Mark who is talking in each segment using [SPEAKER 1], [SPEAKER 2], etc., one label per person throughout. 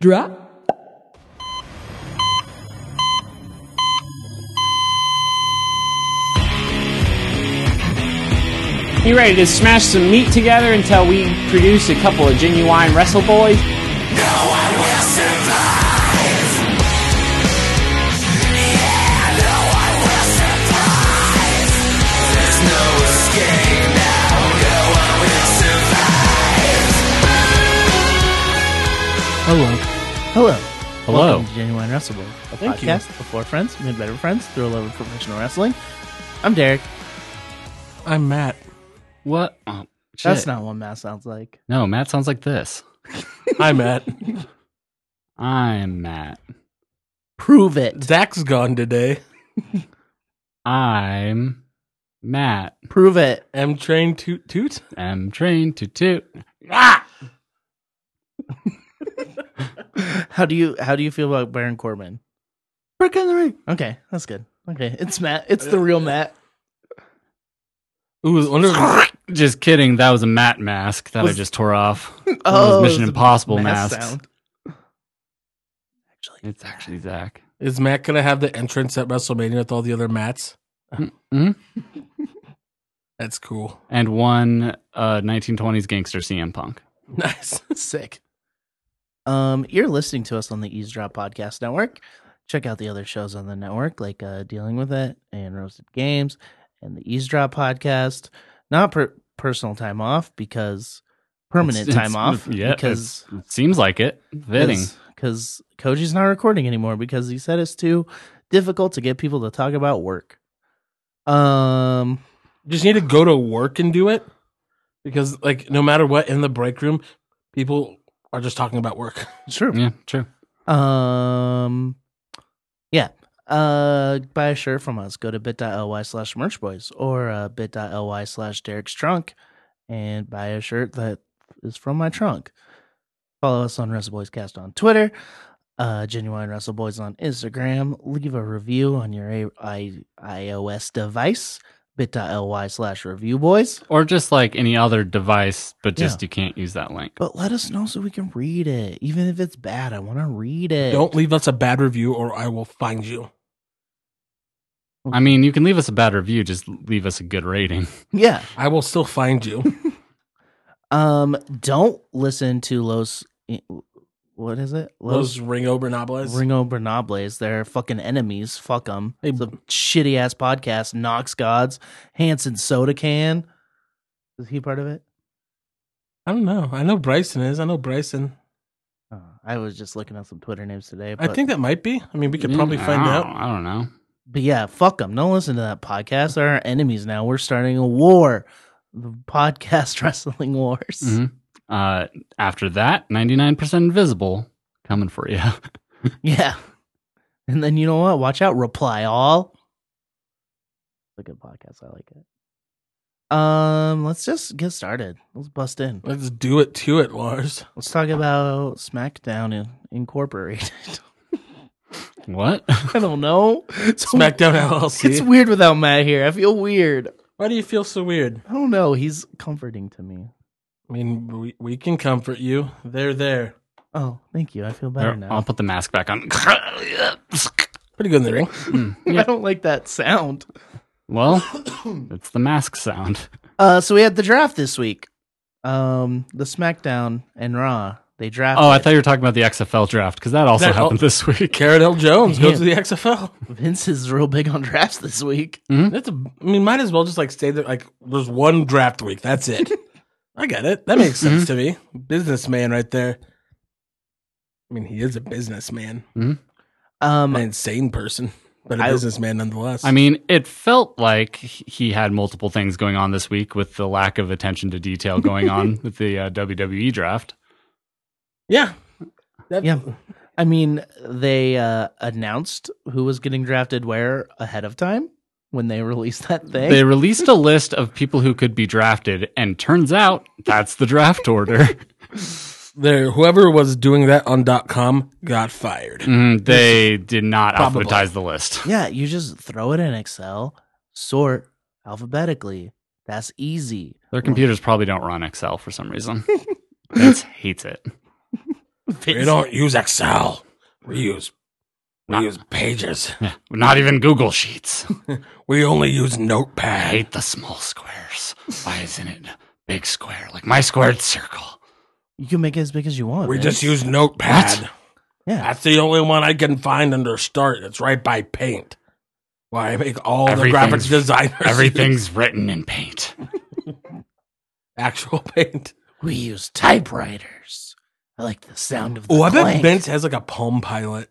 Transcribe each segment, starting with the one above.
[SPEAKER 1] Drop.
[SPEAKER 2] You ready to smash some meat together until we produce a couple of genuine wrestle boys?
[SPEAKER 3] Hello. Hello.
[SPEAKER 2] Hello.
[SPEAKER 3] Welcome to Genuine Wrestle Boys, a
[SPEAKER 2] Thank you.
[SPEAKER 3] podcast before friends, made better friends, through a love of professional wrestling. I'm Derek.
[SPEAKER 1] I'm Matt.
[SPEAKER 4] What? Oh,
[SPEAKER 3] That's
[SPEAKER 4] shit.
[SPEAKER 3] not what Matt sounds like.
[SPEAKER 4] No, Matt sounds like this.
[SPEAKER 1] Hi, Matt.
[SPEAKER 4] I'm Matt.
[SPEAKER 3] Prove it.
[SPEAKER 1] Zach's gone today.
[SPEAKER 4] I'm Matt.
[SPEAKER 3] Prove it.
[SPEAKER 1] M train toot toot.
[SPEAKER 4] I'm trained to toot.
[SPEAKER 3] How do you How do you feel about Baron Corbin?
[SPEAKER 4] Brick in the ring.
[SPEAKER 3] Okay, that's good. Okay, it's Matt. It's the real Matt.
[SPEAKER 1] Ooh, I wonder.
[SPEAKER 4] Just kidding. That was a Matt mask that I
[SPEAKER 3] Was-
[SPEAKER 4] just tore off. One of those
[SPEAKER 3] Oh,
[SPEAKER 4] Mission
[SPEAKER 3] it's
[SPEAKER 4] Impossible
[SPEAKER 3] the
[SPEAKER 4] masks.
[SPEAKER 3] Actually,
[SPEAKER 4] It's actually Zach.
[SPEAKER 1] Is Matt gonna have the entrance at WrestleMania with all the other Matts?
[SPEAKER 4] Mhm.
[SPEAKER 1] That's cool.
[SPEAKER 4] And one uh, 1920s gangster CM Punk.
[SPEAKER 1] Nice. Sick.
[SPEAKER 3] Um, you're listening to us on the Eavesdrop Podcast Network. Check out the other shows on the network, like uh, Dealing with It and Roasted Games and the Eavesdrop Podcast. Not per- personal time off because permanent
[SPEAKER 4] It's-
[SPEAKER 3] time off.
[SPEAKER 4] it's- yeah,
[SPEAKER 3] because
[SPEAKER 4] It seems like it. Fitting.
[SPEAKER 3] because Koji's not recording anymore because he said it's too difficult to get people to talk about work. Um,
[SPEAKER 1] Just need to go to work and do it, because like no matter what, in the break room, people are just talking about work.
[SPEAKER 3] sure.
[SPEAKER 4] Yeah, true.
[SPEAKER 3] Um, yeah. Uh, buy a shirt from us. Go to bit.ly slash merch boys or uh, bit.ly slash Derek's trunk and buy a shirt that is from my trunk. Follow us on Wrestle Boys Cast on Twitter, uh, Genuine Wrestle Boys on Instagram. Leave a review on your A- I- iOS device, bit.ly slash review boys.
[SPEAKER 4] Or just like any other device, but just
[SPEAKER 3] Yeah.
[SPEAKER 4] you can't use that link.
[SPEAKER 3] But let us know so we can read it. Even if it's bad, I want to read it.
[SPEAKER 1] Don't leave us a bad review, or I will find you.
[SPEAKER 4] I mean, you can leave us a bad review, just leave us a good rating.
[SPEAKER 3] Yeah.
[SPEAKER 1] I will still find you.
[SPEAKER 3] Um, don't listen to Los. eh, What is it?
[SPEAKER 1] Those Ringo Bernables.
[SPEAKER 3] Ringo Bernables. They're fucking enemies. Fuck them.
[SPEAKER 1] Hey,
[SPEAKER 3] It's a shitty ass podcast. Knox Gods. Hanson Soda Can. Is he part of it?
[SPEAKER 1] I don't know. I know Bryson is. I know Bryson.
[SPEAKER 3] Uh, I was just looking at some Twitter names today.
[SPEAKER 1] I
[SPEAKER 3] But, Mm-hmm.
[SPEAKER 1] think that might be. I mean, we could probably
[SPEAKER 4] Mm,
[SPEAKER 1] find
[SPEAKER 4] I
[SPEAKER 1] out.
[SPEAKER 4] don't- I don't know.
[SPEAKER 3] but yeah, fuck them. Don't listen to that podcast. They're our enemies now. We're starting a war. The podcast wrestling wars.
[SPEAKER 1] Mm-hmm.
[SPEAKER 4] Mhm. Uh, after that, 99% invisible coming for you.
[SPEAKER 3] Yeah. And then you know what? Watch out. Reply all. It's a good podcast. I like it. Um, let's just get started. Let's bust in.
[SPEAKER 1] Let's do it to it, Lars.
[SPEAKER 3] Let's talk about SmackDown in, Incorporated.
[SPEAKER 4] what?
[SPEAKER 3] I don't know. It's,
[SPEAKER 1] SmackDown LLC.
[SPEAKER 3] It's weird without Matt here. I feel weird.
[SPEAKER 1] Why do you feel so weird?
[SPEAKER 3] I don't know. He's comforting to me.
[SPEAKER 1] I mean, we, we can comfort you. They're there.
[SPEAKER 3] Oh, thank you. I feel better
[SPEAKER 4] There, I'll
[SPEAKER 3] now.
[SPEAKER 4] put the mask back on.
[SPEAKER 1] Pretty good in the ring.
[SPEAKER 4] Mm,
[SPEAKER 3] I
[SPEAKER 4] yeah.
[SPEAKER 3] don't like that sound.
[SPEAKER 4] Well, it's the mask sound.
[SPEAKER 3] Uh, so we had the draft this week. Um, the SmackDown and Raw. They drafted.
[SPEAKER 4] Oh, I thought you were talking about the XFL draft because that also
[SPEAKER 1] That- oh.
[SPEAKER 4] happened this week.
[SPEAKER 1] Karen L. Jones
[SPEAKER 3] Yeah.
[SPEAKER 1] goes to the XFL.
[SPEAKER 3] Vince is real big on drafts this week.
[SPEAKER 1] That's a. I mean, might as well just like stay there. Like, there's one draft week. That's it. I get it. That makes sense
[SPEAKER 3] Mm-hmm.
[SPEAKER 1] to me. Businessman right there. I mean, he is a businessman,
[SPEAKER 3] Um,
[SPEAKER 1] an insane person, but a
[SPEAKER 3] I-
[SPEAKER 1] businessman nonetheless.
[SPEAKER 4] I mean, it felt like he had multiple things going on this week with the lack of attention to detail going on with the uh, WWE draft.
[SPEAKER 1] yeah. That-
[SPEAKER 3] Yeah. I mean, they uh, announced who was getting drafted where ahead of time when they released that thing.
[SPEAKER 4] They released a list of people who could be drafted, and turns out that's the draft order.
[SPEAKER 1] there whoever was doing that on .com got fired.
[SPEAKER 4] Mm, they did not
[SPEAKER 1] Probably.
[SPEAKER 4] alphabetize the list.
[SPEAKER 3] yeah, you just throw it in Excel, sort alphabetically. That's easy.
[SPEAKER 4] Their computers probably don't run Excel for some reason. Vince hates it.
[SPEAKER 1] We don't use Excel. We use we
[SPEAKER 4] Not-
[SPEAKER 1] use pages.
[SPEAKER 4] Yeah, Not even Google Sheets.
[SPEAKER 1] We only use
[SPEAKER 4] I
[SPEAKER 1] Notepad.
[SPEAKER 4] hate the small squares. Why isn't it big square like my squared circle?
[SPEAKER 3] You can make it as big as you want.
[SPEAKER 1] We
[SPEAKER 3] man.
[SPEAKER 1] just use Notepad.
[SPEAKER 4] What?
[SPEAKER 3] yeah.
[SPEAKER 1] That's the only one I can find under Start. It's right by Paint. Why I make all the graphic
[SPEAKER 4] Everything's-
[SPEAKER 1] designers
[SPEAKER 4] Everything's written in paint.
[SPEAKER 1] actual paint.
[SPEAKER 3] We use typewriters. I like the sound of the.
[SPEAKER 1] Oh, I bet
[SPEAKER 3] clank.
[SPEAKER 1] Vince has like a Palm Pilot.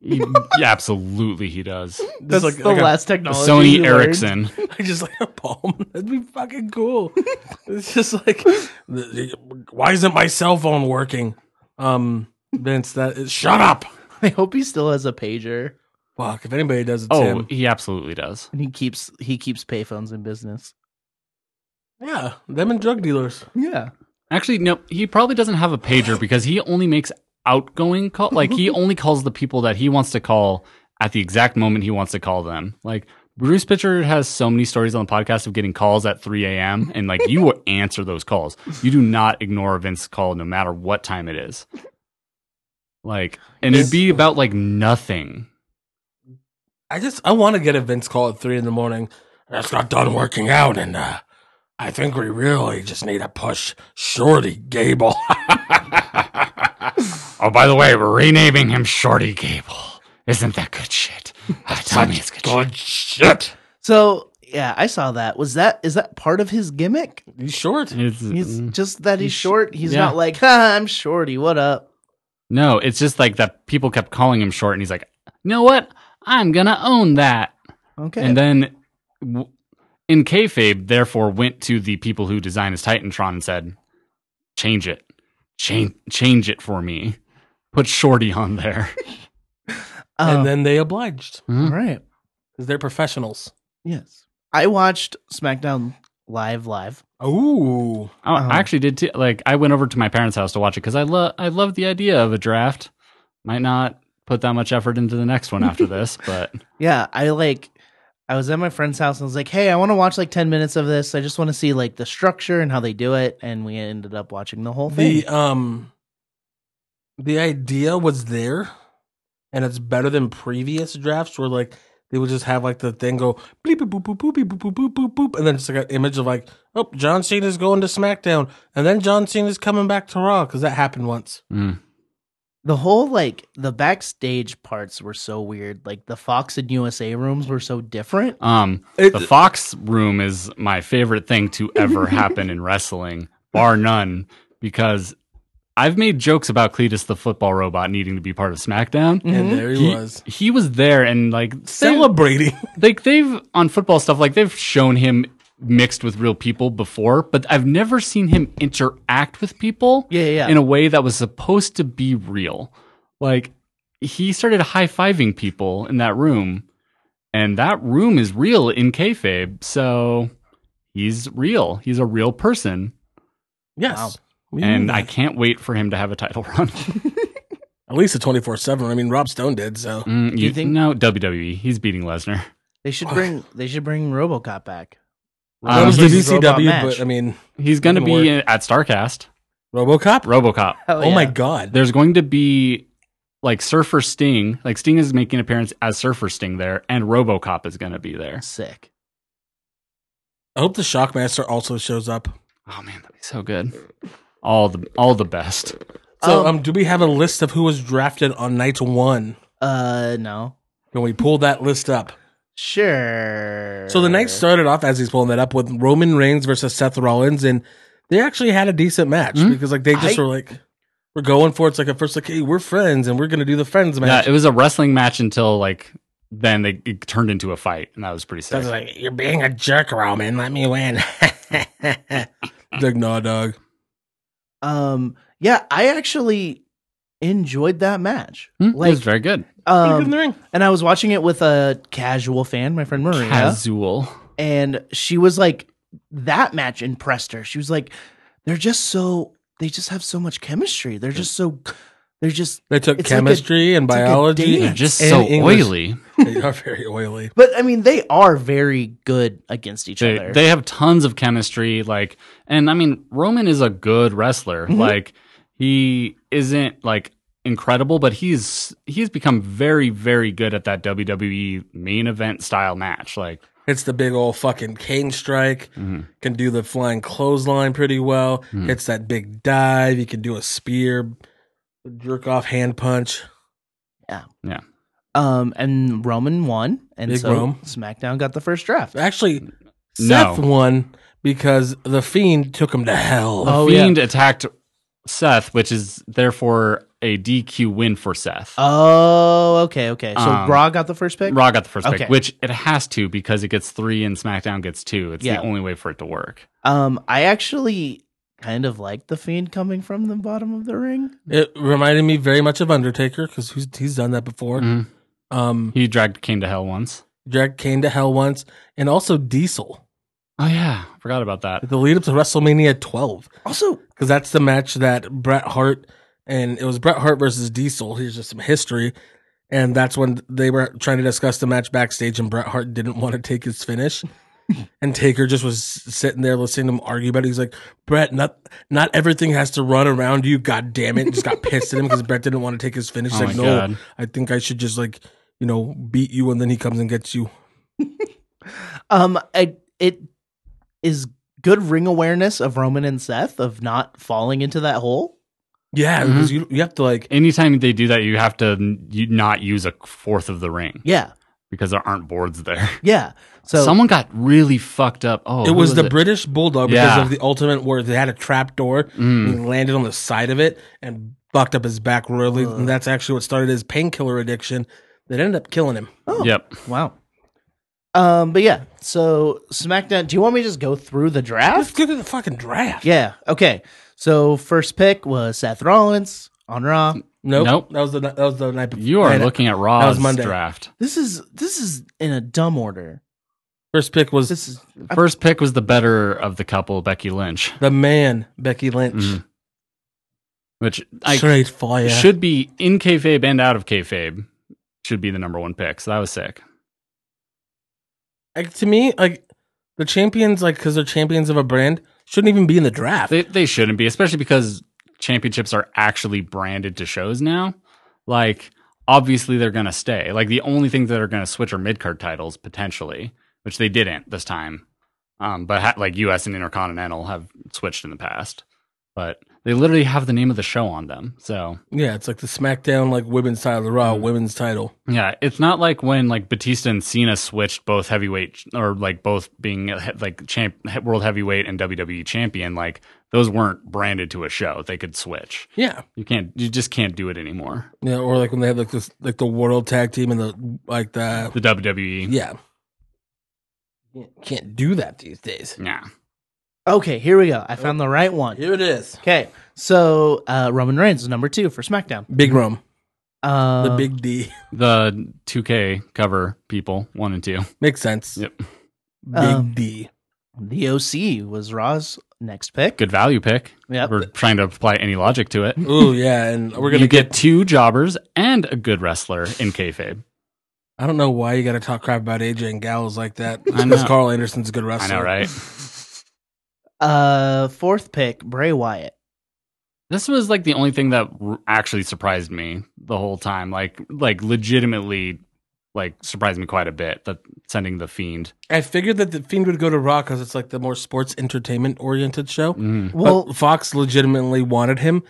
[SPEAKER 4] He- yeah, absolutely, he does.
[SPEAKER 1] Just
[SPEAKER 3] That's
[SPEAKER 1] like,
[SPEAKER 3] the
[SPEAKER 1] like
[SPEAKER 3] last
[SPEAKER 4] The
[SPEAKER 3] technology. you
[SPEAKER 4] Sony
[SPEAKER 3] learned.
[SPEAKER 4] Ericsson.
[SPEAKER 1] A, just like a palm. That'd be fucking cool. it's just like, the- the- why isn't my cell phone working? Um, Vince, that is, shut up.
[SPEAKER 3] I hope he still has a pager
[SPEAKER 1] Fuck, if anybody does it,
[SPEAKER 4] Oh,
[SPEAKER 1] Tim.
[SPEAKER 4] he absolutely does.
[SPEAKER 3] and he keeps he keeps payphones in business.
[SPEAKER 1] Yeah, them and drug dealers.
[SPEAKER 3] Yeah.
[SPEAKER 4] Actually, no, he probably doesn't have a pager because he only makes outgoing call. Like he only calls the people that he wants to call at the exact moment he wants to call them. Like Bruce Pitcher has so many stories on the podcast of getting calls at 3 a.m. and like you will answer those calls. You do not ignore Vince's call no matter what time it is. Like, and it'd be about like nothing.
[SPEAKER 1] I just I want to get a Vince call at three in the morning. I just got done working out, and uh, I think we really just need to push Shorty Gable.
[SPEAKER 4] Oh, by the way, we're renaming him Shorty Gable. Isn't that good shit? Ah, tell me it's good, shit.
[SPEAKER 1] shit.
[SPEAKER 3] So yeah, I saw that. Was that is that part of his gimmick?
[SPEAKER 1] He's short.
[SPEAKER 4] It's-
[SPEAKER 3] He's just that he's,
[SPEAKER 4] He's sh-
[SPEAKER 3] short. He's
[SPEAKER 4] yeah.
[SPEAKER 3] not like, ha, I'm shorty. What up?
[SPEAKER 4] No, it's just like that people kept calling him short, and he's like, you know what? I'm going to own that.
[SPEAKER 3] Okay.
[SPEAKER 4] And then w- in kayfabe, therefore, went to the people who designed his Titantron and said, change it. Change, change it for me. Put Shorty on there.
[SPEAKER 1] and
[SPEAKER 3] Um,
[SPEAKER 1] then they obliged
[SPEAKER 3] all right.
[SPEAKER 1] because they're professionals.
[SPEAKER 3] Yes. I watched SmackDown live live.
[SPEAKER 1] Ooh,
[SPEAKER 4] Oh,
[SPEAKER 3] Uh-huh.
[SPEAKER 4] I actually did too. Like, I went over to my parents' house to watch it because I love, I love the idea of a draft. Might not put that much effort into the next one after this, but
[SPEAKER 3] Yeah, I like I was at my friend's house and I was like, "Hey, I want to watch like 10 minutes of this. I just want to see like the structure and how they do it." And we ended up watching the whole thing.
[SPEAKER 1] the um, the idea was there, and it's better than previous drafts where like they would just have like the thing go bleep boop boop boop boop boop boop boop boop boop, and then just like an image of like oh John Cena is going to SmackDown, and then John Cena is coming back to Raw because that happened once.
[SPEAKER 4] mm.
[SPEAKER 3] the whole like the backstage parts were so weird. Like the Fox and USA rooms were so different.
[SPEAKER 4] um,
[SPEAKER 1] It,
[SPEAKER 4] The Fox room is my favorite thing to ever happen in wrestling, bar none, because I've made jokes about Cletus the football robot needing to be part of SmackDown.
[SPEAKER 1] and there he, was
[SPEAKER 4] he was there and like they,
[SPEAKER 1] celebrating.
[SPEAKER 4] like they've on football stuff like they've shown him mixed with real people before, but I've never seen him interact with people
[SPEAKER 3] Yeah, yeah, yeah.
[SPEAKER 4] in a way that was supposed to be real. Like he started high fiving people in that room, and that room is real in kayfabe. So he's real. He's a real person,
[SPEAKER 1] Yes,
[SPEAKER 3] Wow.
[SPEAKER 1] We
[SPEAKER 4] and
[SPEAKER 1] knew
[SPEAKER 4] I
[SPEAKER 1] that.
[SPEAKER 4] can't wait for him to have a title run.
[SPEAKER 1] at least a twenty four seven. I mean, Rob Stone did so.
[SPEAKER 4] Mm, you,
[SPEAKER 3] Hmm, think-
[SPEAKER 4] no WWE? He's beating Lesnar.
[SPEAKER 3] They should bring they should bring RoboCop back.
[SPEAKER 4] Um,
[SPEAKER 1] that was the
[SPEAKER 4] he's-
[SPEAKER 3] versus
[SPEAKER 1] DCW,
[SPEAKER 3] Robot match.
[SPEAKER 1] but um, I mean
[SPEAKER 4] He's going to
[SPEAKER 1] Wouldn't
[SPEAKER 4] be at Starcast,
[SPEAKER 1] RoboCop.
[SPEAKER 4] RoboCop.
[SPEAKER 3] Hell
[SPEAKER 1] oh my
[SPEAKER 3] yeah.
[SPEAKER 1] god,
[SPEAKER 4] There's going to be like Surfer Sting. Like Sting is making an appearance as Surfer Sting there, and RoboCop is going to be there.
[SPEAKER 3] Sick.
[SPEAKER 1] I hope the Shockmaster also shows up.
[SPEAKER 4] Oh man, that'd be so good. All the all the best.
[SPEAKER 1] So, um,
[SPEAKER 3] Um,
[SPEAKER 1] do we have a list of who was drafted on night one?
[SPEAKER 3] Uh no.
[SPEAKER 1] Can we pull that list up?
[SPEAKER 3] Sure.
[SPEAKER 1] So the night started off as he's pulling that up with Roman Reigns versus Seth Rollins, and they actually had a decent match
[SPEAKER 4] Mhm.
[SPEAKER 1] because like they just
[SPEAKER 3] Hmm? I-
[SPEAKER 1] were like, we're going for it. it's like at first like, hey, we're friends and we're gonna do the friends
[SPEAKER 4] Yeah,
[SPEAKER 1] match.
[SPEAKER 4] it was a wrestling match until like then they it turned into a fight, and that was pretty
[SPEAKER 1] Seth's
[SPEAKER 4] sick.
[SPEAKER 1] like, you're being a jerk, Roman. Let me win. like, nah, dog.
[SPEAKER 3] um yeah, I actually enjoyed that match.
[SPEAKER 4] Hmm, it
[SPEAKER 3] Like
[SPEAKER 4] was very good.
[SPEAKER 1] Put it in the
[SPEAKER 3] um,
[SPEAKER 1] ring.
[SPEAKER 3] and I was watching it with a casual fan, my friend Maria.
[SPEAKER 4] Casual.
[SPEAKER 3] and she was like that match impressed her she was like they're just so they just have so much chemistry they're just so they're just
[SPEAKER 1] They took
[SPEAKER 3] It's like a-
[SPEAKER 1] chemistry and
[SPEAKER 3] it's like a
[SPEAKER 1] biology.
[SPEAKER 3] dance.
[SPEAKER 4] They're just
[SPEAKER 1] And
[SPEAKER 4] so
[SPEAKER 1] English.
[SPEAKER 4] oily.
[SPEAKER 1] They are very oily.
[SPEAKER 3] But I mean, they are very good against each
[SPEAKER 4] They,
[SPEAKER 3] other.
[SPEAKER 4] they have tons of chemistry. Like, and I mean, Roman is a good wrestler.
[SPEAKER 3] Mhm.
[SPEAKER 4] Like, he isn't like incredible, but he's he's become very very good at that WWE main event style match. Like,
[SPEAKER 1] Hits the big old fucking cane strike.
[SPEAKER 4] mhm.
[SPEAKER 1] Can do the flying clothesline pretty well.
[SPEAKER 4] Hmm.
[SPEAKER 1] Hits that big dive. He can do a spear, jerk off hand punch.
[SPEAKER 3] um, and Roman won, and
[SPEAKER 1] Big
[SPEAKER 3] so
[SPEAKER 1] Rome.
[SPEAKER 3] SmackDown got the first draft.
[SPEAKER 1] Actually,
[SPEAKER 4] No.
[SPEAKER 1] Seth won because the fiend took him to hell.
[SPEAKER 3] Oh, yeah.
[SPEAKER 4] Fiend attacked Seth, which is therefore a DQ win for Seth.
[SPEAKER 3] Oh, okay, okay. So
[SPEAKER 4] Um,
[SPEAKER 3] Raw got the first pick.
[SPEAKER 4] Raw got the first
[SPEAKER 3] Okay.
[SPEAKER 4] pick, which it has to because it gets three and SmackDown gets two. It's
[SPEAKER 3] Yeah.
[SPEAKER 4] the only way for it to work.
[SPEAKER 3] Um, I actually kind of like the Fiend coming from the bottom of the ring.
[SPEAKER 1] It reminded me very much of Undertaker because he's, he's done that before.
[SPEAKER 4] Mhm.
[SPEAKER 1] Um,
[SPEAKER 4] He dragged Kane to hell once.
[SPEAKER 1] Jack came to hell once, and also Diesel.
[SPEAKER 4] Oh yeah, forgot about that.
[SPEAKER 1] The lead up to WrestleMania 12
[SPEAKER 3] Also,
[SPEAKER 1] because that's the match that Bret Hart and it was Bret Hart versus Diesel. Here's just some history, and that's when they were trying to discuss the match backstage, and Bret Hart didn't want to take his finish. And Taker just was sitting there listening to him argue about it. He's like, Brett, not not everything has to run around you. God damn it! Just got pissed at him because Brett didn't want to take his finish. He's
[SPEAKER 4] Oh
[SPEAKER 1] like,
[SPEAKER 4] my
[SPEAKER 1] no,
[SPEAKER 4] God.
[SPEAKER 1] I think I should just like, you know, beat you, and then he comes and gets you.
[SPEAKER 3] um, I, it is good ring awareness of Roman and Seth of not falling into that hole.
[SPEAKER 1] Yeah,
[SPEAKER 4] Mhm.
[SPEAKER 1] because you you have to like
[SPEAKER 4] Anytime they do that, you have to n- you not use a fourth of the ring
[SPEAKER 3] Yeah,
[SPEAKER 4] because there aren't boards there.
[SPEAKER 3] yeah. So
[SPEAKER 4] Someone got really fucked up. Oh,
[SPEAKER 1] it
[SPEAKER 4] who
[SPEAKER 1] was, the
[SPEAKER 4] it?
[SPEAKER 1] British Bulldog because
[SPEAKER 4] Yeah.
[SPEAKER 1] of the Ultimate War. They had a trap door.
[SPEAKER 4] Mm.
[SPEAKER 1] He landed on the side of it and fucked up his back royally.
[SPEAKER 3] Ugh.
[SPEAKER 1] And that's actually what started his painkiller addiction that ended up killing him.
[SPEAKER 3] oh,
[SPEAKER 4] Yep.
[SPEAKER 3] wow. Um, but yeah. So SmackDown. Do you want me to just go through the draft?
[SPEAKER 1] Let's go to the fucking draft.
[SPEAKER 3] Yeah. Okay. So first pick was Seth Rollins on Raw.
[SPEAKER 1] Nope.
[SPEAKER 4] Nope.
[SPEAKER 1] That was the that was the night before.
[SPEAKER 4] You are
[SPEAKER 1] Night-
[SPEAKER 4] looking at Raw's
[SPEAKER 1] Monday.
[SPEAKER 4] draft.
[SPEAKER 3] This is this is in a dumb order.
[SPEAKER 1] First pick was
[SPEAKER 3] This is
[SPEAKER 4] First pick was the better of the couple, Becky Lynch,
[SPEAKER 1] the man Becky Lynch.
[SPEAKER 4] Mhm. which I
[SPEAKER 1] Straight fire.
[SPEAKER 4] should be in kayfabe and out of kayfabe. Should be the number one pick. So that was sick.
[SPEAKER 1] like, to me like the champions like because they're champions of a brand shouldn't even be in the draft.
[SPEAKER 4] They they shouldn't be, especially because championships are actually branded to shows now. Like obviously they're gonna stay. Like the only things that are gonna switch are mid card titles potentially, which they didn't this time. Um, but ha- like U.S. and Intercontinental have switched in the past, but they literally have the name of the show on them. So
[SPEAKER 1] yeah, it's like the SmackDown like women's title, the Raw
[SPEAKER 4] Mhm.
[SPEAKER 1] women's title.
[SPEAKER 4] yeah, it's not like when like Batista and Cena switched both heavyweight ch- or like both being uh, he- like champ he- world heavyweight and WWE champion. Like those weren't branded to a show; they could switch.
[SPEAKER 1] Yeah.
[SPEAKER 4] You can't. You just can't do it anymore.
[SPEAKER 1] Yeah, or like when they had like this, like the world tag team and the like the
[SPEAKER 4] The E, WWE.
[SPEAKER 1] yeah. Yeah, Can't do that these days.
[SPEAKER 4] Yeah.
[SPEAKER 3] okay. Here we go. I found the right one.
[SPEAKER 1] Here it is,
[SPEAKER 3] Okay. So uh, Roman Reigns is number two for SmackDown.
[SPEAKER 1] Big Rum,
[SPEAKER 3] Um,
[SPEAKER 1] the Big D.
[SPEAKER 4] The 2K cover people one and two.
[SPEAKER 1] Makes sense.
[SPEAKER 4] Yep.
[SPEAKER 1] Big
[SPEAKER 3] Um,
[SPEAKER 1] D.
[SPEAKER 3] the OC was Raw's next pick.
[SPEAKER 4] Good value pick.
[SPEAKER 3] Yep.
[SPEAKER 4] We're trying to apply any logic to it.
[SPEAKER 1] Oh yeah, and we're gonna
[SPEAKER 4] you
[SPEAKER 1] get.
[SPEAKER 4] get two jobbers and a good wrestler in kayfabe.
[SPEAKER 1] I don't know why you got to talk crap about AJ and Gallows like that.
[SPEAKER 4] I
[SPEAKER 1] Because
[SPEAKER 4] know.
[SPEAKER 1] Carl Anderson's a good
[SPEAKER 4] I
[SPEAKER 1] wrestler.
[SPEAKER 4] know, right?
[SPEAKER 3] Uh, fourth pick Bray Wyatt.
[SPEAKER 4] This was like the only thing that r- actually surprised me the whole time. Like, like legitimately, like surprised me quite a bit that sending the fiend.
[SPEAKER 1] I figured that the Fiend would go to Raw because it's like the more sports entertainment oriented show.
[SPEAKER 4] Mm.
[SPEAKER 3] Well,
[SPEAKER 1] but Fox legitimately wanted him,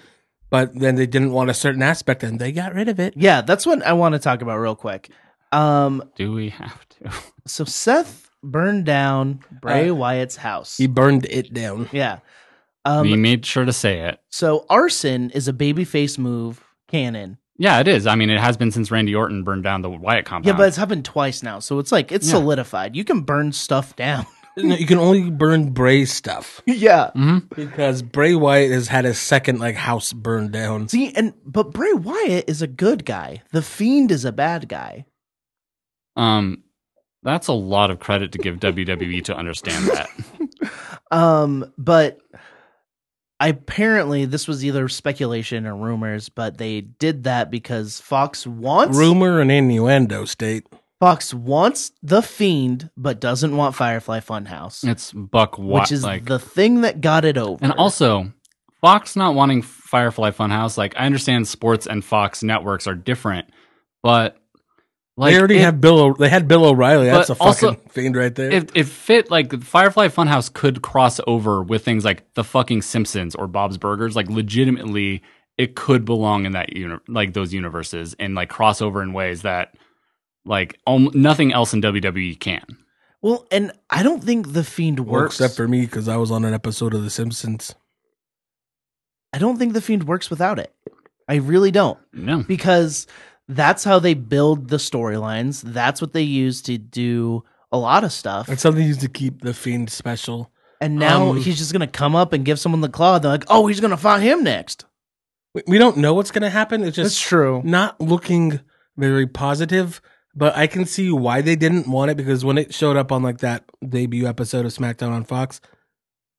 [SPEAKER 1] but then they didn't want a certain aspect, and they got rid of it.
[SPEAKER 3] yeah, that's what I want to talk about real quick. Um,
[SPEAKER 4] Do we have to?
[SPEAKER 3] so Seth burned down Bray
[SPEAKER 1] Uh,
[SPEAKER 3] Wyatt's house.
[SPEAKER 1] He burned it down.
[SPEAKER 3] yeah.
[SPEAKER 4] he
[SPEAKER 3] Um,
[SPEAKER 4] made sure to say it.
[SPEAKER 3] so arson is a babyface move canon.
[SPEAKER 4] Yeah, it is. I mean, it has been since Randy Orton burned down the Wyatt
[SPEAKER 3] Yeah,
[SPEAKER 4] compound.
[SPEAKER 3] but it's happened twice now, so it's like it's
[SPEAKER 4] Yeah.
[SPEAKER 3] solidified. You can burn stuff down.
[SPEAKER 1] No, you can only burn Bray stuff
[SPEAKER 3] yeah.
[SPEAKER 4] hmm
[SPEAKER 1] because Bray Wyatt has had his second like house burned down.
[SPEAKER 3] See, and but Bray Wyatt is a good guy. The Fiend is a bad guy.
[SPEAKER 4] Um, that's a lot of credit to give WWE to understand that.
[SPEAKER 3] Um, but apparently this was either speculation or rumors, but they did that because Fox wants
[SPEAKER 1] Rumor and innuendo state.
[SPEAKER 3] Fox wants the Fiend, but doesn't want Firefly Funhouse,
[SPEAKER 4] It's Buck Watt.
[SPEAKER 3] which is
[SPEAKER 4] like,
[SPEAKER 3] the thing that got it over.
[SPEAKER 4] and also Fox not wanting Firefly Funhouse. Like, I understand sports and Fox networks are different, but like
[SPEAKER 1] they already
[SPEAKER 4] it,
[SPEAKER 1] have Bill. O- they had Bill O'Reilly. That's a
[SPEAKER 4] But
[SPEAKER 1] fucking
[SPEAKER 4] also-
[SPEAKER 1] fiend right there.
[SPEAKER 4] it, it fit like Firefly Funhouse could cross over with things like the fucking Simpsons or Bob's Burgers. Like, legitimately, it could belong in that uni- like those universes and like cross over in ways that like om- nothing else in WWE can.
[SPEAKER 3] well, and I don't think the Fiend
[SPEAKER 1] Well,
[SPEAKER 3] works.
[SPEAKER 1] except for me because I was on an episode of The Simpsons.
[SPEAKER 3] I don't think the Fiend works without it. I really don't.
[SPEAKER 4] No,
[SPEAKER 3] because that's how they build the storylines. That's what they use to do a lot of stuff.
[SPEAKER 1] It's something used to keep the fiend special.
[SPEAKER 3] And now
[SPEAKER 1] um,
[SPEAKER 3] he's just gonna come up and give someone the claw. They're like, "Oh, he's gonna fight him next."
[SPEAKER 1] We, we don't know what's gonna happen. It's
[SPEAKER 3] That's
[SPEAKER 1] just
[SPEAKER 3] true.
[SPEAKER 1] not looking very positive. But I can see why they didn't want it because when it showed up on like that debut episode of SmackDown on Fox,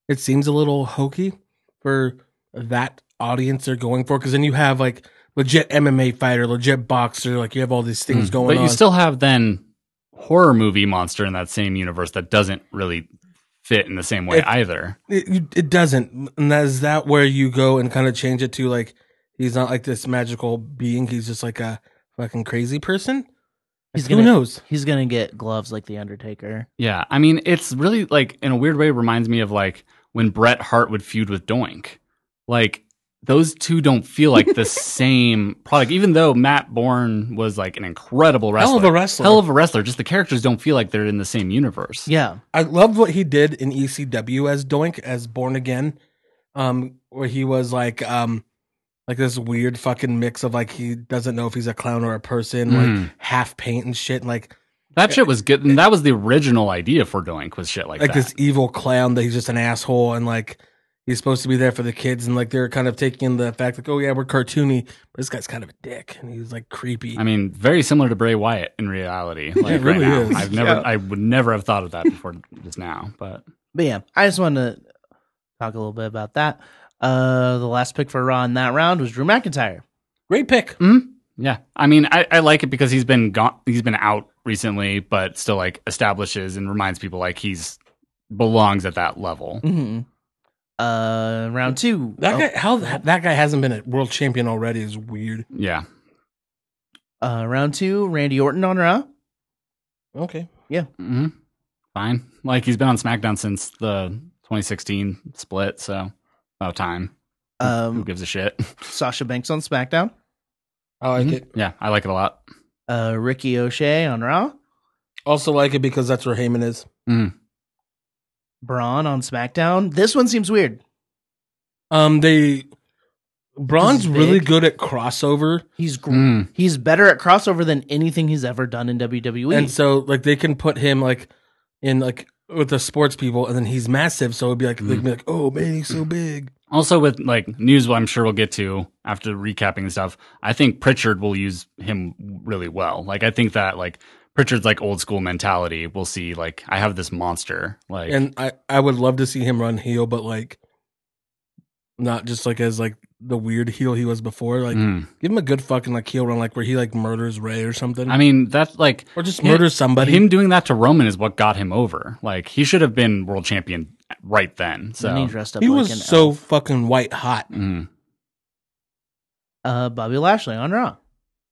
[SPEAKER 1] it seems a little hokey for that audience they're going for. Because then you have like legit MMA fighter, legit boxer, like you have all these things
[SPEAKER 4] Mm.
[SPEAKER 1] going
[SPEAKER 4] But
[SPEAKER 1] on.
[SPEAKER 4] you still have then horror movie monster in that same universe that doesn't really fit in the same way
[SPEAKER 1] It-
[SPEAKER 4] either.
[SPEAKER 1] It, you- it doesn't. And that is that where you go and kind of change it to like he's not like this magical being. He's just like a fucking crazy person.
[SPEAKER 3] He's
[SPEAKER 1] Who
[SPEAKER 3] gonna-
[SPEAKER 1] knows?
[SPEAKER 3] He's gonna get gloves like the Undertaker.
[SPEAKER 4] Yeah, I mean, it's really like in a weird way reminds me of like when Bret Hart would feud with Doink. Like those two don't feel like the same product, even though Matt Bourne was like an incredible wrestler,
[SPEAKER 1] Hell of a wrestler.
[SPEAKER 4] Hell of a wrestler. Just the characters don't feel like they're in the same universe.
[SPEAKER 3] Yeah,
[SPEAKER 1] I loved what he did in ECW as Doink as Born Again, um, where he was like um, like this weird fucking mix of like he doesn't know if he's a clown or a person,
[SPEAKER 4] Mm.
[SPEAKER 1] like half paint and shit, and like
[SPEAKER 4] That shit was good, and that was the original idea for Doink was shit like,
[SPEAKER 1] like,
[SPEAKER 4] that.
[SPEAKER 1] this evil clown that he's just an asshole and like he's supposed to be there for the kids and like they're kind of taking the fact like oh yeah we're cartoony, but this guy's kind of a dick and he's like creepy.
[SPEAKER 4] I mean, very similar to Bray Wyatt in reality. Like
[SPEAKER 1] really
[SPEAKER 4] right now,
[SPEAKER 1] is.
[SPEAKER 4] I've never,
[SPEAKER 3] Yeah.
[SPEAKER 4] I would never have thought of that before just now. But
[SPEAKER 3] but yeah, I just wanted to talk a little bit about that. Uh, the last pick for Raw in that round was Drew McIntyre.
[SPEAKER 1] Great pick.
[SPEAKER 4] yeah, I mean, I, I like it because he's been gone, he's been out recently, but still like establishes and reminds people like he's belongs at that level.
[SPEAKER 3] hmm Uh, round two.
[SPEAKER 1] Mm-hmm. That
[SPEAKER 3] oh,
[SPEAKER 1] guy, how that, that guy hasn't been a world champion already is weird.
[SPEAKER 4] Yeah,
[SPEAKER 3] Uh, round two. Randy Orton on Raw.
[SPEAKER 1] Okay,
[SPEAKER 4] hmm fine. Like he's been on SmackDown since the 2016 split, so about time.
[SPEAKER 1] Mm-hmm.
[SPEAKER 4] Who- Who
[SPEAKER 3] Um,
[SPEAKER 4] gives a shit?
[SPEAKER 3] Sasha Banks on SmackDown.
[SPEAKER 1] I like
[SPEAKER 4] Mhm.
[SPEAKER 1] it.
[SPEAKER 4] Yeah, I like it a lot.
[SPEAKER 3] uh, Ricky O'Shea on Raw,
[SPEAKER 1] Also like it because that's where Heyman is.
[SPEAKER 3] Braun on SmackDown. This one seems weird.
[SPEAKER 1] Um, they Braun's
[SPEAKER 3] This is
[SPEAKER 1] really
[SPEAKER 3] big.
[SPEAKER 1] good at crossover,
[SPEAKER 3] He's
[SPEAKER 1] Mm-hmm.
[SPEAKER 3] gr-
[SPEAKER 1] Hmm.
[SPEAKER 4] Mm.
[SPEAKER 3] he's better at crossover than anything he's ever done in E. WWE.
[SPEAKER 1] and so like they can put him like in like with the sports people, and then he's massive, so it'd be like they'd
[SPEAKER 4] Mm.
[SPEAKER 1] be like, oh man, he's so big.
[SPEAKER 4] Also, with like news, I'm sure we'll get to after recapping and stuff. I think Pritchard will use him really well. Like, I think that like Pritchard's like old school mentality. We'll see. Like, I have this monster. Like,
[SPEAKER 1] And I I would love to see him run heel, but like not just like as like the weird heel he was before. Like
[SPEAKER 4] Mm.
[SPEAKER 1] give him a good fucking like heel run, like where he like murders Ray or something,
[SPEAKER 4] I mean, that's like
[SPEAKER 1] or just
[SPEAKER 4] him-
[SPEAKER 1] murders somebody.
[SPEAKER 4] him doing that to Roman is what got him over. Like, he should have been world champion right then.
[SPEAKER 3] Then he
[SPEAKER 4] So,
[SPEAKER 3] dressed up
[SPEAKER 1] he
[SPEAKER 3] like an
[SPEAKER 1] was so
[SPEAKER 3] elf.
[SPEAKER 1] fucking white hot.
[SPEAKER 4] mm,
[SPEAKER 3] Uh, Bobby Lashley on Raw.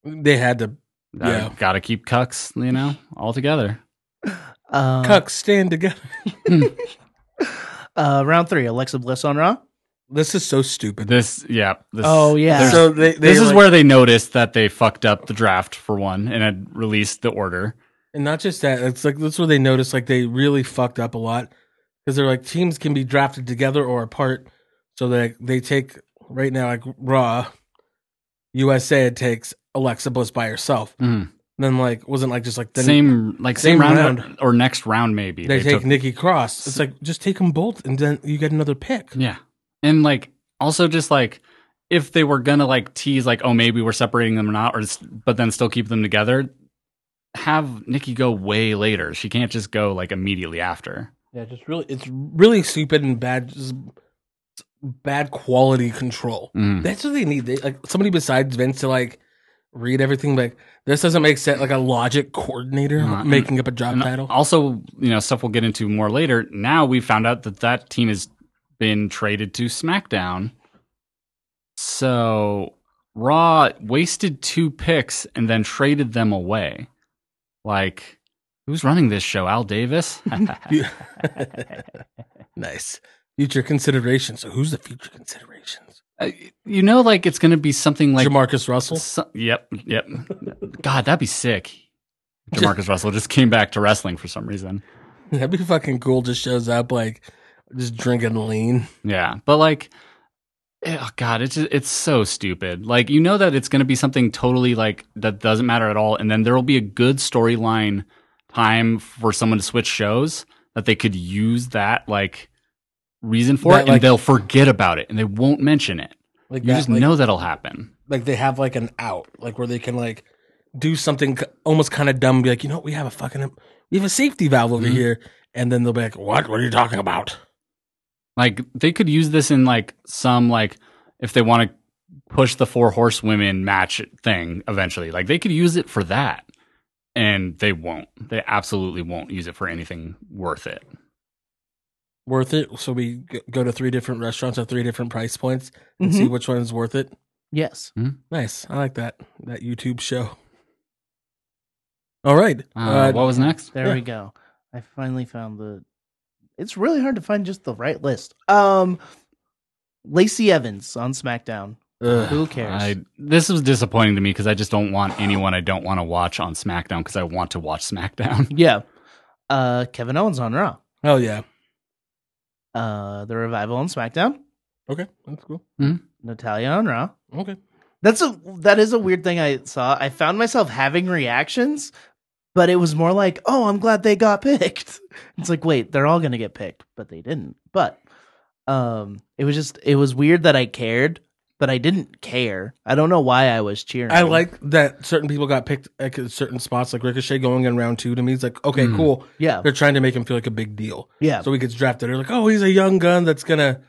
[SPEAKER 1] They had to Yeah.
[SPEAKER 4] got to keep cucks, you know, all together. Uh.
[SPEAKER 3] Um,
[SPEAKER 1] cuck stand together.
[SPEAKER 3] Uh, round three. Alexa Bliss on Raw.
[SPEAKER 1] This is so stupid.
[SPEAKER 4] This, yeah. This,
[SPEAKER 3] Oh, yeah.
[SPEAKER 4] there's-
[SPEAKER 1] So they, they
[SPEAKER 4] this is
[SPEAKER 1] like-
[SPEAKER 4] where they noticed that they fucked up the draft for one and had released the order.
[SPEAKER 1] And not just that, it's like that's where they noticed like they really fucked up a lot because they're like teams can be drafted together or apart. So they they take right now like Raw, USA it takes Alexa Bliss by herself. And then like wasn't like just like the
[SPEAKER 4] Mm-hmm. same like
[SPEAKER 1] same
[SPEAKER 4] same, round,
[SPEAKER 1] round.
[SPEAKER 4] or next round maybe.
[SPEAKER 1] they, take
[SPEAKER 4] took-
[SPEAKER 1] Nikki Cross. It's like just take them both and then you get another pick.
[SPEAKER 4] yeah, and like also just like if they were gonna like tease like oh maybe we're separating them or not or s- but then still keep them together, have Nikki go way later. She can't just go like immediately after.
[SPEAKER 1] Yeah, just really it's really stupid and bad just Mm. bad quality control. That's what they need. They, like somebody besides Vince to like read everything. Like this doesn't make sense. Like a logic coordinator
[SPEAKER 4] Uh,
[SPEAKER 1] making up a job
[SPEAKER 4] And
[SPEAKER 1] title.
[SPEAKER 4] Also, you know, stuff we'll get into more later. Now we found out that that team has been traded to SmackDown. So Raw wasted two picks and then traded them away. Like, who's running this show? Al Davis?
[SPEAKER 1] You- nice future considerations. So who's the future considerations?
[SPEAKER 4] Uh, you know, like it's going to be something like.
[SPEAKER 1] Jamarcus Russell.
[SPEAKER 4] so- yep, yep. God, that'd be sick. Jamarcus Russell just came back to wrestling for some reason.
[SPEAKER 1] That'd be fucking cool. Just shows up like just drinking lean.
[SPEAKER 4] Yeah, but like, eh, oh god, it's just, it's so stupid. Like, you know that it's going to be something totally like that doesn't matter at all, and then there will be a good storyline time for someone to switch shows that they could use that like reason for
[SPEAKER 1] That,
[SPEAKER 4] it,
[SPEAKER 1] like-
[SPEAKER 4] and they'll forget about it and they won't mention it.
[SPEAKER 1] Like
[SPEAKER 4] You
[SPEAKER 1] that,
[SPEAKER 4] just
[SPEAKER 1] like,
[SPEAKER 4] know that'll happen.
[SPEAKER 1] like they have like an out, like where they can like do something c- almost kind of dumb. Be like, you know, what? we have a fucking we have a safety valve over
[SPEAKER 4] Mhm.
[SPEAKER 1] here, and then they'll be like, what? What are you talking about?
[SPEAKER 4] Like they could use this in like some like if they want to push the four horsewomen match thing eventually. Like they could use it for that. And they won't. They absolutely won't use it for anything worth it.
[SPEAKER 1] Worth it. So we g- go to three different restaurants at three different price points and see
[SPEAKER 4] Mm-hmm.
[SPEAKER 3] Mhm.
[SPEAKER 1] which one is worth it.
[SPEAKER 3] Yes.
[SPEAKER 1] Nice. I like that that YouTube show. All right.
[SPEAKER 4] Uh,
[SPEAKER 1] Uh,
[SPEAKER 4] what was next?
[SPEAKER 3] There
[SPEAKER 1] Yeah.
[SPEAKER 3] we go. I finally found the. It's really hard to find just the right list. Um, Lacey Evans on SmackDown.
[SPEAKER 1] ugh.
[SPEAKER 3] Who cares?
[SPEAKER 4] I, this was disappointing to me because I just don't want anyone I don't want to watch on SmackDown because I want to watch SmackDown.
[SPEAKER 3] Yeah. Uh, Kevin Owens on Raw.
[SPEAKER 1] oh yeah.
[SPEAKER 3] Uh, the revival on SmackDown.
[SPEAKER 1] Okay. That's cool.
[SPEAKER 3] Natalia on Raw.
[SPEAKER 1] Okay.
[SPEAKER 3] That's a that is a weird thing I saw. I found myself having reactions, but it was more like, "Oh, I'm glad they got picked." It's like, "Wait, they're all going to get picked, but they didn't." But um it was just it was weird that I cared, but I didn't care. I don't know why I was cheering.
[SPEAKER 1] I like that certain people got picked at certain spots, like Ricochet going in round two. To me, it's like, okay,
[SPEAKER 4] Mhm.
[SPEAKER 1] cool.
[SPEAKER 3] Yeah.
[SPEAKER 1] They're trying to make him feel like a big deal.
[SPEAKER 3] Yeah.
[SPEAKER 1] So he gets drafted. They're like, oh, he's a young gun that's gonna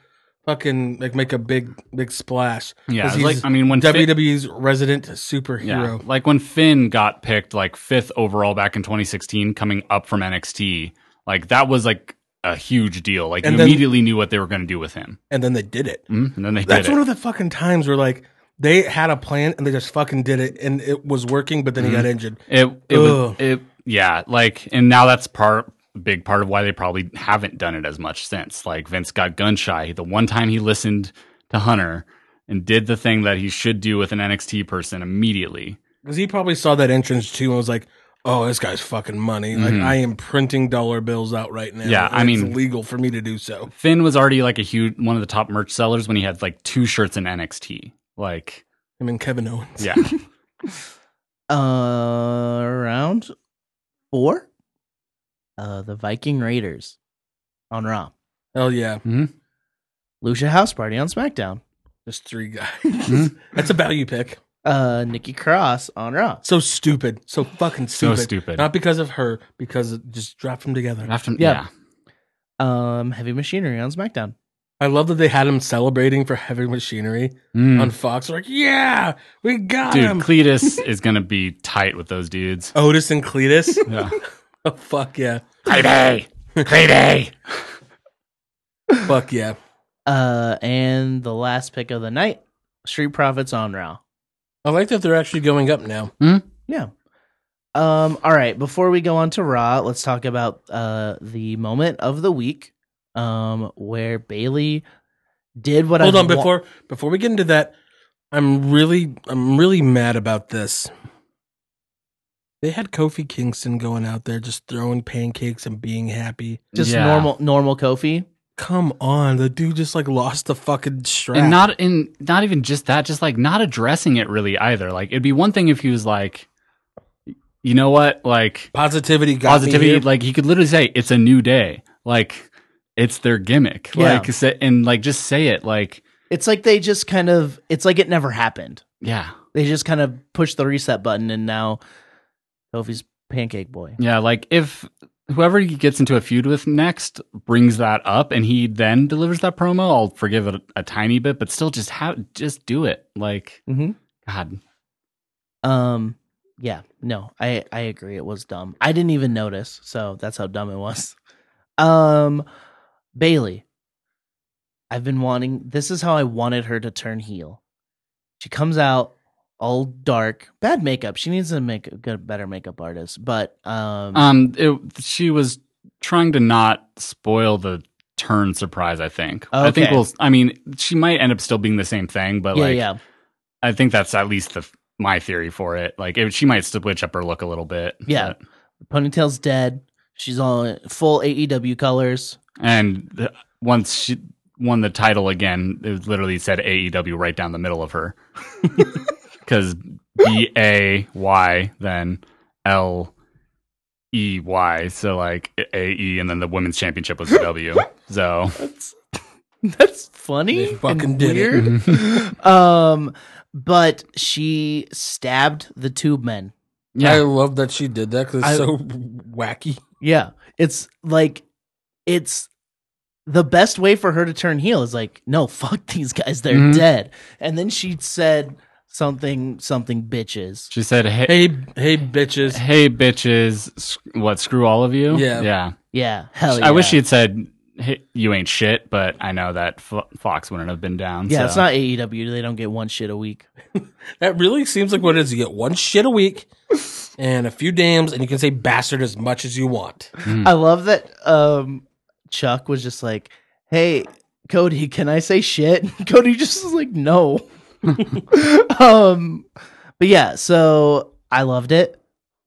[SPEAKER 1] fucking like make a big big splash.
[SPEAKER 4] Yeah,
[SPEAKER 1] 'Cause
[SPEAKER 4] it's like
[SPEAKER 1] he's
[SPEAKER 4] I mean when Finn-
[SPEAKER 1] WWE's resident
[SPEAKER 4] yeah,
[SPEAKER 1] superhero.
[SPEAKER 4] like when Finn got picked like fifth overall back in 2016, coming up from NXT, like that was like a huge deal. Like
[SPEAKER 1] And
[SPEAKER 4] you
[SPEAKER 1] then-
[SPEAKER 4] immediately knew what they were going to do with him,
[SPEAKER 1] And then they did it.
[SPEAKER 4] mm and then they
[SPEAKER 1] That's
[SPEAKER 4] did
[SPEAKER 1] one
[SPEAKER 4] it.
[SPEAKER 1] of the fucking times where like they had a plan and they just fucking did it and it was working, but then
[SPEAKER 4] Mm-hmm.
[SPEAKER 1] he got injured.
[SPEAKER 4] It it, was,
[SPEAKER 1] Ugh.
[SPEAKER 4] it yeah, like and now that's part big part of why they probably haven't done it as much since. Like Vince got gun shy. The one time he listened to Hunter and did the thing that he should do with an NXT person immediately.
[SPEAKER 1] Because he probably saw that entrance too and was like, Oh, this guy's fucking money. Like
[SPEAKER 4] Mhm.
[SPEAKER 1] I am printing dollar bills out right now.
[SPEAKER 4] Yeah, I
[SPEAKER 1] and
[SPEAKER 4] mean-
[SPEAKER 1] it's legal for me to do so.
[SPEAKER 4] Finn was already like a huge one of the top merch sellers when he had like two shirts in NXT. Like
[SPEAKER 1] I mean Kevin Owens.
[SPEAKER 4] yeah.
[SPEAKER 3] uh round 4 uh the Viking Raiders on Raw.
[SPEAKER 1] Hell yeah.
[SPEAKER 3] Lucia House Party on SmackDown.
[SPEAKER 1] Just three guys.
[SPEAKER 4] Hmm?
[SPEAKER 1] That's a value pick.
[SPEAKER 3] Uh Nikki Cross on Raw.
[SPEAKER 1] So stupid. So fucking
[SPEAKER 4] So
[SPEAKER 1] stupid.
[SPEAKER 4] stupid.
[SPEAKER 1] Not because of her, because it just dropped them together.
[SPEAKER 4] After
[SPEAKER 3] Yeah.
[SPEAKER 4] yeah.
[SPEAKER 3] Um, Heavy Machinery on SmackDown.
[SPEAKER 1] I love that they had him celebrating for heavy machinery
[SPEAKER 4] Mm.
[SPEAKER 1] on Fox. Like, yeah, we got
[SPEAKER 4] Dude,
[SPEAKER 1] him.
[SPEAKER 4] Cletus is gonna be tight with those dudes.
[SPEAKER 1] Otis and Cletus.
[SPEAKER 4] Yeah.
[SPEAKER 1] oh, fuck yeah.
[SPEAKER 4] Cletus! Cletus!
[SPEAKER 1] Fuck yeah.
[SPEAKER 3] Uh, and the last pick of the night, Street Profits on Raw.
[SPEAKER 1] I like that they're actually going up now.
[SPEAKER 3] Yeah. Um, all right, before we go on to Raw, let's talk about uh the moment of the week um where Bailey did what
[SPEAKER 1] Hold
[SPEAKER 3] I
[SPEAKER 1] on, before before we get into that, I'm really I'm really mad about this. They had Kofi Kingston going out there just throwing pancakes and being happy.
[SPEAKER 3] just
[SPEAKER 4] Yeah.
[SPEAKER 3] normal normal Kofi.
[SPEAKER 1] Come on, the dude just like lost the fucking strap.
[SPEAKER 4] and not in not even just that just like not addressing it really either like it'd be one thing if he was like you know what like
[SPEAKER 1] positivity got me
[SPEAKER 4] positivity
[SPEAKER 1] here.
[SPEAKER 4] like he could literally say it's a new day like it's their gimmick
[SPEAKER 3] Yeah.
[SPEAKER 4] like say, and like just say it like
[SPEAKER 3] It's like they just kind of it's like it never happened.
[SPEAKER 4] yeah
[SPEAKER 3] They just kind of pushed the reset button and now Kofi's pancake boy.
[SPEAKER 4] yeah like if whoever he gets into a feud with next brings that up and he then delivers that promo i'll forgive
[SPEAKER 3] Mm-hmm.
[SPEAKER 4] it a, tiny bit but still just have just do it like
[SPEAKER 3] Mhm.
[SPEAKER 4] god
[SPEAKER 3] Um, yeah, no, I I agree. It was dumb. I didn't even notice, so that's how dumb it was. Um, Bailey, I've been wanting. This is how I wanted her to turn heel. She comes out all dark, bad makeup. She needs to make a good, better makeup artist. But um,
[SPEAKER 4] Um, it, she was trying to not spoil the turn surprise. I think. I think
[SPEAKER 3] Okay.
[SPEAKER 4] we'll. I mean, she might end up still being the same thing, but
[SPEAKER 3] yeah,
[SPEAKER 4] like,
[SPEAKER 3] yeah,
[SPEAKER 4] I think that's at least the my theory for it. Like, if she might switch up her look a little bit.
[SPEAKER 3] Yeah. ponytail's dead. She's all full AEW colors.
[SPEAKER 4] but- and the, once she won the title again, it literally said AEW right down the middle of her, because B A Y then L E Y. So like A E, and then the women's championship was W. So.
[SPEAKER 3] That's that's funny.
[SPEAKER 1] They
[SPEAKER 3] and
[SPEAKER 1] fucking did it.
[SPEAKER 3] weird. um, but she stabbed the tube men.
[SPEAKER 1] I
[SPEAKER 4] Yeah.
[SPEAKER 1] love that she did that because it's
[SPEAKER 3] I-
[SPEAKER 1] so wacky.
[SPEAKER 3] Yeah, it's like it's the best way for her to turn heel is like, no, fuck these guys, they're
[SPEAKER 4] Mhm.
[SPEAKER 3] dead. And then she said something, something bitches.
[SPEAKER 4] She said, hey,
[SPEAKER 1] Hey, hey, bitches.
[SPEAKER 4] hey, bitches, s- what, screw all of you?
[SPEAKER 1] Yeah.
[SPEAKER 4] Yeah.
[SPEAKER 3] Yeah, hell.
[SPEAKER 4] I wish
[SPEAKER 3] yeah.
[SPEAKER 4] she had said, hey, you ain't shit, but I know that Fo- Fox wouldn't have been down.
[SPEAKER 3] Yeah,
[SPEAKER 4] so.
[SPEAKER 3] it's not AEW. They don't get one shit a week.
[SPEAKER 1] That really seems like what it is. You get one shit a week and a few dams, and you can say bastard as much as you want.
[SPEAKER 4] Hmm.
[SPEAKER 3] I love that um Chuck was just like, "Hey, Cody, can I say shit?" Cody just was like, "No." um but yeah, so I loved it.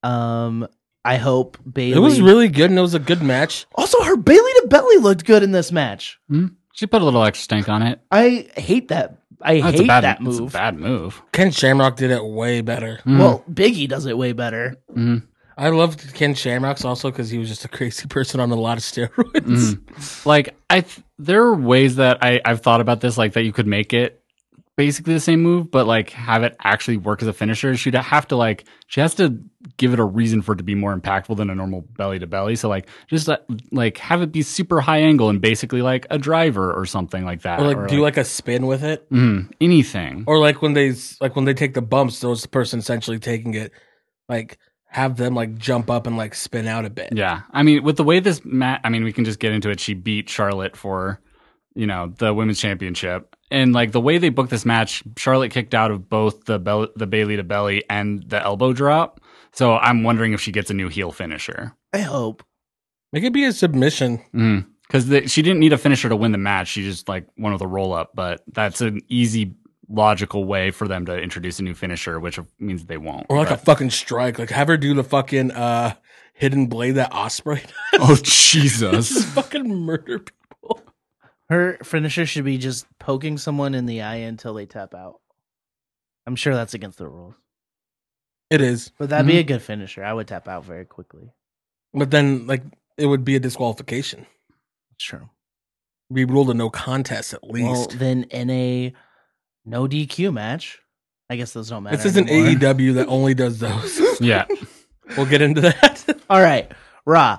[SPEAKER 3] Um I hope Bailey
[SPEAKER 1] It was really good, and it was a good match.
[SPEAKER 3] Also her Bailey to belly looked good in this match.
[SPEAKER 4] Mm. She put a little extra stank on it.
[SPEAKER 3] I hate that. I
[SPEAKER 4] That's
[SPEAKER 3] hate
[SPEAKER 4] a bad,
[SPEAKER 3] that
[SPEAKER 4] that's
[SPEAKER 3] move.
[SPEAKER 4] a bad move.
[SPEAKER 1] Ken Shamrock did it way better.
[SPEAKER 4] Mm.
[SPEAKER 3] Well, Biggie does it way better.
[SPEAKER 4] Mm.
[SPEAKER 1] I loved Ken Shamrocks also because he was just a crazy person on a lot of steroids.
[SPEAKER 4] Mm. Like, I th- there are ways that I, I've thought about this, like, that you could make it basically the same move, but like have it actually work as a finisher. She'd have to like she has to give it a reason for it to be more impactful than a normal belly to belly. So like just uh, like have it be super high angle and basically like a driver or something like that.
[SPEAKER 1] Or like do like a spin with it,
[SPEAKER 4] mm, anything.
[SPEAKER 1] or like when they like when they take the bumps, so it's the person essentially taking it. Like have them like jump up and like spin out a bit.
[SPEAKER 4] yeah, I mean with the way this mat, I mean we can just get into it. She beat Charlotte for you know the women's championship. And like the way they booked this match, Charlotte kicked out of both the bel- the Bailey to belly and the elbow drop. So I'm wondering if she gets a new heel finisher.
[SPEAKER 3] I hope.
[SPEAKER 1] Make it be a submission.
[SPEAKER 4] Because she didn't need a finisher to win the match. She just like won with a roll up. But that's an easy, logical way for them to introduce a new finisher, which means they won't.
[SPEAKER 1] Or like a
[SPEAKER 4] But-
[SPEAKER 1] fucking strike. Like have her do the fucking uh hidden blade that Osprey does.
[SPEAKER 4] oh Jesus!
[SPEAKER 1] fucking murder people.
[SPEAKER 3] Her finisher should be just poking someone in the eye until they tap out. I'm sure that's against the rules.
[SPEAKER 1] It is.
[SPEAKER 3] But that'd
[SPEAKER 4] Mm-hmm.
[SPEAKER 3] be a good finisher. I would tap out very quickly.
[SPEAKER 1] But then like it would be a disqualification.
[SPEAKER 3] Sure.
[SPEAKER 1] We ruled a no contest at least.
[SPEAKER 3] Well, then in a no DQ match, I guess those don't matter.
[SPEAKER 1] this isn't
[SPEAKER 3] anymore.
[SPEAKER 1] AEW E that only does those.
[SPEAKER 4] yeah,
[SPEAKER 1] we'll get into that.
[SPEAKER 3] All right, Raw.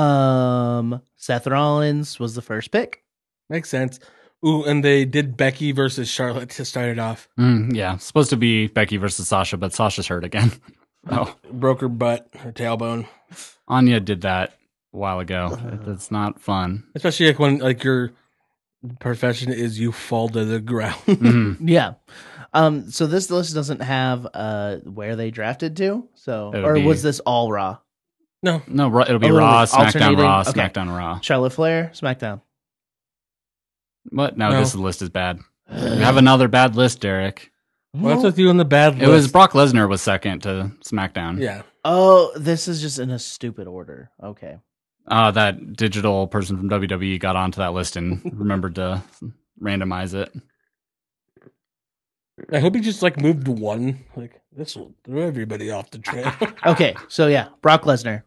[SPEAKER 3] Um, Seth Rollins was the first pick.
[SPEAKER 1] Makes sense. Ooh, and they did Becky versus Charlotte to start it off.
[SPEAKER 4] Mm, yeah. Supposed to be Becky versus Sasha, but Sasha's hurt again. Oh,
[SPEAKER 1] Broke her butt, her tailbone.
[SPEAKER 4] Anya did that a while ago. That's not fun.
[SPEAKER 1] Especially like when like your profession is you fall to the ground.
[SPEAKER 4] Mhm.
[SPEAKER 3] Yeah. Um. So this list doesn't have uh where they drafted to. So
[SPEAKER 4] It would
[SPEAKER 3] or
[SPEAKER 4] be-
[SPEAKER 3] was this all Raw?
[SPEAKER 1] no.
[SPEAKER 4] No, Ra- it'll be
[SPEAKER 3] Oh, wait,
[SPEAKER 4] Raw,
[SPEAKER 3] wait,
[SPEAKER 4] SmackDown,
[SPEAKER 3] alternating?
[SPEAKER 4] Raw,
[SPEAKER 3] Okay.
[SPEAKER 4] SmackDown, Raw.
[SPEAKER 3] Charlotte Flair, SmackDown.
[SPEAKER 4] What? No,
[SPEAKER 1] No.
[SPEAKER 4] this list is bad. We have another bad list, Derek.
[SPEAKER 1] What's with you on the bad
[SPEAKER 4] It was
[SPEAKER 1] list?
[SPEAKER 4] Brock Lesnar was second to SmackDown.
[SPEAKER 1] yeah.
[SPEAKER 3] oh, this is just in a stupid order. Okay.
[SPEAKER 4] Uh, that digital person from WWE got onto that list and remembered to randomize it.
[SPEAKER 1] I hope he just like moved one. Like this will throw everybody off the trail.
[SPEAKER 3] Okay, so yeah, Brock Lesnar,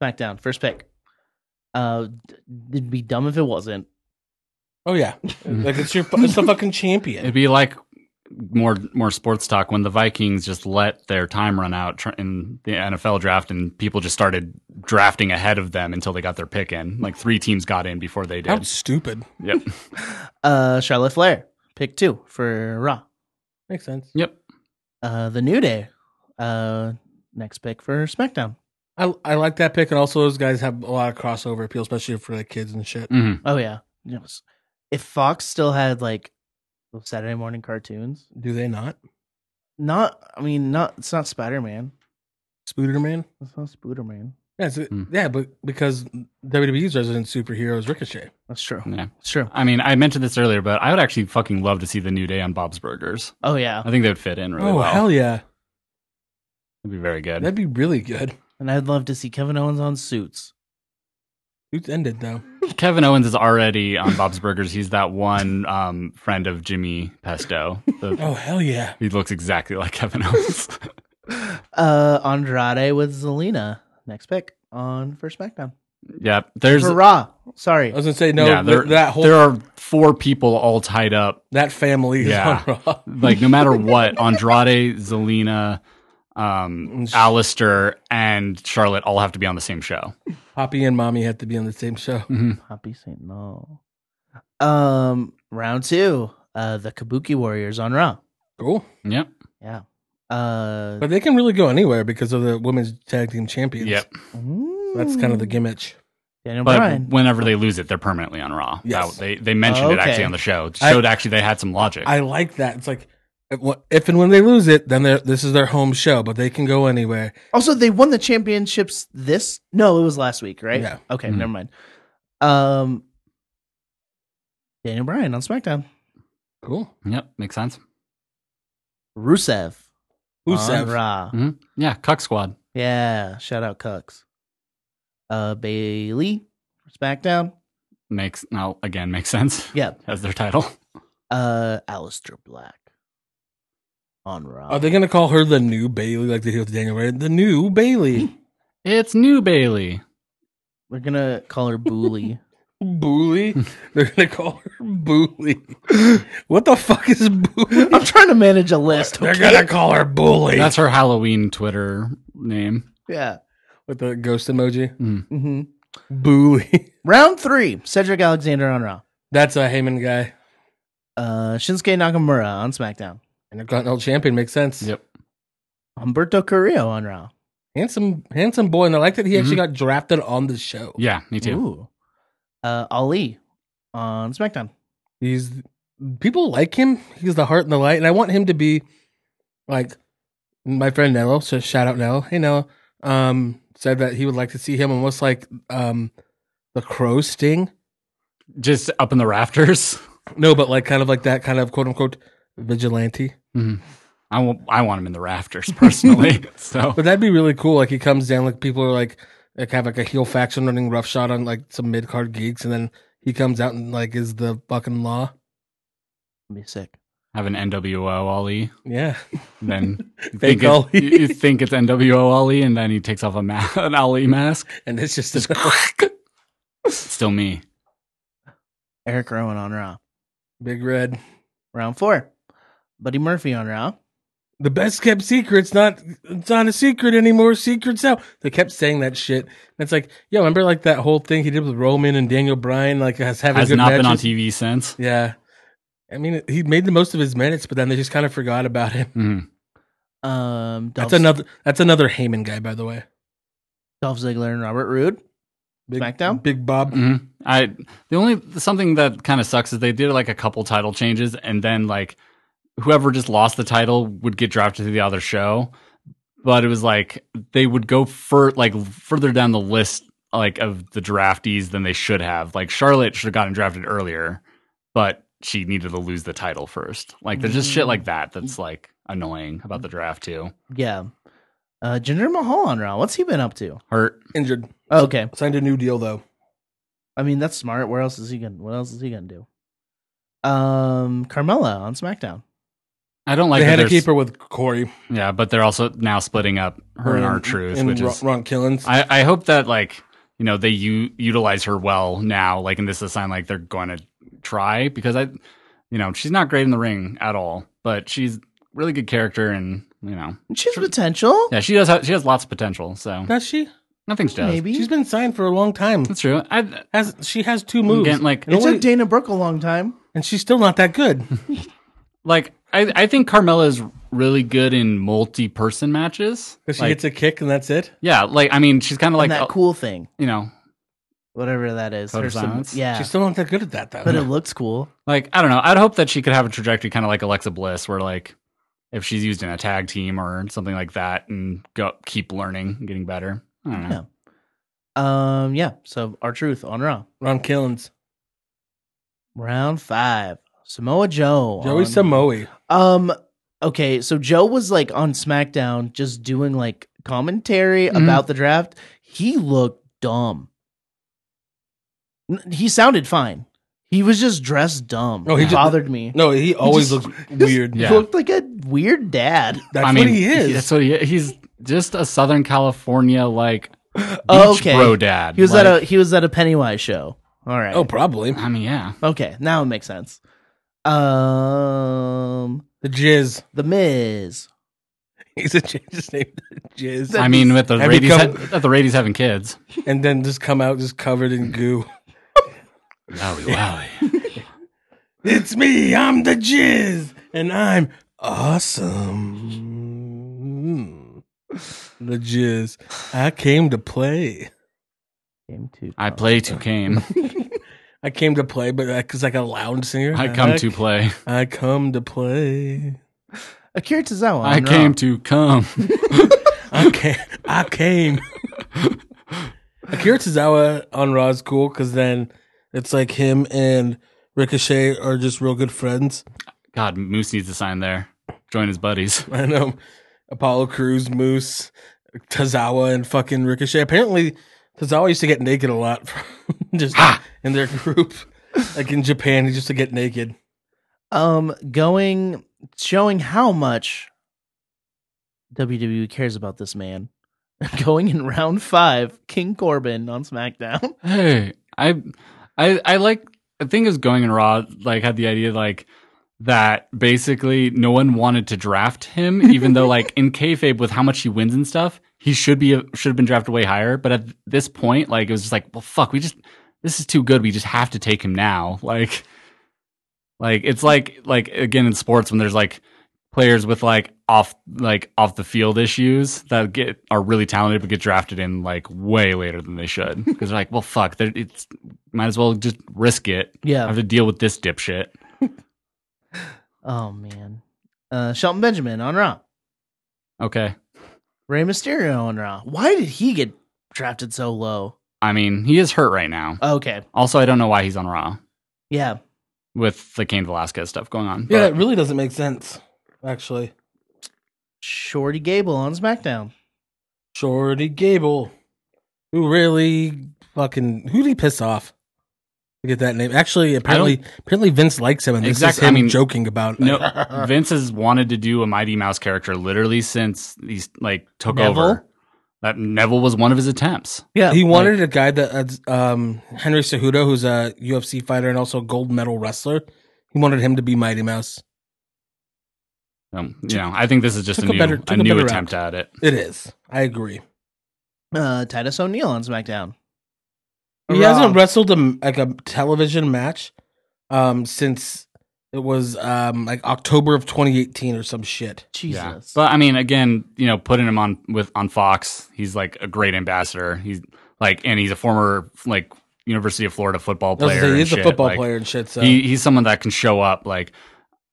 [SPEAKER 3] SmackDown, first pick. Uh, d- it'd be dumb if it wasn't.
[SPEAKER 1] oh yeah, like it's your it's the fucking champion.
[SPEAKER 4] It'd be like more more sports talk when the Vikings just let their time run out tr- in the NFL draft and people just started drafting ahead of them until they got their pick in. Like three teams got in before they
[SPEAKER 1] How
[SPEAKER 4] did.
[SPEAKER 1] stupid.
[SPEAKER 4] Yep.
[SPEAKER 3] Uh, Charlotte Flair, pick two for Raw.
[SPEAKER 1] Makes sense.
[SPEAKER 4] Yep.
[SPEAKER 3] Uh, The New Day, Uh, next pick for SmackDown.
[SPEAKER 1] I I like that pick, and also those guys have a lot of crossover appeal, especially for like kids and shit.
[SPEAKER 4] Mhm.
[SPEAKER 3] Oh yeah, yes. If Fox still had like those Saturday morning cartoons,
[SPEAKER 1] Do they not?
[SPEAKER 3] not I mean, not it's not Spider Man,
[SPEAKER 1] Spooderman? Man?
[SPEAKER 3] it's not Spooder Man.
[SPEAKER 1] Yeah, it's-
[SPEAKER 4] Hmm.
[SPEAKER 1] yeah, but because WWE's resident superhero is Ricochet.
[SPEAKER 3] That's true.
[SPEAKER 4] Yeah.
[SPEAKER 3] It's true.
[SPEAKER 4] I mean, I mentioned this earlier, but I would actually fucking love to see the New Day on Bob's Burgers.
[SPEAKER 3] Oh yeah,
[SPEAKER 4] I think they would fit in really
[SPEAKER 1] oh
[SPEAKER 4] well.
[SPEAKER 1] hell yeah,
[SPEAKER 4] It'd be very good.
[SPEAKER 1] that'd be really good.
[SPEAKER 3] and I'd love to see Kevin Owens on Suits.
[SPEAKER 1] It's ended though.
[SPEAKER 4] Kevin Owens is already on Bob's Burgers. He's that one um, friend of Jimmy Pesto. The-
[SPEAKER 1] Oh hell yeah,
[SPEAKER 4] He looks exactly like Kevin Owens.
[SPEAKER 3] Uh, Andrade with Zelina. Next pick on for SmackDown.
[SPEAKER 4] yep. There's
[SPEAKER 3] for Raw. Sorry.
[SPEAKER 1] I was gonna say no.
[SPEAKER 4] yeah, there,
[SPEAKER 1] th- that whole
[SPEAKER 4] there are four people all tied up.
[SPEAKER 1] that family is
[SPEAKER 4] Yeah.
[SPEAKER 1] on Raw.
[SPEAKER 4] Like no matter what, Andrade, Zelina, um, Alistair, and Charlotte all have to be on the same show.
[SPEAKER 1] Poppy and Mommy have to be on the same show.
[SPEAKER 4] Mhm.
[SPEAKER 3] Poppy Saint No. Um, round two. Uh, the Kabuki Warriors on Raw.
[SPEAKER 1] Cool,
[SPEAKER 4] Yep.
[SPEAKER 3] Yeah. Uh,
[SPEAKER 1] but they can really go anywhere because of the women's tag team champions.
[SPEAKER 4] Yep.
[SPEAKER 1] that's kind of the
[SPEAKER 3] mm,
[SPEAKER 1] gimmick.
[SPEAKER 3] Daniel
[SPEAKER 4] But
[SPEAKER 3] Bryan.
[SPEAKER 4] whenever they lose it, they're permanently on Raw.
[SPEAKER 1] Yes.
[SPEAKER 4] That- they they mentioned
[SPEAKER 3] Oh,
[SPEAKER 4] it
[SPEAKER 3] okay.
[SPEAKER 4] actually on the show. It
[SPEAKER 1] I-
[SPEAKER 4] showed actually they had some logic.
[SPEAKER 1] I like that. It's like if- if and when they lose it, then they're- this is their home show, but they can go anywhere.
[SPEAKER 3] Also, they won the championships this. No, it was last week, right?
[SPEAKER 1] Yeah. Mm-hmm.
[SPEAKER 3] Okay,
[SPEAKER 4] Mhm.
[SPEAKER 3] never mind. Um, Daniel Bryan on SmackDown.
[SPEAKER 1] Cool.
[SPEAKER 4] yep. Makes sense.
[SPEAKER 3] Rusev. On
[SPEAKER 1] Rusev.
[SPEAKER 3] Raw.
[SPEAKER 4] Yeah. Cuck Squad.
[SPEAKER 3] Yeah. Shout out Cucks. Uh, Bailey for SmackDown.
[SPEAKER 4] Makes now again makes sense
[SPEAKER 3] Yeah.
[SPEAKER 4] as their title.
[SPEAKER 3] Uh, Alistair Black on Raw.
[SPEAKER 1] Are they gonna call her the new Bailey like they do with Daniel Bryan? The new Bailey.
[SPEAKER 4] It's New Bailey.
[SPEAKER 3] We're gonna call her Booley.
[SPEAKER 1] Booley. They're gonna call her Booley. What the fuck is Booley?
[SPEAKER 3] I'm trying to manage a list.
[SPEAKER 1] They're
[SPEAKER 3] okay?
[SPEAKER 1] gonna call her Booley.
[SPEAKER 4] That's her Halloween Twitter name.
[SPEAKER 3] Yeah.
[SPEAKER 1] with the ghost emoji.
[SPEAKER 3] hmm
[SPEAKER 1] Booley.
[SPEAKER 3] Round three: Cedric Alexander on Raw.
[SPEAKER 1] That's a Heyman guy.
[SPEAKER 3] Uh, Shinsuke Nakamura on SmackDown.
[SPEAKER 1] Intercontinental champion makes sense.
[SPEAKER 4] Yep.
[SPEAKER 3] Humberto Carrillo on Raw.
[SPEAKER 1] Handsome, handsome boy, and I like that he actually got drafted on the show.
[SPEAKER 4] Yeah, me too.
[SPEAKER 3] Ooh. Uh, Ali on SmackDown.
[SPEAKER 1] He's people like him. He's the heart and the light, and I want him to be like my friend Nello. So shout out Nello. Hey Nello. Um, said that he would like to see him almost like um the crow sting.
[SPEAKER 4] Just up in the rafters.
[SPEAKER 1] No, but like kind of like that kind of quote unquote vigilante.
[SPEAKER 4] Mm-hmm. I want I want him in the rafters personally. so
[SPEAKER 1] But that'd be really cool. Like he comes down, like people are like like have like a heel faction running roughshod on like some mid card geeks, and then he comes out and like is the fucking law.
[SPEAKER 3] That'd be sick.
[SPEAKER 4] have an NWO Ollie.
[SPEAKER 1] Yeah,
[SPEAKER 4] E, and Then you
[SPEAKER 1] Fake
[SPEAKER 4] think, it-
[SPEAKER 1] Ollie.
[SPEAKER 4] you- you think it's NWO Ollie, E, and then he takes off a ma- an Ollie mask.
[SPEAKER 1] and it's just
[SPEAKER 4] Just Still me.
[SPEAKER 3] Eric Rowan on Raw.
[SPEAKER 1] big red.
[SPEAKER 3] Round four: Buddy Murphy on Raw.
[SPEAKER 1] the best kept secret's not it's not a secret anymore. Secrets out. They kept saying that shit. And it's like, yo, remember like that whole thing he did with Roman and Daniel Bryan, like has having
[SPEAKER 4] Has
[SPEAKER 1] good
[SPEAKER 4] not
[SPEAKER 1] matches.
[SPEAKER 4] been on TV since.
[SPEAKER 1] Yeah, I mean, he made the most of his minutes, but then they just kind of forgot about him.
[SPEAKER 4] Mhm.
[SPEAKER 3] Um, Dolph,
[SPEAKER 1] That's another. That's another Heyman guy, by the way.
[SPEAKER 3] Dolph Ziggler and Robert Roode.
[SPEAKER 1] Big,
[SPEAKER 3] SmackDown?
[SPEAKER 1] Big Bob.
[SPEAKER 4] Mhm. I the only something that kind of sucks is they did like a couple title changes, and then like whoever just lost the title would get drafted to the other show. But it was like they would go fur like further down the list like of the draftees than they should have. Like Charlotte should have gotten drafted earlier, but she needed to lose the title first. Like there's just shit like that that's like annoying about the draft too.
[SPEAKER 3] Yeah. Uh, Jinder Mahal on Raw. What's he been up to?
[SPEAKER 4] Hurt.
[SPEAKER 1] Injured.
[SPEAKER 3] Oh, okay.
[SPEAKER 1] Signed a new deal though.
[SPEAKER 3] I mean, that's smart. Where else is he gonna? What else is he gonna do? Um, Carmella on SmackDown.
[SPEAKER 4] I don't like
[SPEAKER 1] they
[SPEAKER 4] that
[SPEAKER 1] had to
[SPEAKER 4] there's-
[SPEAKER 1] keep her with Corey.
[SPEAKER 4] Yeah, but they're also now splitting up her and our truth,
[SPEAKER 1] and
[SPEAKER 4] which
[SPEAKER 1] Ron,
[SPEAKER 4] is
[SPEAKER 1] Ron Killens.
[SPEAKER 4] I, I hope that like you know they u- utilize her well now. Like, and this is a sign like they're going to try because I, you know, she's not great in the ring at all, but she's really good character and you know,
[SPEAKER 3] She has potential.
[SPEAKER 4] yeah, she does. Have, she has lots of potential. So
[SPEAKER 1] Does she?
[SPEAKER 4] nothing she does.
[SPEAKER 3] Maybe
[SPEAKER 1] She's been signed for a long time.
[SPEAKER 4] that's true. I,
[SPEAKER 1] Has she has two moves?
[SPEAKER 4] Again, like-
[SPEAKER 1] and,
[SPEAKER 3] it
[SPEAKER 1] only-
[SPEAKER 3] took Dana Brooke a long time.
[SPEAKER 1] and she's still not that good.
[SPEAKER 4] like I, I think Carmella is really good in multi-person matches.
[SPEAKER 1] Because she
[SPEAKER 4] Like,
[SPEAKER 1] gets a kick and that's it.
[SPEAKER 4] yeah, like I mean, she's kind of
[SPEAKER 3] Like
[SPEAKER 4] like
[SPEAKER 3] that
[SPEAKER 4] uh,
[SPEAKER 3] cool thing,
[SPEAKER 4] you know,
[SPEAKER 3] whatever that is.
[SPEAKER 4] Code of
[SPEAKER 3] Her sub-
[SPEAKER 4] silence?
[SPEAKER 3] yeah,
[SPEAKER 1] She's still not that good at that though.
[SPEAKER 3] but it looks cool.
[SPEAKER 4] like I don't know. I'd hope that she could have a trajectory kind of like Alexa Bliss, where like if she's used in a tag team or something like that, and go keep learning, and getting better. I don't know.
[SPEAKER 3] Yeah. Um, yeah. So our truth on Raw,
[SPEAKER 1] Ron Killens,
[SPEAKER 3] round five, Samoa Joe,
[SPEAKER 1] Joey
[SPEAKER 3] on-
[SPEAKER 1] Samoe.
[SPEAKER 3] Um. Okay. So Joe was like on SmackDown, just doing like commentary
[SPEAKER 4] Mhm.
[SPEAKER 3] about the draft. He looked dumb. N- He sounded fine. He was just dressed dumb.
[SPEAKER 1] No,
[SPEAKER 3] No,
[SPEAKER 1] he
[SPEAKER 3] he
[SPEAKER 1] just-
[SPEAKER 3] bothered me.
[SPEAKER 1] No, he always
[SPEAKER 3] just-
[SPEAKER 1] looks weird.
[SPEAKER 4] Yeah.
[SPEAKER 3] He looked like a weird dad.
[SPEAKER 1] That's
[SPEAKER 4] I mean,
[SPEAKER 1] what he is.
[SPEAKER 4] That's what he is. He's just a Southern California like beach
[SPEAKER 3] Oh, okay.
[SPEAKER 4] bro dad.
[SPEAKER 3] He was
[SPEAKER 4] like,
[SPEAKER 3] at a he was at a Pennywise show. All right.
[SPEAKER 1] oh, probably
[SPEAKER 4] I mean, yeah.
[SPEAKER 3] Okay. Now it makes sense. Um.
[SPEAKER 1] the jizz.
[SPEAKER 3] The Miz.
[SPEAKER 1] He's a change his name to jizz.
[SPEAKER 4] I mean, with the
[SPEAKER 1] Have you
[SPEAKER 4] ladies,
[SPEAKER 1] come-
[SPEAKER 4] ha- at the ladies having kids.
[SPEAKER 1] and then just come out just covered in goo.
[SPEAKER 4] Wowie, wowie.
[SPEAKER 1] It's me. I'm the jizz, and I'm awesome. The jizz. I came to play.
[SPEAKER 3] Came to
[SPEAKER 4] I play to came.
[SPEAKER 1] I came to play, but because like a lounge singer,
[SPEAKER 4] I come to play.
[SPEAKER 1] I come to play.
[SPEAKER 3] Akira Tozawa.
[SPEAKER 4] I
[SPEAKER 3] on Raw.
[SPEAKER 4] came to come.
[SPEAKER 1] I came. I came. Akira Tozawa on Raw is cool because then it's like him and Ricochet are just real good friends.
[SPEAKER 4] God, Moose needs a sign there. Join his buddies.
[SPEAKER 1] I know um, Apollo Cruz, Moose, Tazawa, and fucking Ricochet. Apparently, Tazawa used to get naked a lot, just
[SPEAKER 4] Ha!
[SPEAKER 1] in their group. Like in Japan, he used to get naked.
[SPEAKER 3] um going showing how much WWE cares about this man. going in round five, King Corbin on SmackDown.
[SPEAKER 4] Hey, I, I, I like. I think it was going in raw. Like had the idea like that. Basically, no one wanted to draft him, even though like in kayfabe with how much he wins and stuff, he should be should have been drafted way higher. But at this point, like it was just like, well, fuck, we just this is too good. We just have to take him now. Like, like it's like like again in sports when there's like players with like off like off the field issues that get are really talented but get drafted in like way later than they should because they're like, well, fuck, they're, it's might as well just risk it. I
[SPEAKER 3] Yeah.
[SPEAKER 4] have to deal with this dipshit.
[SPEAKER 3] Oh man. Uh Shelton Benjamin on Raw.
[SPEAKER 4] Okay,
[SPEAKER 3] Rey Mysterio on Raw. Why did he get drafted so low?
[SPEAKER 4] I mean he is hurt right now.
[SPEAKER 3] Okay.
[SPEAKER 4] Also, I don't know why he's on Raw
[SPEAKER 3] Yeah.
[SPEAKER 4] with the Kane Velasquez stuff going on.
[SPEAKER 1] Yeah,
[SPEAKER 4] but-
[SPEAKER 1] it really doesn't make sense, actually.
[SPEAKER 3] Shorty Gable on SmackDown.
[SPEAKER 1] Shorty Gable, who really fucking who did he piss off to get that name? Actually, apparently, apparently Vince likes him, and this
[SPEAKER 4] Exactly,
[SPEAKER 1] is
[SPEAKER 4] I
[SPEAKER 1] him
[SPEAKER 4] mean-
[SPEAKER 1] joking about.
[SPEAKER 4] No, Vince has wanted to do a Mighty Mouse character literally since he's like took
[SPEAKER 3] Neville?
[SPEAKER 4] over. That Neville was one of his attempts.
[SPEAKER 3] Yeah.
[SPEAKER 1] He wanted a guy that uh, um, Henry Cejudo, who's a UFC fighter and also a gold medal wrestler. He wanted him to be Mighty Mouse.
[SPEAKER 4] Um, you know, I think this is just a
[SPEAKER 1] Took a
[SPEAKER 4] new,
[SPEAKER 1] better-
[SPEAKER 4] a
[SPEAKER 1] took a
[SPEAKER 4] new
[SPEAKER 1] better
[SPEAKER 4] attempt at it.
[SPEAKER 1] It is. I agree.
[SPEAKER 3] uh Titus O'Neil on SmackDown.
[SPEAKER 1] He
[SPEAKER 3] Raw.
[SPEAKER 1] hasn't wrestled a like a television match um, since it was um, like October of 2018 or some shit.
[SPEAKER 3] Jesus.
[SPEAKER 4] But I mean, again, you know, putting him on with on Fox, he's like a great ambassador. He's like, and he's a former like University of Florida football
[SPEAKER 1] I was
[SPEAKER 4] player.
[SPEAKER 1] gonna say,
[SPEAKER 4] and
[SPEAKER 1] he's a
[SPEAKER 4] shit.
[SPEAKER 1] football
[SPEAKER 4] Like,
[SPEAKER 1] player and shit. So
[SPEAKER 4] He he's someone that can show up. Like,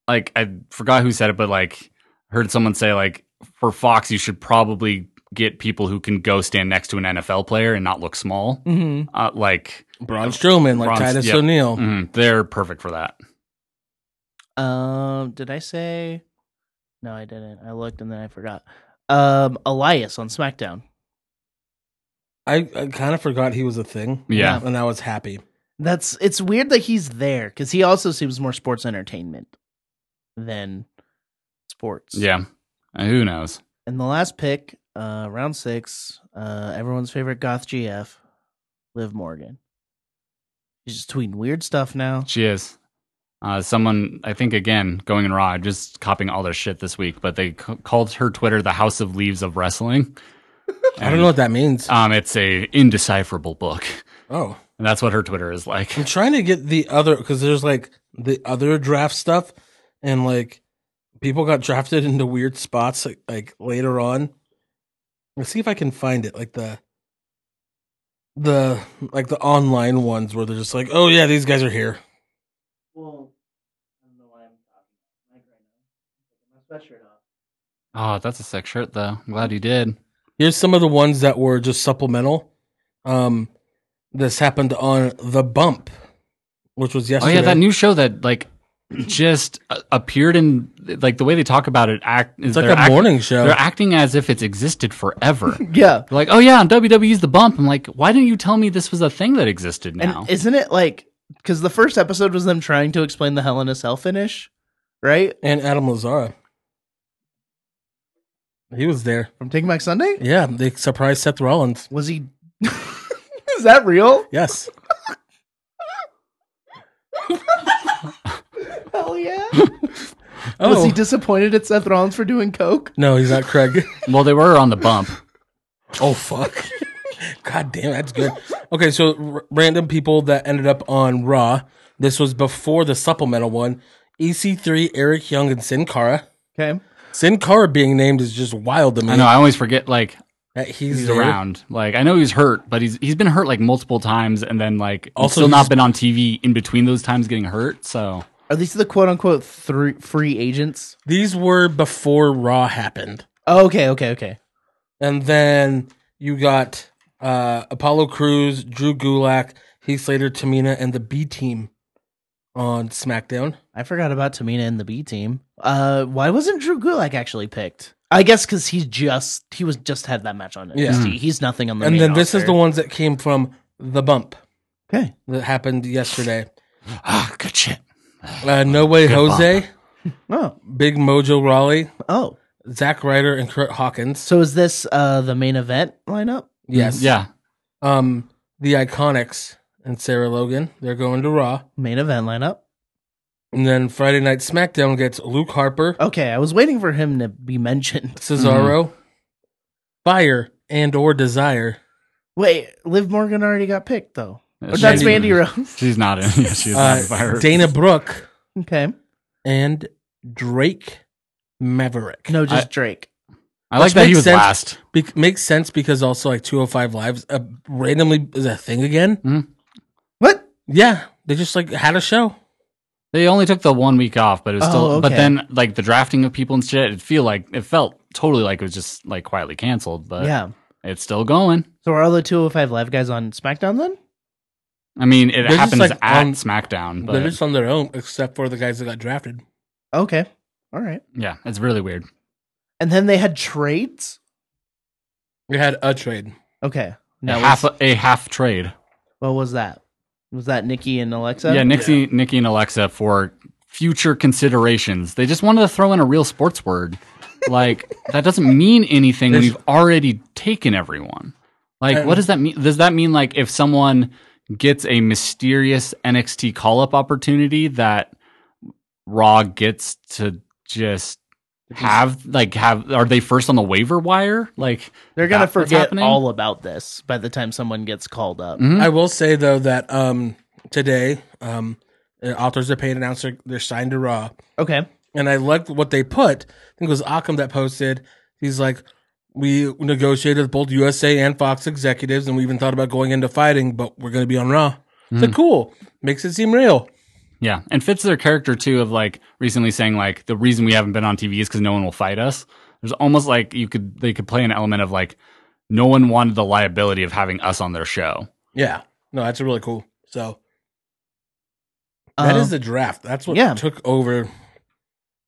[SPEAKER 4] like I forgot who said it, but like heard someone say like for Fox, you should probably get people who can go stand next to an NFL player and not look small.
[SPEAKER 3] Mhm.
[SPEAKER 4] Uh, like
[SPEAKER 1] Braun Strowman, like
[SPEAKER 4] Braun-
[SPEAKER 1] Titus
[SPEAKER 4] yep.
[SPEAKER 1] O'Neil.
[SPEAKER 4] mm, they're perfect for that.
[SPEAKER 3] Um, did I say? No, I didn't. I looked and then I forgot. Um, Elias on SmackDown.
[SPEAKER 1] I, I kind of forgot he was a thing.
[SPEAKER 4] Yeah.
[SPEAKER 1] and I was happy.
[SPEAKER 3] That's it's weird that he's there because he also seems more sports entertainment than sports.
[SPEAKER 4] Yeah. And who knows?
[SPEAKER 3] And the last pick, uh, round six, uh, everyone's favorite goth GF, Liv Morgan. She's just tweeting weird stuff now.
[SPEAKER 4] She is. Uh, someone, I think, again, going in raw, just copying all their shit this week, but they c- called her Twitter the House of Leaves of Wrestling.
[SPEAKER 1] I don't know what that means.
[SPEAKER 4] Um, it's a indecipherable book,
[SPEAKER 1] oh.
[SPEAKER 4] and that's what her Twitter is like.
[SPEAKER 1] I'm trying to get the other because there's like the other draft stuff and like people got drafted into weird spots like, like later on. Let's see if I can find it. Like the the like the online ones where they're just like, oh yeah, these guys are here.
[SPEAKER 3] Well, I don't know why I'm talking like right now. I'm taking my sweatshirt off.
[SPEAKER 4] Oh, that's a sick shirt though. I'm glad you did.
[SPEAKER 1] Here's some of the ones that were just supplemental. Um, this happened on the bump, which was
[SPEAKER 4] Oh
[SPEAKER 1] yesterday.
[SPEAKER 4] yeah, that new show that like just uh, appeared in like the way they talk about it. Act
[SPEAKER 1] it's like a morning show.
[SPEAKER 4] They're acting as if it's existed forever.
[SPEAKER 3] Yeah.
[SPEAKER 4] They're like, oh yeah, on WWE's The Bump. I'm like, why didn't you tell me this was a thing that existed
[SPEAKER 3] And
[SPEAKER 4] now?
[SPEAKER 3] isn't it like because the first episode was them trying to explain the Hell in a Cell finish, right?
[SPEAKER 1] and Adam Lazara. He was there.
[SPEAKER 3] From Take Back Sunday?
[SPEAKER 1] Yeah, they surprised Seth Rollins.
[SPEAKER 3] Was he? Is that real?
[SPEAKER 1] Yes.
[SPEAKER 3] Hell yeah!
[SPEAKER 1] Oh
[SPEAKER 3] Was he disappointed at Seth Rollins for doing coke?
[SPEAKER 1] no, he's not Craig.
[SPEAKER 4] well, they were on The Bump.
[SPEAKER 1] oh fuck. God damn, that's good. Okay, so r- random people that ended up on Raw. This was before the supplemental one. EC3, Eric Young, and Sin Cara.
[SPEAKER 3] Okay.
[SPEAKER 1] Sin Cara being named is just wild to me.
[SPEAKER 4] I know. I always forget like
[SPEAKER 1] That he's,
[SPEAKER 4] he's,
[SPEAKER 1] there.
[SPEAKER 4] around. Like I know he's hurt, but he's he's been hurt like multiple times, and then like he's
[SPEAKER 1] Also,
[SPEAKER 4] still
[SPEAKER 1] he's-
[SPEAKER 4] not been on TV in between those times getting hurt. So
[SPEAKER 3] Are these the quote unquote three free agents?
[SPEAKER 1] These were before Raw happened.
[SPEAKER 3] Oh, okay, okay, okay.
[SPEAKER 1] And then you got uh, Apollo Cruz, Drew Gulak, Heath Slater, Tamina, and the B team on SmackDown.
[SPEAKER 3] I forgot about Tamina and the B team. Uh, why wasn't Drew Gulak actually picked? I guess because he just he was just had that match on NXT. He's nothing on the.
[SPEAKER 1] and
[SPEAKER 3] main
[SPEAKER 1] then this is the
[SPEAKER 3] roster.
[SPEAKER 1] ones that came from the bump
[SPEAKER 3] Okay.
[SPEAKER 1] that happened yesterday.
[SPEAKER 4] ah, good shit.
[SPEAKER 1] Uh, no way,
[SPEAKER 4] Good
[SPEAKER 1] Jose,
[SPEAKER 3] Oh,
[SPEAKER 1] Big Mojo Raleigh,
[SPEAKER 3] oh.
[SPEAKER 1] Zack Ryder, and Kurt Hawkins.
[SPEAKER 3] So is this uh the main event lineup?
[SPEAKER 1] Yes.
[SPEAKER 4] Yeah.
[SPEAKER 1] Um, the Iconics and Sarah Logan. They're going to Raw.
[SPEAKER 3] Main event lineup.
[SPEAKER 1] And then Friday Night SmackDown gets Luke Harper,
[SPEAKER 3] Okay, I was waiting for him to be mentioned.
[SPEAKER 1] Cesaro, Fire, and or Desire.
[SPEAKER 3] Wait, Liv Morgan already got picked though.
[SPEAKER 4] Yeah,
[SPEAKER 3] Or
[SPEAKER 4] she-
[SPEAKER 3] that's Mandy Rose.
[SPEAKER 4] She's not in. Yeah, she's not in
[SPEAKER 1] Uh,
[SPEAKER 4] virus.
[SPEAKER 1] Dana Brooke
[SPEAKER 3] okay.
[SPEAKER 1] and Drake Maverick.
[SPEAKER 3] No, just
[SPEAKER 4] I-
[SPEAKER 3] Drake.
[SPEAKER 4] I like
[SPEAKER 1] Which
[SPEAKER 4] that he
[SPEAKER 1] makes
[SPEAKER 4] was
[SPEAKER 1] sense.
[SPEAKER 4] last.
[SPEAKER 1] Be- makes sense because also like 205 Lives uh, randomly is a thing again.
[SPEAKER 3] What?
[SPEAKER 1] Yeah, they just like had a show.
[SPEAKER 4] They only took the one week off, but it was
[SPEAKER 3] Oh,
[SPEAKER 4] still. But
[SPEAKER 3] okay.
[SPEAKER 4] then, like the drafting of people and shit, it feel like it felt totally like it was just like quietly canceled. But
[SPEAKER 3] yeah.
[SPEAKER 4] it's still going.
[SPEAKER 3] So are all the 205 Live guys on SmackDown then?
[SPEAKER 4] I mean, it
[SPEAKER 1] just,
[SPEAKER 4] happens
[SPEAKER 1] like,
[SPEAKER 4] at
[SPEAKER 1] on-
[SPEAKER 4] SmackDown, but
[SPEAKER 1] They're just on their own, except for the guys that got drafted.
[SPEAKER 3] Okay. All right.
[SPEAKER 4] yeah, it's really weird.
[SPEAKER 3] And then they had trades?
[SPEAKER 1] We had a trade.
[SPEAKER 3] Okay.
[SPEAKER 4] A
[SPEAKER 3] Now
[SPEAKER 4] half
[SPEAKER 3] was-
[SPEAKER 4] a half trade.
[SPEAKER 3] what was that? Was that Nikki and Alexa?
[SPEAKER 4] yeah, Nixie, Nikki, and Alexa for future considerations. They just wanted to throw in a real sports word. Like that doesn't mean anything when
[SPEAKER 1] There's-
[SPEAKER 4] you've already taken everyone. Like,
[SPEAKER 1] And-
[SPEAKER 4] what does that mean? Does that mean like if someone gets a mysterious NXT call up opportunity that Raw gets to just have like have are they first on the waiver wire? Like
[SPEAKER 3] They're going to
[SPEAKER 4] that's what's
[SPEAKER 3] forget
[SPEAKER 4] happening?
[SPEAKER 3] all about this by the time someone gets called up.
[SPEAKER 4] Mhm.
[SPEAKER 1] I will say though that um today um uh, authors of paid announced their- they're signed to Raw,
[SPEAKER 3] Okay.
[SPEAKER 1] and I liked what they put. I think it was Occam that posted. He's like, we negotiated with both USA and Fox executives, and we even thought about going into fighting, but we're going to be on Raw. It's like cool, makes it seem real.
[SPEAKER 4] Yeah, and fits their character too of like recently saying like the reason we haven't been on TV is because no one will fight us. There's almost like you could they could play an element of like no one wanted the liability of having us on their show.
[SPEAKER 1] Yeah, no, that's really cool. So that is
[SPEAKER 3] Um,
[SPEAKER 1] the draft. That's what
[SPEAKER 3] yeah.
[SPEAKER 1] took over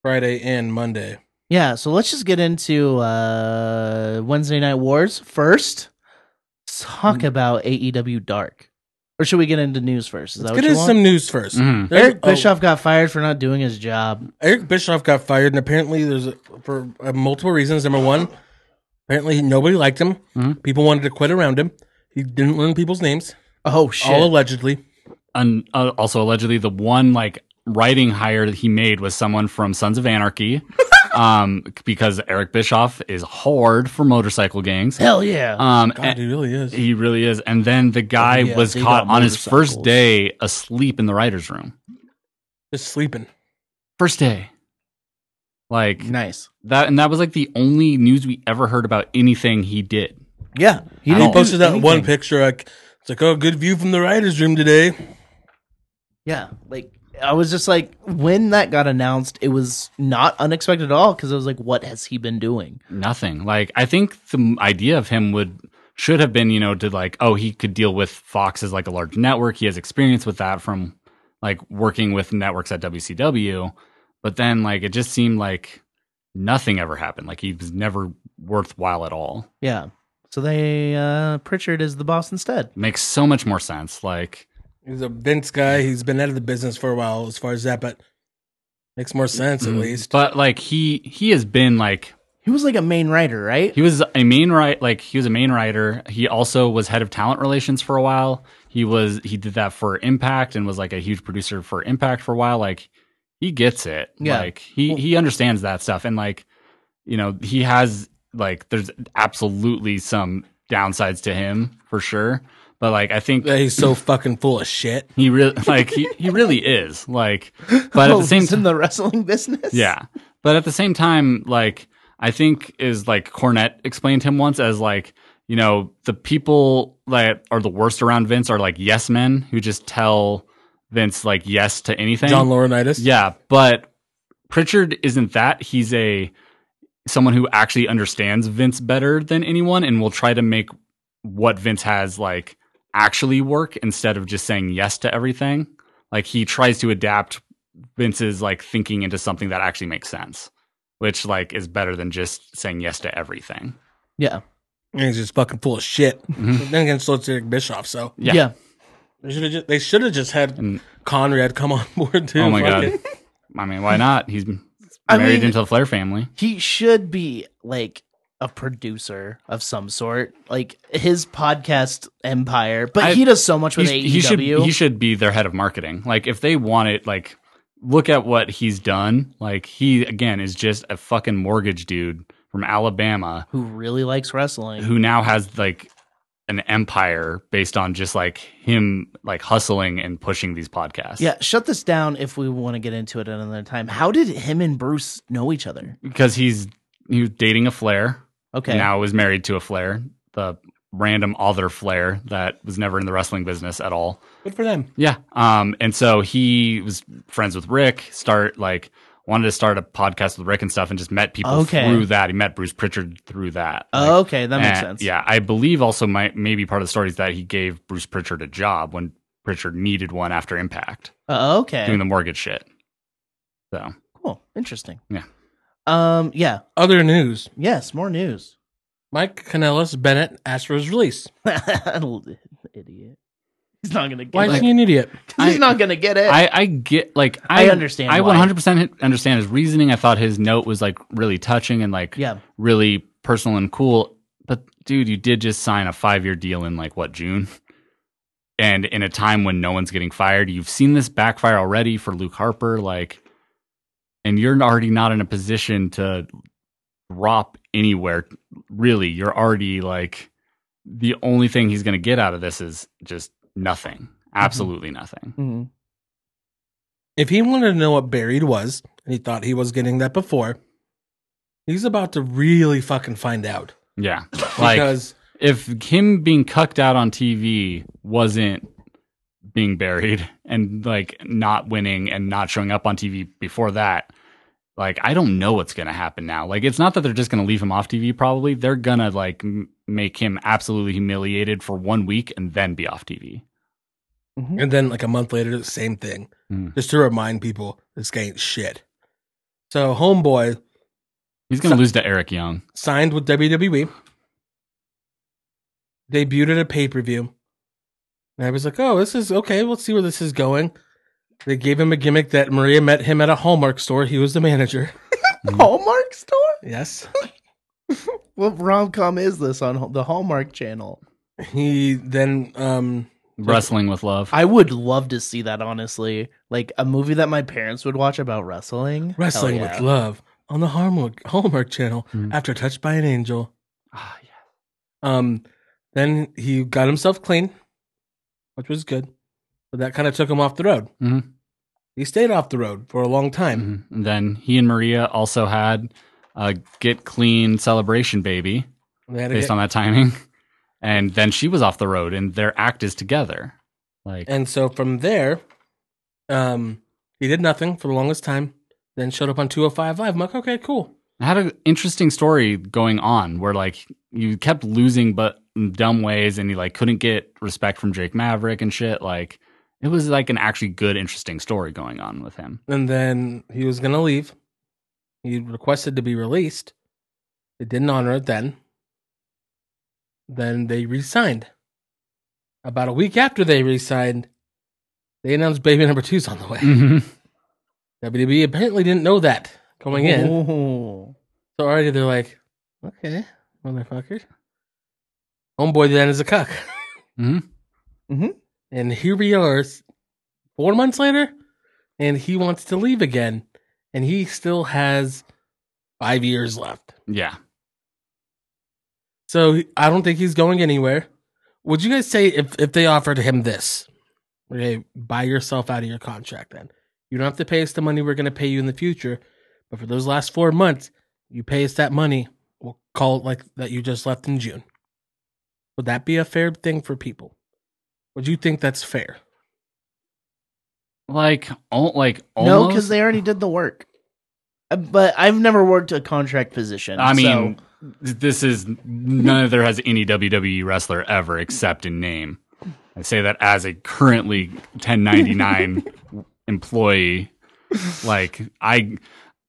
[SPEAKER 1] Friday and Monday.
[SPEAKER 3] Yeah, so let's just get into uh Wednesday Night Wars first. Talk about AEW Dark. Or should we get into news first? Is
[SPEAKER 1] Let's
[SPEAKER 3] that
[SPEAKER 1] get
[SPEAKER 3] what you
[SPEAKER 1] into
[SPEAKER 3] want?
[SPEAKER 1] some news first.
[SPEAKER 4] Mhm.
[SPEAKER 1] There's-
[SPEAKER 3] Eric
[SPEAKER 1] oh,
[SPEAKER 3] Bischoff got fired for not doing his job.
[SPEAKER 1] Eric Bischoff got fired, and apparently there's a, for uh, multiple reasons. Number one, apparently nobody liked him.
[SPEAKER 4] Mhm.
[SPEAKER 1] People wanted to quit around him. He didn't learn people's names,
[SPEAKER 3] Oh shit.
[SPEAKER 1] all allegedly.
[SPEAKER 4] And uh, also allegedly the one like writing hire that he made was someone from Sons of Anarchy, um, because Eric Bischoff is hard for motorcycle gangs.
[SPEAKER 3] Hell yeah.
[SPEAKER 4] Um,
[SPEAKER 1] God,
[SPEAKER 4] and-
[SPEAKER 1] he really is.
[SPEAKER 4] he really is. And then the guy
[SPEAKER 1] Yeah,
[SPEAKER 4] was
[SPEAKER 3] they
[SPEAKER 4] caught
[SPEAKER 3] got
[SPEAKER 4] on his first
[SPEAKER 3] motorcycles.
[SPEAKER 4] day asleep in the writers' room.
[SPEAKER 1] Just sleeping.
[SPEAKER 4] First day. Like
[SPEAKER 3] Um, Nice.
[SPEAKER 4] that, and that was like the only news we ever heard about anything he did.
[SPEAKER 3] Yeah.
[SPEAKER 1] He
[SPEAKER 4] I
[SPEAKER 1] didn't
[SPEAKER 4] don't-
[SPEAKER 1] posted that one
[SPEAKER 4] anything.
[SPEAKER 1] picture. Like, it's like, oh, good view from the writers' room today.
[SPEAKER 3] Yeah. Like I was just like when that got announced, it was not unexpected at all because I was like, what has he been doing?
[SPEAKER 4] Nothing. Like I think the idea of him would should have been, you know, to like, oh, he could deal with Fox as like a large network. He has experience with that from like working with networks at WCW. But then like it just seemed like nothing ever happened. Like he was never worthwhile at all.
[SPEAKER 3] Yeah. So they uh Pritchard is the boss instead.
[SPEAKER 4] Makes so much more sense. Like
[SPEAKER 1] He's a Vince guy. He's been out of the business for a while, as far as that, but makes more sense at
[SPEAKER 4] Mhm.
[SPEAKER 1] least.
[SPEAKER 4] But like he he has been like
[SPEAKER 3] He was like a main writer, right?
[SPEAKER 4] he was a main right like he was a main writer. He also was head of talent relations for a while. He was he did that for Impact and was like a huge producer for Impact for a while. Like he gets it.
[SPEAKER 3] Yeah.
[SPEAKER 4] Like he
[SPEAKER 3] Well-
[SPEAKER 4] he understands that stuff and like you know he has like there's absolutely some downsides to him for sure. But like I think
[SPEAKER 1] Yeah, he's so fucking full of shit.
[SPEAKER 4] he really like he, he really is like. But at
[SPEAKER 3] Oh,
[SPEAKER 4] the same
[SPEAKER 3] he's
[SPEAKER 4] time,
[SPEAKER 3] in the wrestling business.
[SPEAKER 4] yeah. But at the same time, like, I think is like Cornette explained him once as like, you know, the people that are the worst around Vince are like yes men who just tell Vince like yes to anything.
[SPEAKER 1] John Laurinaitis.
[SPEAKER 4] Yeah, but Pritchard isn't that. He's a someone who actually understands Vince better than anyone and will try to make what Vince has like actually work instead of just saying yes to everything. Like he tries to adapt Vince's like thinking into something that actually makes sense, which like is better than just saying yes to everything.
[SPEAKER 3] Yeah.
[SPEAKER 1] And he's just fucking full of shit.
[SPEAKER 4] Mhm.
[SPEAKER 1] Then again, so it's Eric Bischoff. So
[SPEAKER 4] Yeah.
[SPEAKER 1] they should have just, they should have just had
[SPEAKER 4] And
[SPEAKER 1] Conrad come on board too.
[SPEAKER 4] Mm. oh my
[SPEAKER 1] Fuck
[SPEAKER 4] god.
[SPEAKER 1] it.
[SPEAKER 4] I mean, why not? He's married
[SPEAKER 3] I mean-
[SPEAKER 4] into the Flair family.
[SPEAKER 3] He should be like a producer of some sort, like his podcast empire. But
[SPEAKER 4] I-
[SPEAKER 3] he does so much with E
[SPEAKER 4] He's-
[SPEAKER 3] AEW.
[SPEAKER 4] he should he should be their head of marketing. Like if they want it, like look at what he's done. Like he again is just a fucking mortgage dude from Alabama
[SPEAKER 3] who really likes wrestling.
[SPEAKER 4] who now has like an empire based on just like him like hustling and pushing these podcasts.
[SPEAKER 3] yeah, shut this down if we want to get into it another time. How did him and Bruce know each other?
[SPEAKER 4] Because he's he was dating a flair.
[SPEAKER 3] Okay.
[SPEAKER 4] Now is married to a flair, the random other flair that was never in the wrestling business at all.
[SPEAKER 1] Good for them.
[SPEAKER 4] Yeah. Um, and so he was friends with Rick, start like wanted to start a podcast with Rick and stuff and just met people
[SPEAKER 3] Okay.
[SPEAKER 4] through that. He met Bruce Pritchard through that.
[SPEAKER 3] Oh, okay, that makes
[SPEAKER 4] and-
[SPEAKER 3] sense.
[SPEAKER 4] eh, Yeah. I believe also my maybe part of the story is that he gave Bruce Pritchard a job when Pritchard needed one after Impact
[SPEAKER 3] Oh, okay.
[SPEAKER 4] doing the mortgage shit. So
[SPEAKER 3] cool. Interesting.
[SPEAKER 4] Yeah.
[SPEAKER 3] Um. Yeah.
[SPEAKER 1] Other news:
[SPEAKER 3] Yes. More news.
[SPEAKER 1] Mike Kanellis Bennett asked for his release.
[SPEAKER 3] Idiot. He's not gonna get
[SPEAKER 1] Why is
[SPEAKER 3] it.
[SPEAKER 1] he an idiot?
[SPEAKER 3] He's
[SPEAKER 4] I-
[SPEAKER 3] not gonna get it.
[SPEAKER 4] I, I get like
[SPEAKER 3] I understand
[SPEAKER 4] I
[SPEAKER 3] why.
[SPEAKER 4] 100% understand his reasoning. I thought his note was like really touching and like
[SPEAKER 3] yeah.
[SPEAKER 4] really personal and cool. But dude, you did just sign a five year deal in like what June, and in a time when no one's getting fired, you've seen this backfire already for Luke Harper. Like, and you're already not in a position to drop anywhere. Really, you're already like the only thing he's going to get out of this is just nothing. Absolutely nothing.
[SPEAKER 3] Mhm.
[SPEAKER 1] If he wanted to know what buried was, and he thought he was getting that before, he's about to really fucking find out.
[SPEAKER 4] Yeah. Like,
[SPEAKER 1] Because
[SPEAKER 4] if him being cucked out on TV wasn't being buried and like not winning and not showing up on TV before that, like I don't know what's going to happen now. Like it's not that they're just going to leave him off TV probably. They're going to like m- make him absolutely humiliated for 1 week and then be off TV.
[SPEAKER 1] and then like a month later, the same thing.
[SPEAKER 4] Mm.
[SPEAKER 1] Just to remind people, this guy ain't shit. So homeboy
[SPEAKER 4] He's going to lose to Eric Young.
[SPEAKER 1] signed with WWE, debuted at a pay per view. And I was like, oh, this is okay. Let's see where this is going. They gave him a gimmick that Maria met him at a Hallmark store. He was the manager.
[SPEAKER 3] Mm-hmm. Hallmark store.
[SPEAKER 1] Yes.
[SPEAKER 3] What rom com is this on the Hallmark Channel?
[SPEAKER 1] He then, um,
[SPEAKER 4] Wrestling with love.
[SPEAKER 3] I would love to see that. Honestly, like a movie that my parents would watch about wrestling. Hell
[SPEAKER 1] Wrestling
[SPEAKER 3] yeah.
[SPEAKER 1] with Love on the Hallmark, Hallmark Channel
[SPEAKER 4] Mhm.
[SPEAKER 1] after Touched by an Angel.
[SPEAKER 4] Ah, yeah.
[SPEAKER 1] Um, then he got himself clean, which was good, but that kind of took him off the road.
[SPEAKER 4] Mhm.
[SPEAKER 1] He stayed off the road for a long time.
[SPEAKER 4] Mhm. And then he and Maria also had a get clean celebration baby
[SPEAKER 1] They had to
[SPEAKER 4] based
[SPEAKER 1] get-
[SPEAKER 4] on that timing. And then she was off the road and their act is together. Like
[SPEAKER 1] And so from there, um, he did nothing for the longest time. Then showed up on 205 Live. I'm like, okay, cool.
[SPEAKER 4] I had an interesting story going on where like you kept losing but in dumb ways and you like couldn't get respect from Drake Maverick and shit. Like it was like an actually good, interesting story going on with him.
[SPEAKER 1] And then he was gonna leave. He requested to be released. They didn't honor it then. Then they re-signed. About a week after they re-signed, they announced baby number two's on the way.
[SPEAKER 4] Mm.
[SPEAKER 1] WWE apparently didn't know that going in.
[SPEAKER 3] Ooh.
[SPEAKER 1] So already they're like, okay, motherfucker. Homeboy then is a cuck.
[SPEAKER 4] Mhm.
[SPEAKER 3] Mhm.
[SPEAKER 1] And here we are, s- four months later, and he wants to leave again. And he still has five years left.
[SPEAKER 4] Yeah.
[SPEAKER 1] So he- I don't think he's going anywhere. Would you guys say if, if they offered him this, okay, buy yourself out of your contract then? You don't have to pay us the money we're going to pay you in the future. But for those last four months, you pay us that money. We'll call it like that you just left in June. Would that be a fair thing for people? Would you think that's fair?
[SPEAKER 4] Like all like almost
[SPEAKER 3] No, because they already did the work. Uh, But I've never worked a contract position.
[SPEAKER 4] I
[SPEAKER 3] so-
[SPEAKER 4] mean, this is none of there has any WWE wrestler ever except in name. I say that as a currently 1099 employee. Like I,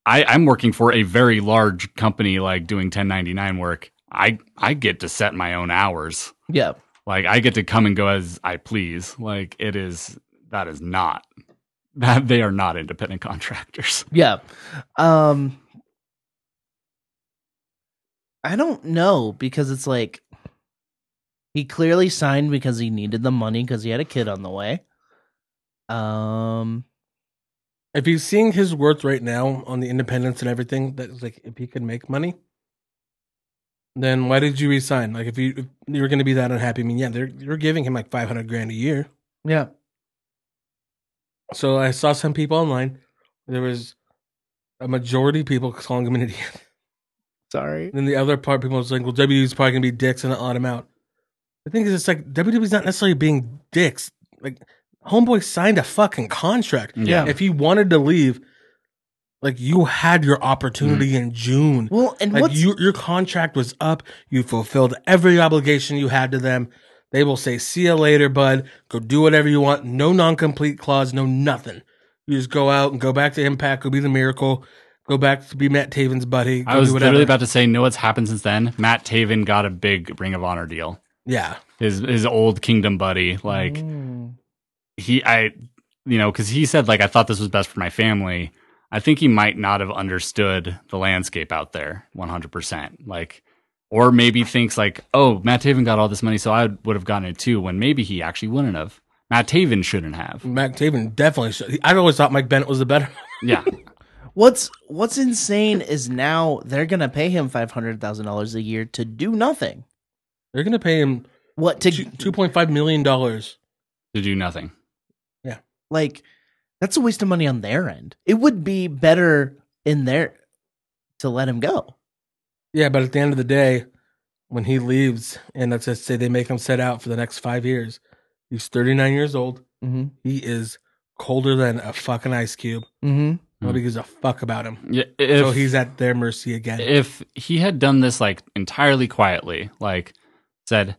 [SPEAKER 4] I, I'm working for a very large company, like doing 1099 work. I, I get to set my own hours.
[SPEAKER 3] yeah.
[SPEAKER 4] Like I get to come and go as I please. Like it is that is not that they are not independent contractors.
[SPEAKER 3] Yeah. Um I don't know because it's like he clearly signed because he needed the money because he had a kid on the way. Um
[SPEAKER 1] If he's seeing his worth right now on the independence and everything, that's like if he could make money, then why did you resign? Like if you if you were going to be that unhappy, I mean, yeah, they're you're giving him like five hundred grand a year.
[SPEAKER 3] yeah.
[SPEAKER 1] So I saw some people online. There was a majority of people calling him an idiot.
[SPEAKER 3] Sorry.
[SPEAKER 1] And then the other part, people was like, "Well, WWE's probably gonna be dicks and not let him out." The thing is, it's like WWE's not necessarily being dicks. Like, homeboy signed a fucking contract.
[SPEAKER 4] Yeah.
[SPEAKER 1] If he wanted to leave, like you had your opportunity
[SPEAKER 4] Mm.
[SPEAKER 1] in June.
[SPEAKER 3] Well, and
[SPEAKER 1] Like
[SPEAKER 3] what's
[SPEAKER 1] you, your contract was up. You fulfilled every obligation you had to them. They will say, "See you later, bud. Go do whatever you want. No non-complete clause. No nothing. You just go out and go back to Impact. Go be the Miracle. Go back to be Matt Taven's buddy. Go
[SPEAKER 4] I was
[SPEAKER 1] do
[SPEAKER 4] literally about to say, know what's happened since then? Matt Taven got a big Ring of Honor deal.
[SPEAKER 1] yeah.
[SPEAKER 4] His his old Kingdom buddy,
[SPEAKER 1] Mm-hmm.
[SPEAKER 4] like
[SPEAKER 3] Mm.
[SPEAKER 4] he, I, you know, because he said like I thought this was best for my family. I think he might not have understood the landscape out there 100. percent Like, or maybe thinks like, oh, Matt Taven got all this money, so I would have gotten it too. When maybe he actually wouldn't have. Matt Taven shouldn't have.
[SPEAKER 1] Matt Taven definitely should. I always thought Mike Bennett was the better.
[SPEAKER 4] Yeah,
[SPEAKER 3] what's what's insane is now they're going to pay him $500,000 a year to do nothing.
[SPEAKER 1] They're going to pay him
[SPEAKER 3] What to
[SPEAKER 1] two- $2.5 million. dollars.
[SPEAKER 4] to do nothing.
[SPEAKER 3] like that's a waste of money on their end. It would be better in their to let him go.
[SPEAKER 1] Yeah, but at the end of the day, when he leaves, and let's just say they make him set out for the next five years, he's 39 years old.
[SPEAKER 3] Mm-hmm.
[SPEAKER 1] He is colder than a fucking ice cube.
[SPEAKER 3] Mm-hmm.
[SPEAKER 1] Nobody gives a fuck about him.
[SPEAKER 4] Yeah, Hmm. if,
[SPEAKER 1] so he's at their mercy again.
[SPEAKER 4] if he had done this like entirely quietly, like said,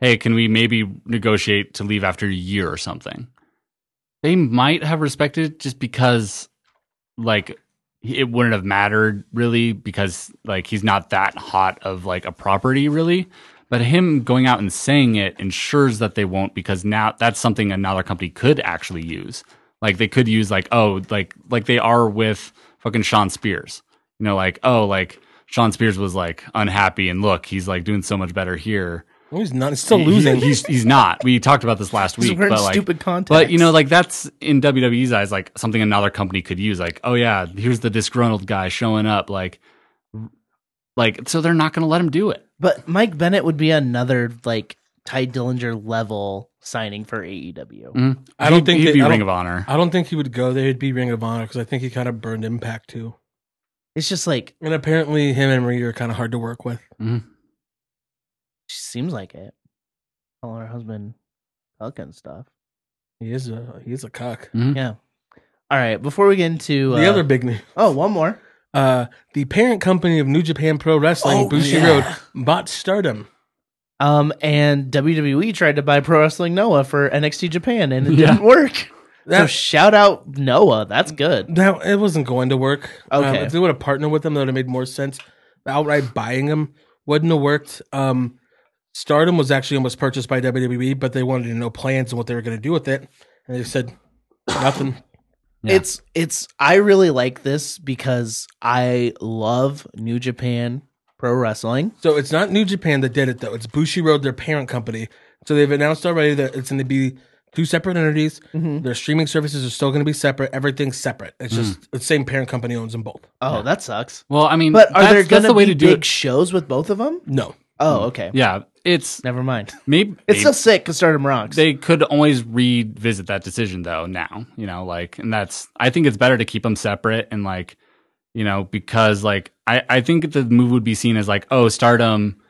[SPEAKER 4] "Hey, can we maybe negotiate to leave after a year or something?" They might have respected it just because like it wouldn't have mattered really because like he's not that hot of like a property really. But him going out and saying it ensures that they won't because now that's something another company could actually use. Like they could use like oh like like they are with fucking Sean Spears. You know like oh like Sean Spears was like unhappy and look he's like doing so much better here.
[SPEAKER 1] Oh, he's not. He's still
[SPEAKER 4] He-
[SPEAKER 1] losing.
[SPEAKER 4] he- he's he's not. We talked about this last week.
[SPEAKER 3] wearing
[SPEAKER 4] but, like,
[SPEAKER 3] stupid contacts.
[SPEAKER 4] but you know, like that's in WWE's eyes, like something another company could use. Like, oh yeah, here's the disgruntled guy showing up. Like, like so they're not going to let him do it.
[SPEAKER 3] but Mike Bennett would be another like Ty Dillinger level signing for E AEW.
[SPEAKER 4] Mhm.
[SPEAKER 1] I don't
[SPEAKER 4] He'd-
[SPEAKER 1] think
[SPEAKER 4] he'd
[SPEAKER 1] they-
[SPEAKER 4] be
[SPEAKER 1] I
[SPEAKER 4] Ring
[SPEAKER 1] don't-
[SPEAKER 4] of Honor.
[SPEAKER 1] I don't think he would go there. He'd be Ring of Honor because I think he kind of burned Impact too.
[SPEAKER 3] It's just like
[SPEAKER 1] And apparently, him and Marie are kind of hard to work with.
[SPEAKER 3] she seems like it. Calling her husband cuck and stuff.
[SPEAKER 1] He is a he is a cock.
[SPEAKER 4] Mhm.
[SPEAKER 3] Yeah. All right. Before we get into
[SPEAKER 1] the
[SPEAKER 3] uh,
[SPEAKER 1] other big news:
[SPEAKER 3] oh, one more.
[SPEAKER 1] uh, the parent company of New Japan Pro Wrestling,
[SPEAKER 3] Oh,
[SPEAKER 1] Bushi
[SPEAKER 3] yeah.
[SPEAKER 1] Road, bought Stardom.
[SPEAKER 3] Um, and WWE tried to buy Pro Wrestling Noah for NXT Japan, and it
[SPEAKER 4] Yeah.
[SPEAKER 3] didn't work. so
[SPEAKER 1] That,
[SPEAKER 3] shout out Noah. That's good.
[SPEAKER 1] that it wasn't going to work. Um,
[SPEAKER 3] Okay.
[SPEAKER 1] if they would have partnered with them, that would have made more sense. Outright buying them wouldn't have worked. Um, Stardom was actually almost purchased by WWE, but they wanted to know plans and what they were going to do with it, and they said nothing.
[SPEAKER 4] Yeah.
[SPEAKER 3] It's it's I really like this because I love New Japan Pro Wrestling.
[SPEAKER 1] So it's not New Japan that did it though. It's Bushi Road, their parent company. So they've announced already that it's going to be two separate entities. Their streaming services are still going to be separate. Everything's separate. It's just the same parent company owns them both.
[SPEAKER 3] Oh, that sucks.
[SPEAKER 4] Well, I mean,
[SPEAKER 3] But are
[SPEAKER 4] that's,
[SPEAKER 3] there
[SPEAKER 4] that's
[SPEAKER 3] going
[SPEAKER 4] the
[SPEAKER 3] to
[SPEAKER 4] way
[SPEAKER 3] be
[SPEAKER 4] to do
[SPEAKER 3] big
[SPEAKER 4] it.
[SPEAKER 3] shows with both of them?
[SPEAKER 1] No,
[SPEAKER 3] Oh, okay.
[SPEAKER 4] yeah, it's
[SPEAKER 3] Never mind.
[SPEAKER 4] maybe
[SPEAKER 3] It's still sick because Stardom rocks.
[SPEAKER 4] they could always revisit that decision though now you know like and that's i think it's better to keep them separate and like you know because like i i think the move would be seen as like oh stardom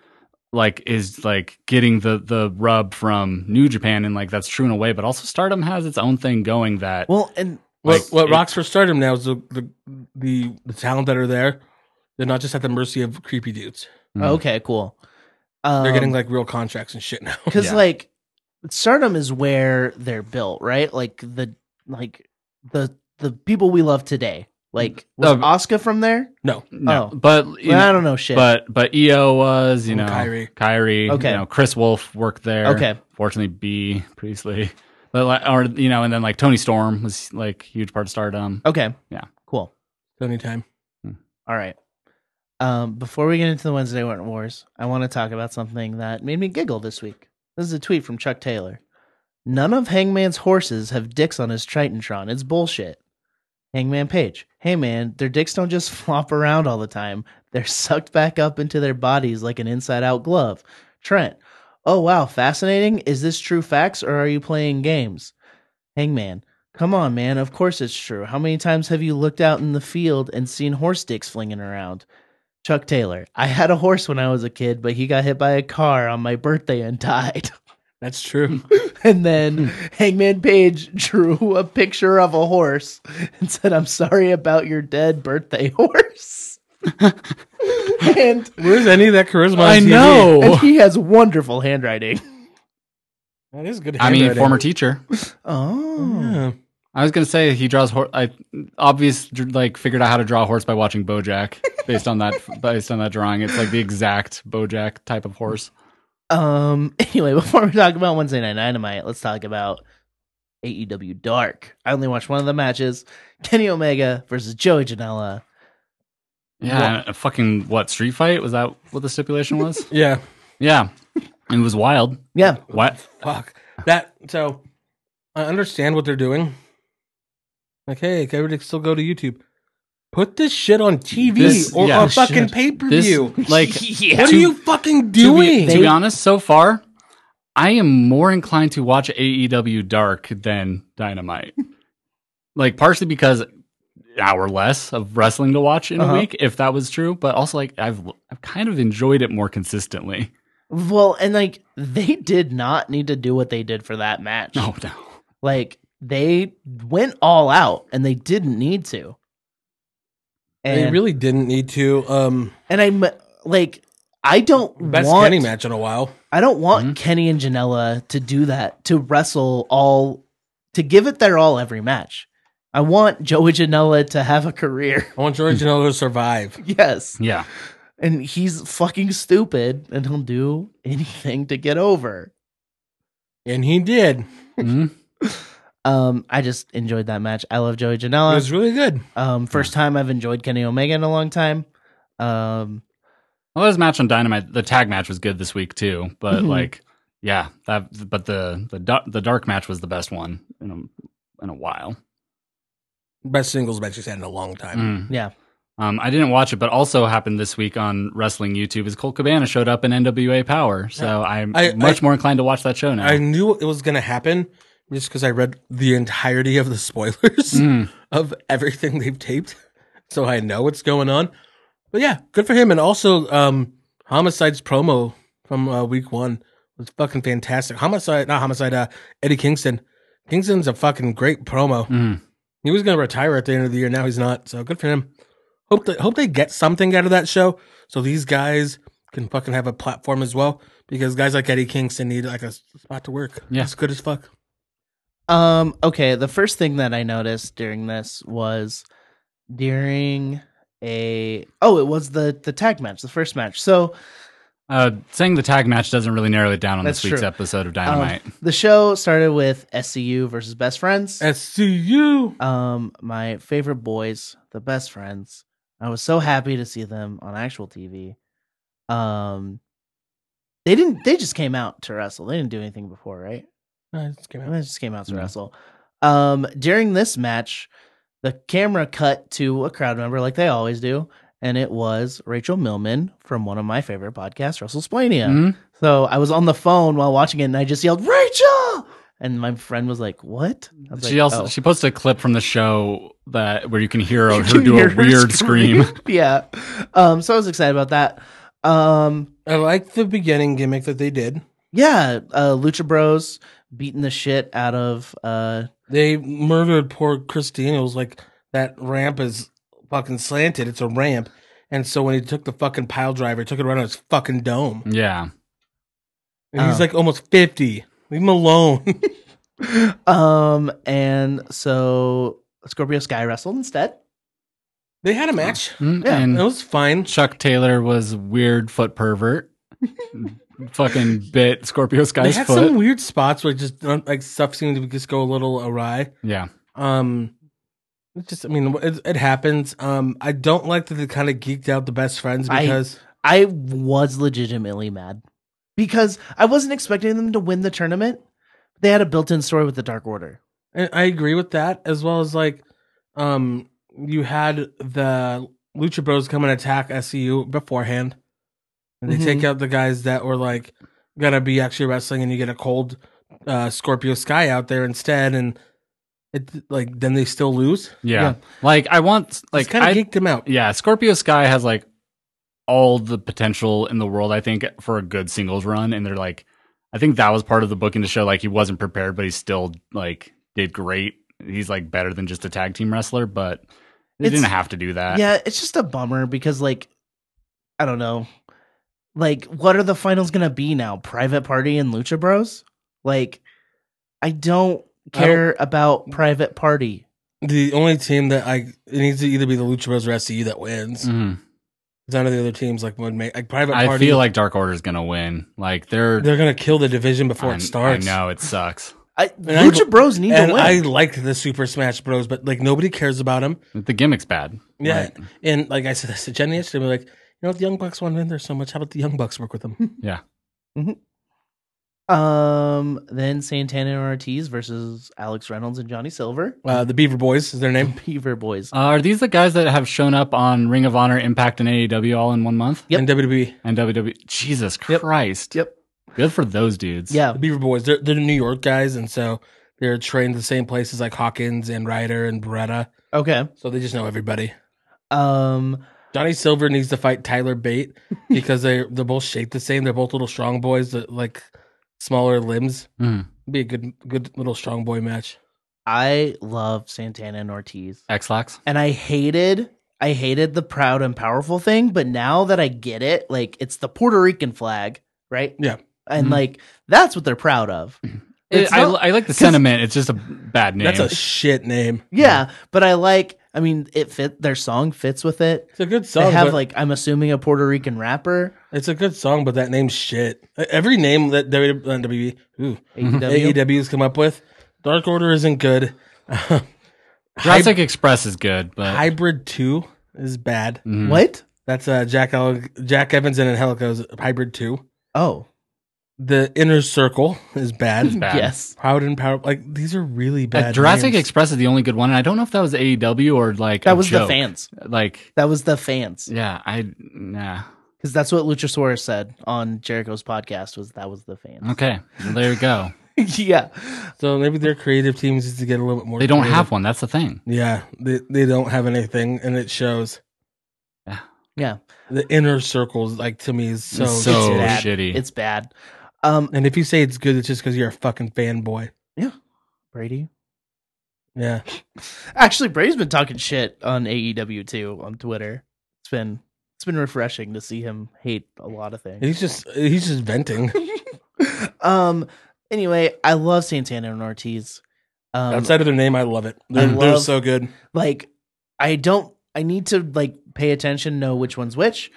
[SPEAKER 4] like is like getting the the rub from new japan and like that's true in a way but also stardom has its own thing going that
[SPEAKER 3] well, and
[SPEAKER 1] what,
[SPEAKER 4] Like,
[SPEAKER 1] what
[SPEAKER 4] it-
[SPEAKER 1] rocks for Stardom now is the the, the the talent that are there. They're not just at the mercy of creepy dudes.
[SPEAKER 4] Mm.
[SPEAKER 3] okay, cool. Um,
[SPEAKER 1] They're getting like real contracts and shit now.
[SPEAKER 3] because
[SPEAKER 4] oh, Yeah.
[SPEAKER 3] like stardom is where they're built right like the like the the people we love today like was
[SPEAKER 4] Um,
[SPEAKER 3] oscar from there
[SPEAKER 1] No,
[SPEAKER 4] no
[SPEAKER 3] oh.
[SPEAKER 4] but you
[SPEAKER 3] Well, i
[SPEAKER 4] know,
[SPEAKER 3] don't know shit Oh,
[SPEAKER 4] but but eo was you
[SPEAKER 1] And
[SPEAKER 4] know
[SPEAKER 1] Kyrie.
[SPEAKER 4] Kyrie.
[SPEAKER 3] Okay.
[SPEAKER 4] You know, Chris Wolf worked there.
[SPEAKER 3] Okay.
[SPEAKER 4] Fortunately, B Priestley, but like, or you know, and then like Tony Storm was like huge part of Stardom.
[SPEAKER 3] okay
[SPEAKER 4] Yeah.
[SPEAKER 3] cool
[SPEAKER 1] Tony time.
[SPEAKER 3] all right um before we get into the wednesday Warrant wars i want to talk about something that made me giggle this week this is a tweet from chuck taylor none of hangman's horses have dicks on his tritantron it's bullshit Hangman Page. Hey man, their dicks don't just flop around all the time. They're sucked back up into their bodies like an inside out glove. Trent. Oh wow, fascinating. Is this true facts or are you playing games? Hangman. Come on, man. Of course it's true. How many times have you looked out in the field and seen horse dicks flinging around? Chuck Taylor. I had a horse when I was a kid, but he got hit by a car on my birthday and died.
[SPEAKER 1] That's true.
[SPEAKER 3] And then Hangman Page drew a picture of a horse and said, I'm sorry about your dead birthday horse. and,
[SPEAKER 1] Where's any of that charisma? on TV?
[SPEAKER 3] and he has wonderful handwriting.
[SPEAKER 1] that is good.
[SPEAKER 4] I mean,
[SPEAKER 1] handwriting.
[SPEAKER 4] former teacher.
[SPEAKER 3] Oh.
[SPEAKER 1] Yeah.
[SPEAKER 4] I was gonna say he draws horse. I obvious dr- like figured out how to draw a horse by watching BoJack. Based on that, based on that drawing, it's like the exact BoJack type of horse.
[SPEAKER 3] Um, anyway, before we talk about Wednesday Night Dynamite, let's talk about AEW Dark. I only watched one of the matches Kenny Omega versus Joey Janela.
[SPEAKER 4] Yeah, a fucking what street fight was that? What the stipulation was?
[SPEAKER 1] Yeah.
[SPEAKER 4] yeah, it was wild.
[SPEAKER 3] Yeah.
[SPEAKER 4] What?
[SPEAKER 1] Fuck that. So I understand what they're doing. Like, hey, can everybody still go to YouTube? Put this shit on TV
[SPEAKER 4] This-
[SPEAKER 1] or
[SPEAKER 4] yeah.
[SPEAKER 1] on
[SPEAKER 4] This
[SPEAKER 1] fucking
[SPEAKER 4] shit.
[SPEAKER 1] pay per
[SPEAKER 4] This
[SPEAKER 1] view.
[SPEAKER 4] like
[SPEAKER 3] yeah.
[SPEAKER 1] What
[SPEAKER 4] to-
[SPEAKER 1] are you fucking
[SPEAKER 4] to be,
[SPEAKER 1] doing?
[SPEAKER 4] to be honest, so far, I am more inclined to watch AEW Dark than Dynamite. like partially because hour less of wrestling to watch in
[SPEAKER 3] Uh-huh.
[SPEAKER 4] a week, if that was true, but also like I've I've kind of enjoyed it more consistently.
[SPEAKER 3] Well, and like they did not need to do what they did for that match.
[SPEAKER 4] No, no.
[SPEAKER 3] Like they went all out and they didn't need to. And
[SPEAKER 1] they really didn't need to. Um,
[SPEAKER 3] and I'm like I don't
[SPEAKER 1] best
[SPEAKER 3] want
[SPEAKER 1] Kenny match in a while.
[SPEAKER 3] I don't want
[SPEAKER 4] Mhm.
[SPEAKER 3] Kenny and Janela to do that to wrestle all to give it their all every match. I want Joey Janela to have a career.
[SPEAKER 1] I want George Janela to survive.
[SPEAKER 3] yes.
[SPEAKER 4] Yeah.
[SPEAKER 3] And he's fucking stupid and he'll do anything to get over.
[SPEAKER 1] And he did. It
[SPEAKER 4] Mhm.
[SPEAKER 3] Um I just enjoyed that match. I love Joey Janela.
[SPEAKER 1] was really good.
[SPEAKER 3] Um, first time I've enjoyed Kenny Omega in a long time. Um,
[SPEAKER 4] Well, his match on Dynamite, the tag match was good this week too, but
[SPEAKER 3] Mhm.
[SPEAKER 4] like yeah, that but the the da- the dark match was the best one in a, in a while.
[SPEAKER 1] Best singles match he's had in a long time.
[SPEAKER 4] Mm.
[SPEAKER 3] yeah.
[SPEAKER 4] Um, I didn't watch it, but also happened this week on wrestling YouTube is Colt Cabana showed up in NWA Power, so I'm
[SPEAKER 1] I-
[SPEAKER 4] much
[SPEAKER 1] I-
[SPEAKER 4] more inclined to watch that show now.
[SPEAKER 1] I knew it was going to happen just because I read the entirety of the spoilers
[SPEAKER 4] Mm.
[SPEAKER 1] of everything they've taped. So I know what's going on. But yeah, good for him. And also, um, Homicide's promo from uh, week one was fucking fantastic. Homicide, not Homicide, uh, Eddie Kingston. Kingston's a fucking great promo.
[SPEAKER 4] Mm.
[SPEAKER 1] He was going to retire at the end of the year. Now he's not. So good for him. Hope they, hope they get something out of that show so these guys can fucking have a platform as well because guys like Eddie Kingston need like a s- spot to work.
[SPEAKER 4] Yeah.
[SPEAKER 1] It's good as fuck.
[SPEAKER 3] Um, okay, the first thing that I noticed during this was during a oh, it was the the tag match, the first match. So
[SPEAKER 4] Uh, saying the tag match doesn't really narrow it down on
[SPEAKER 3] That's
[SPEAKER 4] this week's
[SPEAKER 3] true.
[SPEAKER 4] episode of
[SPEAKER 3] um,
[SPEAKER 4] Dynamite.
[SPEAKER 3] the show started with SCU versus Best Friends.
[SPEAKER 1] SCU.
[SPEAKER 3] Um, my favorite boys, the best friends. I was so happy to see them on actual TV. Um, they didn't. They just came out to wrestle. They didn't do anything before, right?
[SPEAKER 1] Uh, it's came
[SPEAKER 3] I
[SPEAKER 1] out.
[SPEAKER 3] mean, it just came out to
[SPEAKER 4] Yeah.
[SPEAKER 3] wrestle. Um, during this match, the camera cut to a crowd member like they always do, and it was Rachel Millman from one of my favorite podcasts, WrestleSplania.
[SPEAKER 4] Mhm.
[SPEAKER 3] So I was on the phone while watching it, and I just yelled, "Rachel!" And my friend was like, "What?" I was
[SPEAKER 4] She
[SPEAKER 3] like,
[SPEAKER 4] also
[SPEAKER 3] "Oh."
[SPEAKER 4] she posted a clip from the show that where you can hear
[SPEAKER 3] You
[SPEAKER 4] her
[SPEAKER 3] can
[SPEAKER 4] do
[SPEAKER 3] hear
[SPEAKER 4] a weird scream.
[SPEAKER 3] yeah. Um, so I was excited about that. Um,
[SPEAKER 1] I like the beginning gimmick that they did.
[SPEAKER 3] yeah, uh, Lucha Bros beating the shit out of uh,
[SPEAKER 1] They murdered poor Chris Daniels. Like that ramp is fucking slanted. It's a ramp. And so when he took the fucking pile driver, he took it right on his fucking dome.
[SPEAKER 4] yeah,
[SPEAKER 1] And he's
[SPEAKER 3] Oh.
[SPEAKER 1] like almost 50. Leave him alone.
[SPEAKER 3] um, and so Scorpio Sky wrestled instead.
[SPEAKER 1] they had a match.
[SPEAKER 4] Mhm.
[SPEAKER 3] Yeah,
[SPEAKER 1] It
[SPEAKER 4] and
[SPEAKER 1] was fine.
[SPEAKER 4] Chuck Taylor was weird foot pervert. Fucking bit Scorpio
[SPEAKER 1] They
[SPEAKER 4] Sky's
[SPEAKER 1] had
[SPEAKER 4] foot.
[SPEAKER 1] some weird spots where just um, like stuff seemed to just go a little awry.
[SPEAKER 4] yeah,
[SPEAKER 1] Um, it's just I mean it, it happens. Um, I don't like that they kind of geeked out the best friends
[SPEAKER 3] I-
[SPEAKER 1] because
[SPEAKER 3] I was legitimately mad because I wasn't expecting them to win the tournament. They had a built-in story with the Dark Order.
[SPEAKER 1] And I agree with that, as well as like, um, you had the Lucha Bros come and attack SCU beforehand, and they
[SPEAKER 3] Mhm.
[SPEAKER 4] Mm-hmm.
[SPEAKER 1] take out the guys that were like gonna be actually wrestling, and you get a cold uh, Scorpio Sky out there instead, and it like then they still lose.
[SPEAKER 4] yeah,
[SPEAKER 3] Yeah.
[SPEAKER 4] Like I want
[SPEAKER 1] Like
[SPEAKER 4] like
[SPEAKER 1] kind
[SPEAKER 4] I
[SPEAKER 1] of geeked them out.
[SPEAKER 4] yeah, Scorpio Sky has like all the potential in the world, I think, for a good singles run. And they're like, I think that was part of the booking to show like he wasn't prepared, but he still like did great. He's like better than just a tag team wrestler, but they
[SPEAKER 3] It's-
[SPEAKER 4] didn't have to do
[SPEAKER 1] Uh.
[SPEAKER 4] that.
[SPEAKER 3] yeah, it's just a bummer because like I don't know. Like what are the finals going to be now? Private Party and Lucha Bros? Like I
[SPEAKER 1] I
[SPEAKER 3] don't
[SPEAKER 1] don't-
[SPEAKER 3] care about Private Party.
[SPEAKER 1] The only team that I it needs to either be the Lucha Bros or SCU that wins.
[SPEAKER 4] Mhm.
[SPEAKER 1] None of the other teams like would make like private. Party,
[SPEAKER 4] I feel like Dark Order's gonna win. Like they're,
[SPEAKER 1] they're gonna kill the division before
[SPEAKER 4] I-
[SPEAKER 1] it starts.
[SPEAKER 4] I know it sucks.
[SPEAKER 3] I,
[SPEAKER 1] I-
[SPEAKER 3] Lucha Bros need
[SPEAKER 1] and
[SPEAKER 3] to win.
[SPEAKER 1] I liked the Super Smash Bros, but like nobody cares about them.
[SPEAKER 4] The gimmick's bad.
[SPEAKER 1] Yeah,
[SPEAKER 4] Like,
[SPEAKER 1] and like I said this to Jenny yesterday, we we're like, you know, if the Young Bucks want to win there so much, how about the Young Bucks work with them?
[SPEAKER 3] Um, then Santana and Ortiz versus Alex Reynolds and Johnny Silver.
[SPEAKER 1] Uh, the Beaver Boys is their name.
[SPEAKER 3] Beaver Boys.
[SPEAKER 4] uh, are these the guys that have shown up on Ring of Honor, Impact, and AEW all in one month?
[SPEAKER 3] Yep.
[SPEAKER 1] And WWE,
[SPEAKER 4] And WWE. Jesus
[SPEAKER 3] Yep.
[SPEAKER 4] Christ.
[SPEAKER 3] Yep.
[SPEAKER 4] Good for those dudes.
[SPEAKER 1] the
[SPEAKER 3] yeah.
[SPEAKER 1] Beaver Boys, they're, they're New York guys, and so they're trained the same places like Hawkins and Ryder and Beretta,
[SPEAKER 3] Okay.
[SPEAKER 1] so they just know everybody.
[SPEAKER 3] Um,
[SPEAKER 1] Johnny Silver needs to fight Tyler Bate because they they're both shaped the same. They're both little strong boys, that, like smaller limbs.
[SPEAKER 4] Mhm.
[SPEAKER 1] Be a good good little strong boy match.
[SPEAKER 3] I love Santana and Ortiz.
[SPEAKER 4] X-Lax.
[SPEAKER 3] And I hated I hated the proud and powerful thing, but now that I get it, like it's the Puerto Rican flag, right?
[SPEAKER 1] Yeah.
[SPEAKER 3] And
[SPEAKER 4] Mhm.
[SPEAKER 3] like that's what they're proud of. It's
[SPEAKER 4] It, I,
[SPEAKER 3] not-
[SPEAKER 4] I like the sentiment. It's just a bad name.
[SPEAKER 1] That's a shit name.
[SPEAKER 3] Yeah, but I like I mean it fit their song fits with it.
[SPEAKER 1] It's a good song.
[SPEAKER 3] they have
[SPEAKER 1] but-
[SPEAKER 3] like I'm assuming a Puerto Rican rapper.
[SPEAKER 1] It's a good song, but that name's shit. E, Every name that WWE, uh, WWE ooh,
[SPEAKER 3] AEW.
[SPEAKER 1] AEW's come up with, Dark Order isn't good. Hyb-
[SPEAKER 4] Jurassic Express is good, but uh,
[SPEAKER 1] Hybrid Two is bad.
[SPEAKER 4] Mhm.
[SPEAKER 3] What?
[SPEAKER 1] That's uh, Jack El- Jack Evans and Helico's Hybrid Two.
[SPEAKER 3] Oh.
[SPEAKER 1] The Inner Circle is bad.
[SPEAKER 4] bad.
[SPEAKER 3] Yes.
[SPEAKER 1] Proud and Power. Like, these are really
[SPEAKER 4] Uh,
[SPEAKER 1] bad.
[SPEAKER 4] Jurassic
[SPEAKER 1] names.
[SPEAKER 4] Express is the only good one, and I don't know if that was AEW or like a
[SPEAKER 3] That was the
[SPEAKER 4] joke.
[SPEAKER 3] fans.
[SPEAKER 4] Like,
[SPEAKER 3] That was the fans.
[SPEAKER 4] yeah, I nah.
[SPEAKER 3] Because that's what Luchasaurus said on Jericho's podcast was that was the fans.
[SPEAKER 4] Okay, well, there you go.
[SPEAKER 3] yeah.
[SPEAKER 1] So maybe their creative teams need to get a little bit more.
[SPEAKER 4] They don't
[SPEAKER 1] creative.
[SPEAKER 4] have one. That's the thing.
[SPEAKER 1] Yeah, they they don't have anything, and it shows.
[SPEAKER 4] Yeah.
[SPEAKER 3] Yeah.
[SPEAKER 1] The inner circles, like to me, is so.
[SPEAKER 4] It's so
[SPEAKER 3] it's bad.
[SPEAKER 4] shitty.
[SPEAKER 3] It's bad. Um
[SPEAKER 1] and if you say it's good, it's just because you're a fucking fanboy.
[SPEAKER 3] Brady.
[SPEAKER 1] Yeah,
[SPEAKER 3] Actually Brady's been talking shit on AEW too on Twitter. It's been it's been refreshing to see him hate a lot of things.
[SPEAKER 1] he's just he's just venting.
[SPEAKER 3] um anyway, I love Santana and Ortiz. Um
[SPEAKER 1] Outside of their name, I love it. They're,
[SPEAKER 3] I
[SPEAKER 1] they're
[SPEAKER 3] love-
[SPEAKER 1] so good.
[SPEAKER 3] like I don't I need to like pay attention, know which one's which.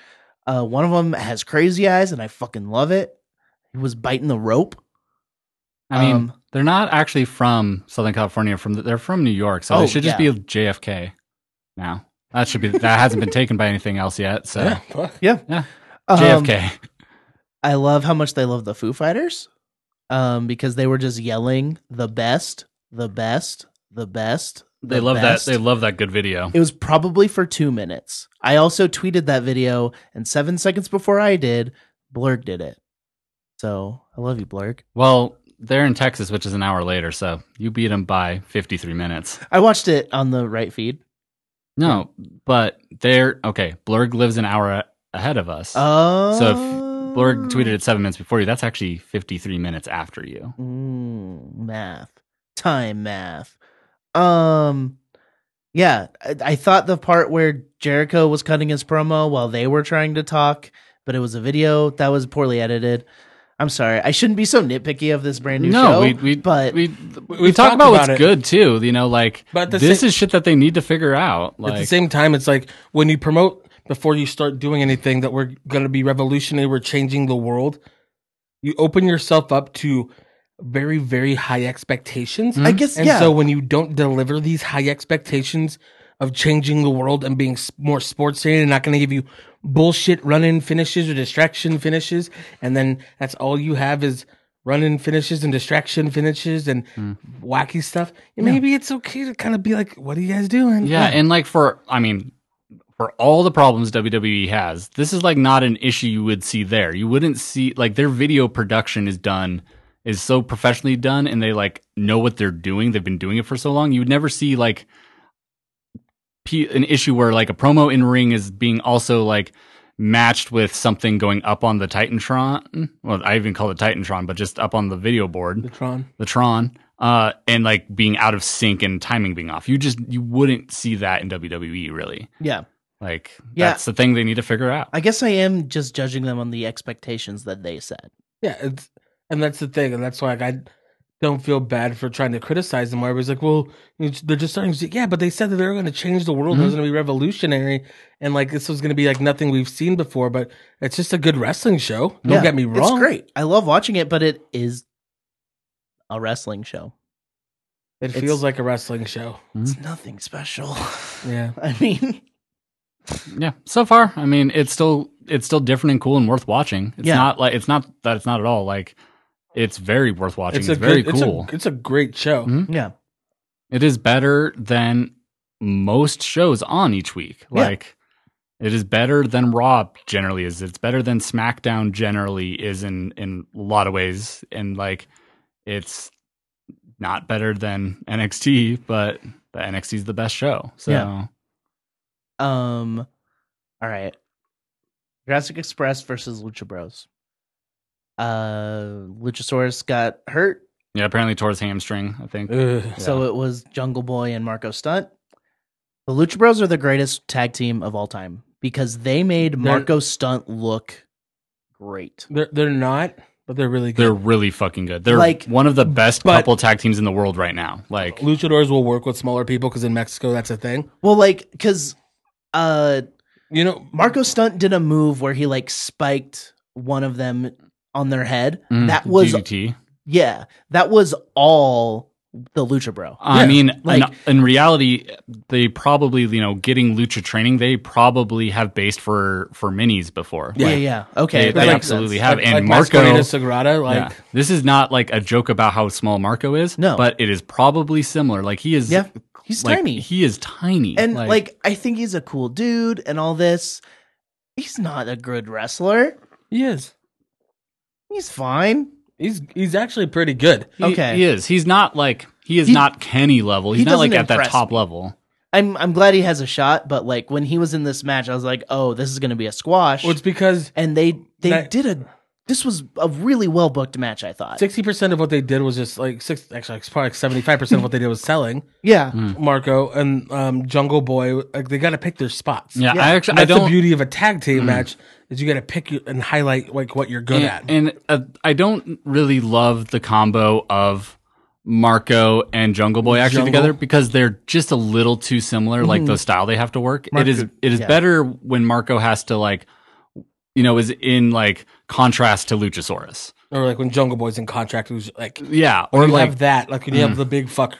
[SPEAKER 3] Uh one of them has crazy eyes and I fucking love it. He was biting the rope.
[SPEAKER 4] I mean,
[SPEAKER 3] um,
[SPEAKER 4] they're not actually from Southern California. From the, they're from New York, so
[SPEAKER 3] Oh,
[SPEAKER 4] they should just
[SPEAKER 3] yeah.
[SPEAKER 4] be JFK now. That should be that hasn't been taken by anything else yet. So
[SPEAKER 1] Yeah, fuck.
[SPEAKER 3] Um,
[SPEAKER 4] JFK.
[SPEAKER 3] I love how much they love the Foo Fighters. Um because they were just yelling the best, the best, the best. the
[SPEAKER 4] They love
[SPEAKER 3] best."
[SPEAKER 4] that. They love that good video.
[SPEAKER 3] It was probably for two minutes. I also tweeted that video, and seven seconds before I did, Blurg did it. So I love you, Blurg.
[SPEAKER 4] Well, they're in Texas, which is an hour later, so you beat them by 53 minutes.
[SPEAKER 3] I watched it on the right feed.
[SPEAKER 4] No, but they're okay. Blurg lives an hour a- ahead of us.
[SPEAKER 3] Oh,
[SPEAKER 4] So if Blurg
[SPEAKER 3] Um,
[SPEAKER 4] tweeted it seven minutes before you. That's actually 53 minutes after you.
[SPEAKER 3] Mm, math, time math. Um, yeah, I, I thought the part where Jericho was cutting his promo while they were trying to talk, but it was a video that was poorly edited. I'm sorry, I shouldn't be so nitpicky of this brand new
[SPEAKER 4] no,
[SPEAKER 3] show.
[SPEAKER 4] we we
[SPEAKER 3] but
[SPEAKER 4] we, we,
[SPEAKER 1] we've
[SPEAKER 4] talk
[SPEAKER 1] talked
[SPEAKER 4] about what's
[SPEAKER 1] about it.
[SPEAKER 4] good too. You know, like
[SPEAKER 1] But the
[SPEAKER 4] this
[SPEAKER 1] same-
[SPEAKER 4] is shit that they need to figure out. Like
[SPEAKER 1] At the same time, it's like when you promote before you start doing anything that we're going to be revolutionary, we're changing the world. You open yourself up to very, very high expectations.
[SPEAKER 4] mm-hmm.
[SPEAKER 3] I guess
[SPEAKER 1] And
[SPEAKER 3] yeah.
[SPEAKER 1] so when you don't deliver these high expectations of changing the world and being s- more sports oriented and not going to give you bullshit run in finishes or distraction finishes, and then that's all you have is run in finishes and distraction finishes and wacky stuff, maybe it's okay to kind of be like, what are you guys doing?
[SPEAKER 4] yeah, and like for I mean, for all the problems WWE has, this is like not an issue you would see there. You wouldn't see like their video production is done is so professionally done and they like know what they're doing. They've been doing it for so long. You would never see like p- an issue where like a promo in ring is being also like matched with something going up on the Titantron. Well, I even call it Titantron, but just up on the video board
[SPEAKER 1] The Tron.
[SPEAKER 4] the Tron, uh, and like being out of sync and timing being off. You just you wouldn't see that in WWE really.
[SPEAKER 3] yeah,
[SPEAKER 4] Like
[SPEAKER 3] Yeah.
[SPEAKER 4] that's the thing they need to figure out.
[SPEAKER 3] I guess I am just judging them on the expectations that they set.
[SPEAKER 1] Yeah, it's, and that's the thing, and that's why like, I don't feel bad for trying to criticize them. Where I was like, well, it's- they're just starting. To, yeah, but they said that they were going to change the world. and It
[SPEAKER 4] Mm-hmm.
[SPEAKER 1] was going to be revolutionary, and like this was going to be like nothing we've seen before. But it's just a good wrestling show. Don't
[SPEAKER 3] Yeah,
[SPEAKER 1] get me wrong.
[SPEAKER 3] It's great. I love watching it, but it is a wrestling show.
[SPEAKER 1] It
[SPEAKER 3] It's-
[SPEAKER 1] feels like a wrestling show.
[SPEAKER 3] It's
[SPEAKER 4] Mm-hmm.
[SPEAKER 3] nothing special.
[SPEAKER 1] Yeah,
[SPEAKER 3] I mean,
[SPEAKER 4] Yeah. So far, I mean, it's still it's still different and cool and worth watching. It's
[SPEAKER 3] Yeah.
[SPEAKER 4] not like it's not that it's not at all like it's very worth watching. It's,
[SPEAKER 1] a
[SPEAKER 4] very
[SPEAKER 1] good-
[SPEAKER 4] cool.
[SPEAKER 1] It's a, it's a great show.
[SPEAKER 4] Mhm.
[SPEAKER 3] yeah,
[SPEAKER 4] it is better than most shows on each week.
[SPEAKER 3] Yeah.
[SPEAKER 4] Like it is better than Raw generally is. It's better than SmackDown generally is in in a lot of ways. And like it's not better than NXT, but the NXT is the best show. So
[SPEAKER 3] Yeah. Um, all right. Jurassic Express versus Lucha Bros. Uh, Luchasaurus got hurt,
[SPEAKER 4] yeah, apparently tore his hamstring. I think.
[SPEAKER 1] Ugh.
[SPEAKER 3] so it was Jungle Boy and Marco Stunt. The Lucha Bros are the greatest tag team of all time because they made Marco Stunt look great.
[SPEAKER 1] They're they're not, but they're really good.
[SPEAKER 4] They're really fucking good. They're
[SPEAKER 3] Like,
[SPEAKER 4] like one of the best
[SPEAKER 1] but-
[SPEAKER 4] couple tag teams in the world right now. Like
[SPEAKER 1] Luchadors will work with smaller people because in Mexico that's a thing.
[SPEAKER 3] Well, like, cause uh,
[SPEAKER 1] You know,
[SPEAKER 3] Marco Stunt did a move where he like spiked one of them on their head.
[SPEAKER 4] mm,
[SPEAKER 3] that was
[SPEAKER 4] DDT.
[SPEAKER 3] yeah, that was all the Lucha Bro.
[SPEAKER 4] I
[SPEAKER 1] Yeah,
[SPEAKER 4] mean,
[SPEAKER 3] like-
[SPEAKER 4] in, in reality, they probably you know getting lucha training. They probably have based for for minis before.
[SPEAKER 3] Yeah,
[SPEAKER 1] Yeah.
[SPEAKER 3] yeah. Okay,
[SPEAKER 4] They-
[SPEAKER 3] that
[SPEAKER 4] they
[SPEAKER 3] makes
[SPEAKER 4] absolutely
[SPEAKER 3] sense.
[SPEAKER 4] have.
[SPEAKER 1] Like,
[SPEAKER 4] and
[SPEAKER 1] like
[SPEAKER 4] Marco,
[SPEAKER 1] Masquerita Sagrada, like
[SPEAKER 4] yeah. this is not like a joke about how small Marco is.
[SPEAKER 3] No.
[SPEAKER 4] but it is probably similar. Like he is.
[SPEAKER 3] Yeah, he's
[SPEAKER 4] like,
[SPEAKER 3] tiny.
[SPEAKER 4] He is tiny.
[SPEAKER 3] and like, I think he's a cool dude and all this. He's not a good wrestler.
[SPEAKER 1] he is.
[SPEAKER 3] He's fine.
[SPEAKER 1] He's he's actually pretty good.
[SPEAKER 4] he,
[SPEAKER 3] okay.
[SPEAKER 4] he is. He's not like he is
[SPEAKER 3] He-
[SPEAKER 4] not Kenny level.
[SPEAKER 3] he
[SPEAKER 4] He's not like
[SPEAKER 3] doesn't
[SPEAKER 4] at that
[SPEAKER 3] impress
[SPEAKER 4] top
[SPEAKER 3] me.
[SPEAKER 4] level.
[SPEAKER 3] I'm I'm glad he has a shot, but like when he was in this match, I was like, oh, this is gonna be a squash.
[SPEAKER 1] Well, it's because
[SPEAKER 3] and they they
[SPEAKER 1] That-
[SPEAKER 3] did a this was a really well booked match, I thought.
[SPEAKER 1] sixty percent of what they did was just like six. Actually, it's probably seventy five percent of what they did was selling
[SPEAKER 3] yeah.
[SPEAKER 1] Marco and um, Jungle Boy. Like they got to pick their spots.
[SPEAKER 4] Yeah,
[SPEAKER 3] Yeah.
[SPEAKER 4] I actually
[SPEAKER 1] that's
[SPEAKER 4] I don't. Mm.
[SPEAKER 1] the beauty of a tag team match is you got to pick your, and highlight like what you're good at.
[SPEAKER 4] and, and, uh, I don't really love the combo of Marco and Jungle Boy actually
[SPEAKER 1] Jungle.
[SPEAKER 4] together because they're just a little too similar. Like the style they have to work. it is it is
[SPEAKER 3] yeah.
[SPEAKER 4] better when Marco has to like, you know, is in like contrast to Luchasaurus.
[SPEAKER 1] or like when Jungle Boy's in contract, who's like
[SPEAKER 4] Yeah,
[SPEAKER 1] or
[SPEAKER 4] or
[SPEAKER 1] you
[SPEAKER 4] like Mm.
[SPEAKER 1] have that, like when you have the big fuck.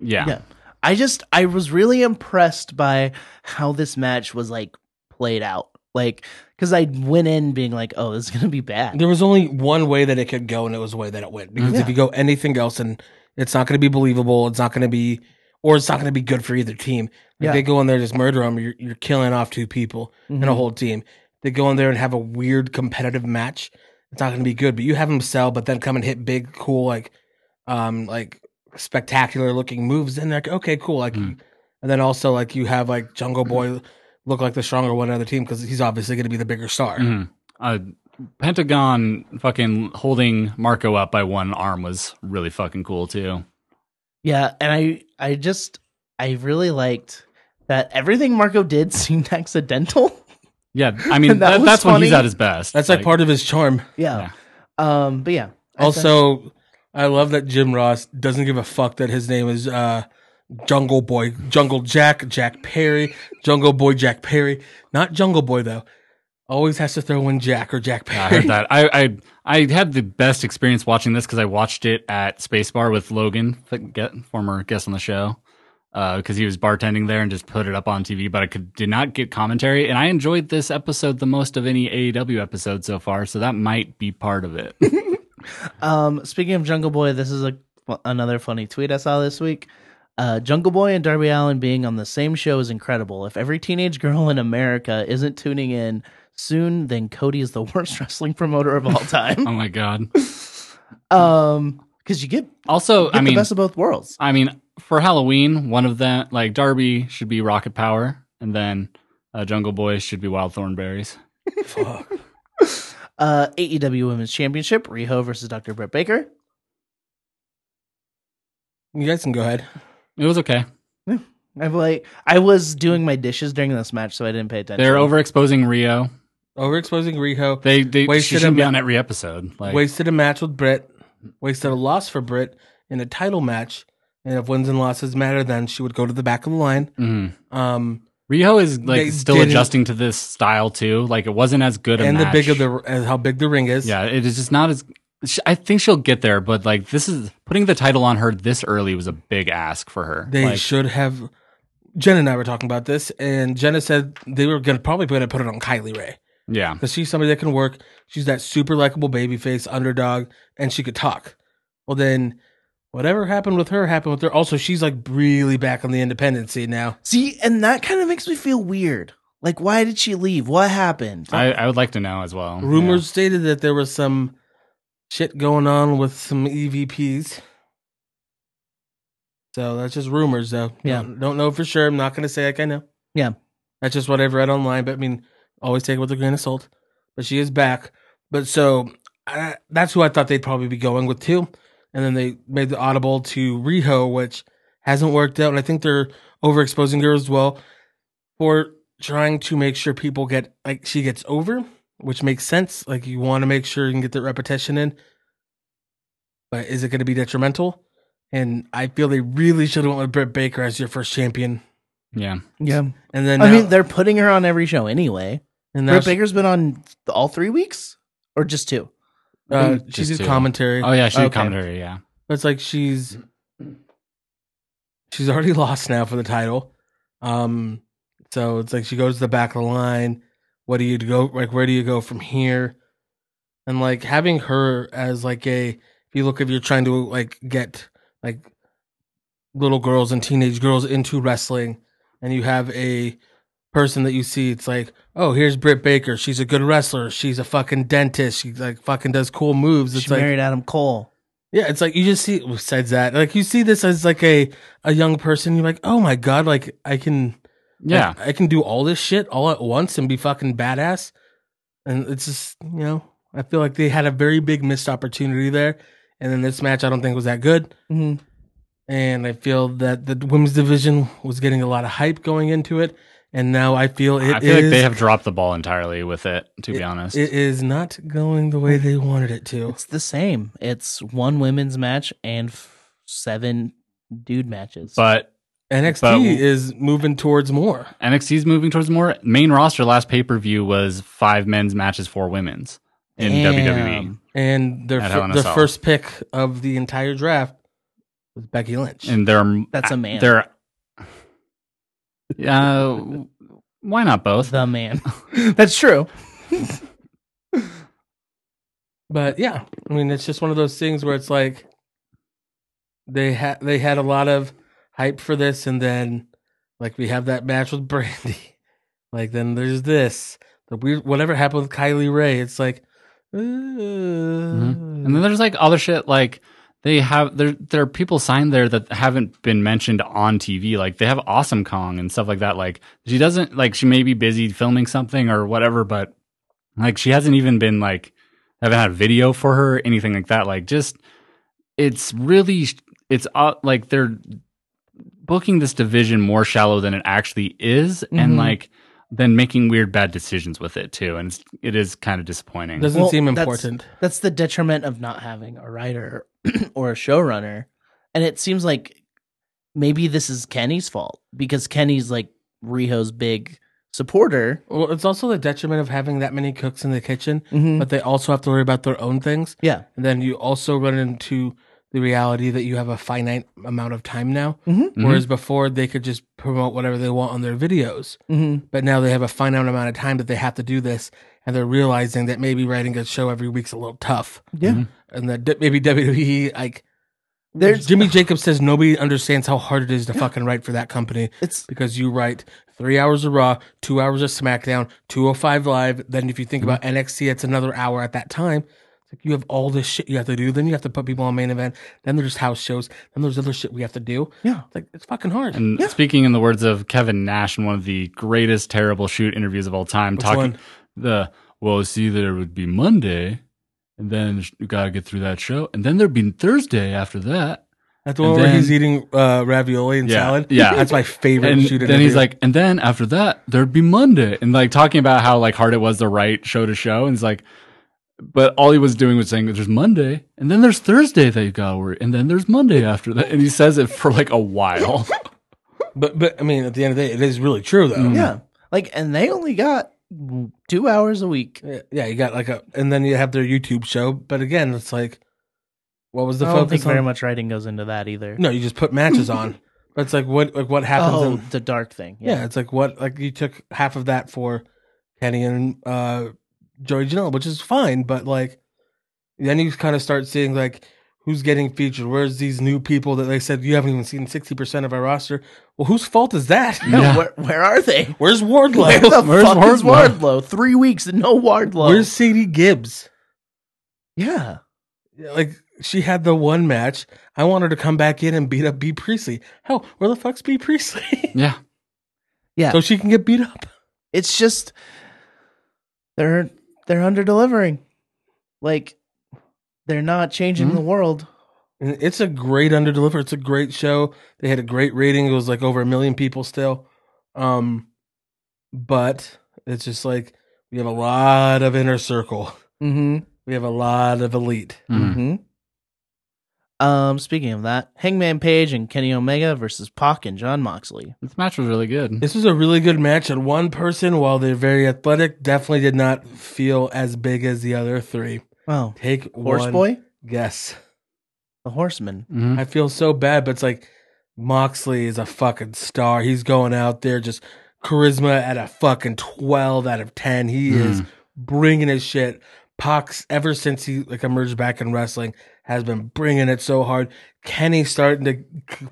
[SPEAKER 4] yeah.
[SPEAKER 3] Yeah. I just I was really impressed by how this match was like played out. Like cuz I went in being like, "Oh, this is going to be bad."
[SPEAKER 1] There was only one way that it could go, and it was the way that it went. Because
[SPEAKER 3] Yeah.
[SPEAKER 1] if you go anything else, and it's not going to be believable, it's not going to be, or it's not going to be good for either team. Like
[SPEAKER 3] Yeah.
[SPEAKER 1] they go in there and just murder them. You're, you're killing off two people and a
[SPEAKER 3] Mhm.
[SPEAKER 1] whole team. They go in there and have a weird competitive match. It's not going to be good, but you have them sell, but then come and hit big, cool, like, um, like spectacular looking moves. And they're like, okay, cool, like,
[SPEAKER 3] Mm.
[SPEAKER 1] and then also like you have like Jungle Boy look like the stronger one on the team because he's obviously going to be the bigger star.
[SPEAKER 3] Mm.
[SPEAKER 4] Mhm. Uh, Pentagon fucking holding Marco up by one arm was really fucking cool too.
[SPEAKER 3] Yeah, and I I just I really liked that everything Marco did seemed accidental.
[SPEAKER 4] Yeah, I
[SPEAKER 3] That
[SPEAKER 4] mean that,
[SPEAKER 3] was
[SPEAKER 4] that's when he's
[SPEAKER 3] funny.
[SPEAKER 4] at his best.
[SPEAKER 1] That's like, part of his charm.
[SPEAKER 3] yeah. Um but yeah. I thought-
[SPEAKER 1] Also, I love that Jim Ross doesn't give a fuck that his name is uh, Jungle Boy, Jungle Jack, Jack Perry, Jungle Boy, Jack Perry. Not Jungle Boy though. Always has to throw in Jack or Jack
[SPEAKER 4] I
[SPEAKER 1] Perry.
[SPEAKER 4] heard that. I, I I had the best experience watching this because I watched it at Spacebar with Logan, f- get- former guest on the show, because he was bartending there and just put it up on TV. But I could did not get commentary, and I enjoyed this episode the most of any AEW episode so far. So that might be part of it.
[SPEAKER 3] um speaking of Jungle Boy, this is a another funny tweet I saw this week. Uh, Jungle Boy and Darby Allen being on the same show is incredible. If every teenage girl in America isn't tuning in soon, then Cody is the worst wrestling promoter of all time.
[SPEAKER 4] oh my god!
[SPEAKER 3] um, because you get,
[SPEAKER 4] Also,
[SPEAKER 3] get
[SPEAKER 4] I mean,
[SPEAKER 3] the best of both worlds.
[SPEAKER 4] I mean, for Halloween, one of them, like Darby, should be Rocket Power, and then uh, Jungle Boy should be Wild Thornberries.
[SPEAKER 1] Fuck.
[SPEAKER 3] Uh, AEW Women's Championship: Riho versus Dr. Britt Baker.
[SPEAKER 1] You guys can go ahead.
[SPEAKER 4] It was okay.
[SPEAKER 3] I'm like, I was doing my dishes during this match, so I didn't pay attention.
[SPEAKER 4] They're overexposing Rio.
[SPEAKER 1] Overexposing Riho.
[SPEAKER 4] They they
[SPEAKER 1] Wasted
[SPEAKER 4] she shouldn't
[SPEAKER 1] a
[SPEAKER 4] be
[SPEAKER 1] ma-
[SPEAKER 4] on every episode. Like
[SPEAKER 1] wasted a match with Britt. Wasted a loss for Britt in a title match. And if wins and losses matter, then she would go to the back of the line.
[SPEAKER 4] mhm.
[SPEAKER 1] Um,
[SPEAKER 4] Rio is like
[SPEAKER 1] They
[SPEAKER 4] still
[SPEAKER 1] didn't-
[SPEAKER 4] adjusting to this style too. Like it wasn't as good a
[SPEAKER 1] and
[SPEAKER 4] match.
[SPEAKER 1] the big of the as how big the ring is.
[SPEAKER 4] yeah. It is just not as. sh- I think she'll get there, but like this is putting the title on her this early was a big ask for her.
[SPEAKER 1] They
[SPEAKER 4] like,
[SPEAKER 1] should have. Jen and I were talking about this, and Jenna said they were gonna probably gonna put it on Kylie Ray
[SPEAKER 4] yeah,
[SPEAKER 1] because she's somebody that can work. She's that super likable baby face underdog, and she could talk. Well, then whatever happened with her happened with her. Also, she's like really back on the independent scene now.
[SPEAKER 3] See, and that kind of makes me feel weird. Like, why did she leave? What happened?
[SPEAKER 4] I, I would like to know as well.
[SPEAKER 1] Rumors stated that there was some shit going on with some E EVPs. So that's just rumors, though.
[SPEAKER 3] Yeah.
[SPEAKER 1] Don't, don't know for sure. I'm not going to say like I know.
[SPEAKER 3] Yeah.
[SPEAKER 1] That's just what I've read online. But I mean, always take it with a grain of salt. But she is back. But so I, that's who I thought they'd probably be going with, too. And then they made the audible to Riho, which hasn't worked out. And I think they're overexposing her as well for trying to make sure people get, like, she gets over which makes sense. Like you want to make sure you can get the repetition in, but is it going to be detrimental? And I feel they really should have went with Britt Baker as your first champion,
[SPEAKER 4] Yeah,
[SPEAKER 3] yeah,
[SPEAKER 1] and then
[SPEAKER 3] I
[SPEAKER 1] now-
[SPEAKER 3] mean, they're putting her on every show anyway.
[SPEAKER 1] and now
[SPEAKER 3] Britt
[SPEAKER 1] she,
[SPEAKER 3] Baker's been on th- all three weeks or just two?
[SPEAKER 1] uh,
[SPEAKER 4] Just
[SPEAKER 1] she did
[SPEAKER 4] two.
[SPEAKER 1] commentary.
[SPEAKER 4] Oh yeah, she did
[SPEAKER 3] Okay.
[SPEAKER 4] commentary. Yeah,
[SPEAKER 1] It's like she's she's already lost now for the title. Um, so it's like she goes to the back of the line. What do you go like? Where do you go from here? And like having her as like a if you look if you're trying to like get like little girls and teenage girls into wrestling, and you have a person that you see, it's like oh here's Britt Baker. She's a good wrestler. She's a fucking dentist. She like fucking does cool moves. It's
[SPEAKER 3] she
[SPEAKER 1] like
[SPEAKER 3] married Adam Cole.
[SPEAKER 1] yeah, it's like you just see besides that, like you see this as like a a young person. You're like, oh my god, like I can,
[SPEAKER 4] Yeah.
[SPEAKER 1] like, I can do all this shit all at once and be fucking badass. And it's just you know, I feel like they had a very big missed opportunity there. And then this match, I don't think was that good.
[SPEAKER 3] Mhm.
[SPEAKER 1] And I feel that the women's division was getting a lot of hype going into it, and now I feel it is
[SPEAKER 4] I feel like they have dropped the ball entirely with it, to be honest.
[SPEAKER 1] it is not going the way they wanted it to.
[SPEAKER 3] It's the same. It's one women's match and f- seven dude matches.
[SPEAKER 4] but
[SPEAKER 1] NXT
[SPEAKER 4] But-
[SPEAKER 1] is moving towards more.
[SPEAKER 4] NXT's moving towards more. Main roster last pay per view was five men's matches, four women's in E.
[SPEAKER 1] E.
[SPEAKER 4] WWE,
[SPEAKER 3] Damn.
[SPEAKER 1] and their fir-
[SPEAKER 4] At Hell in a
[SPEAKER 1] their
[SPEAKER 4] Cell.
[SPEAKER 1] first pick of the entire draft was Becky Lynch.
[SPEAKER 4] and they're
[SPEAKER 1] Ah,
[SPEAKER 3] That's a man.
[SPEAKER 4] They're uh, why not both?
[SPEAKER 3] the man. That's true.
[SPEAKER 1] but yeah, I mean, it's just one of those things where it's like they had they had a lot of hype for this, and then like we have that match with Brandy. Like then there's this the weird whatever happened with Kylie Ray. It's like. uh,
[SPEAKER 4] Mm-hmm.
[SPEAKER 1] Mm.
[SPEAKER 4] And then there's like other shit like they have there there are people signed there that haven't been mentioned on TV. Like they have Awesome Kong and stuff like that. Like she doesn't like she may be busy filming something or whatever, but like she hasn't even been like haven't had a video for her anything like that. Like just it's really it's uh, like they're booking this division more shallow than it actually is, and
[SPEAKER 3] Mhm.
[SPEAKER 4] like then making weird bad decisions with it too. And it's, it is kind of disappointing.
[SPEAKER 1] doesn't
[SPEAKER 3] Well,
[SPEAKER 1] seem
[SPEAKER 3] that's-
[SPEAKER 1] important.
[SPEAKER 3] That's the detriment of not having a writer or a showrunner. And it seems like maybe this is Kenny's fault because Kenny's like Riho's big supporter.
[SPEAKER 1] Well, it's also the detriment of having that many cooks in the kitchen,
[SPEAKER 3] Mm-hmm.
[SPEAKER 1] but they also have to worry about their own things.
[SPEAKER 3] Yeah.
[SPEAKER 1] And then you also run into the reality that you have a finite amount of time now.
[SPEAKER 3] Mhm.
[SPEAKER 1] Whereas before, they could just promote whatever they want on their videos.
[SPEAKER 3] Mm-hmm.
[SPEAKER 1] But now they have a finite amount of time that they have to do this. And they're realizing that maybe writing a show every week's a little tough.
[SPEAKER 3] Yeah.
[SPEAKER 4] Mhm.
[SPEAKER 1] And that d- maybe WWE, like,
[SPEAKER 3] There's
[SPEAKER 1] Jimmy Jacobs says nobody understands how hard it is to fucking write for that company
[SPEAKER 3] it's
[SPEAKER 1] because you write three hours of Raw, two hours of SmackDown, 205 Live. Then if you think
[SPEAKER 4] Mm-hmm.
[SPEAKER 1] about NXT, it's another hour at that time. It's like you have all this shit you have to do. Then you have to put people on main event. Then there's house shows. Then there's other shit we have to do.
[SPEAKER 3] Yeah.
[SPEAKER 1] It's like it's fucking hard.
[SPEAKER 4] And speaking in the words of Kevin Nash in one of the greatest terrible shoot interviews of all time, talking
[SPEAKER 1] one?
[SPEAKER 4] the well, see, there would be Monday, and then sh- you gotta get through that show, and then there'd be Thursday after that,
[SPEAKER 1] That's the one
[SPEAKER 4] and
[SPEAKER 1] where he's
[SPEAKER 4] then-
[SPEAKER 1] eating uh, ravioli and
[SPEAKER 4] Yeah,
[SPEAKER 1] salad.
[SPEAKER 4] yeah.
[SPEAKER 1] That's my favorite
[SPEAKER 4] and
[SPEAKER 1] shoot
[SPEAKER 4] then
[SPEAKER 1] interview.
[SPEAKER 4] he's like, and then after that there'd be Monday, and like talking about how like hard it was to write show to show, and it's like, but all he was doing was saying there's Monday, and then there's Thursday that you gotta worry, and then there's Monday after that, and he says it for like a while.
[SPEAKER 1] but but I mean, at the end of the day, it is really true though.
[SPEAKER 4] Mm.
[SPEAKER 3] yeah. Like and they only got two hours a week.
[SPEAKER 1] Yeah, yeah, you got like a, and then you have their YouTube show. But again, it's like, what was the
[SPEAKER 3] I don't
[SPEAKER 1] focus
[SPEAKER 3] think
[SPEAKER 1] on?
[SPEAKER 3] very much writing goes into that either.
[SPEAKER 1] No, you just put matches on. But it's like what like what happens?
[SPEAKER 3] oh,
[SPEAKER 1] in,
[SPEAKER 3] the dark thing.
[SPEAKER 1] Yeah. it's like what like you took half of that for Kenny and uh Joey Janela, which is fine, but like then you kind of start seeing like who's getting featured, where's these new people that they said you haven't even seen sixty percent of our roster. Well, whose fault is that?
[SPEAKER 3] No,
[SPEAKER 4] Yeah.
[SPEAKER 3] where, where are they?
[SPEAKER 1] Where's
[SPEAKER 3] Where
[SPEAKER 1] Wardlow?
[SPEAKER 3] the
[SPEAKER 4] Where's
[SPEAKER 3] fuck is
[SPEAKER 4] Wardlow?
[SPEAKER 3] Wardlow? Three weeks and no Wardlow.
[SPEAKER 1] Where's Sadie Gibbs?
[SPEAKER 3] yeah.
[SPEAKER 1] Like she had the one match. I want her to come back in and beat up B Priestley. Hell, where the fuck's B Priestley?
[SPEAKER 4] yeah.
[SPEAKER 3] Yeah.
[SPEAKER 1] so she can get beat up.
[SPEAKER 3] it's just they're they're under delivering. Like they're not changing
[SPEAKER 4] Mhm.
[SPEAKER 3] the world.
[SPEAKER 1] And It's a great underdeliver. It's a great show. They had a great rating. It was like over a million people still. Um, but it's just like we have a lot of inner circle.
[SPEAKER 3] Mm-hmm.
[SPEAKER 1] We have a lot of elite.
[SPEAKER 4] Mm.
[SPEAKER 3] Mm-hmm. Um, speaking of that, Hangman Page and Kenny Omega versus Pac and John Moxley.
[SPEAKER 4] This match was really good.
[SPEAKER 1] This was a really good match. And one person, while they're very athletic, definitely did not feel as big as the other three.
[SPEAKER 3] Wow.
[SPEAKER 1] Take
[SPEAKER 3] Horse
[SPEAKER 1] one
[SPEAKER 3] boy?
[SPEAKER 1] guess.
[SPEAKER 3] the horseman.
[SPEAKER 4] Mhm.
[SPEAKER 1] I feel so bad, but it's like Moxley is a fucking star. He's going out there just charisma at a fucking 12 out of 10. He
[SPEAKER 4] Hmm.
[SPEAKER 1] is bringing his shit. Pox, ever since he like emerged back in wrestling, has been bringing it so hard. Kenny's starting to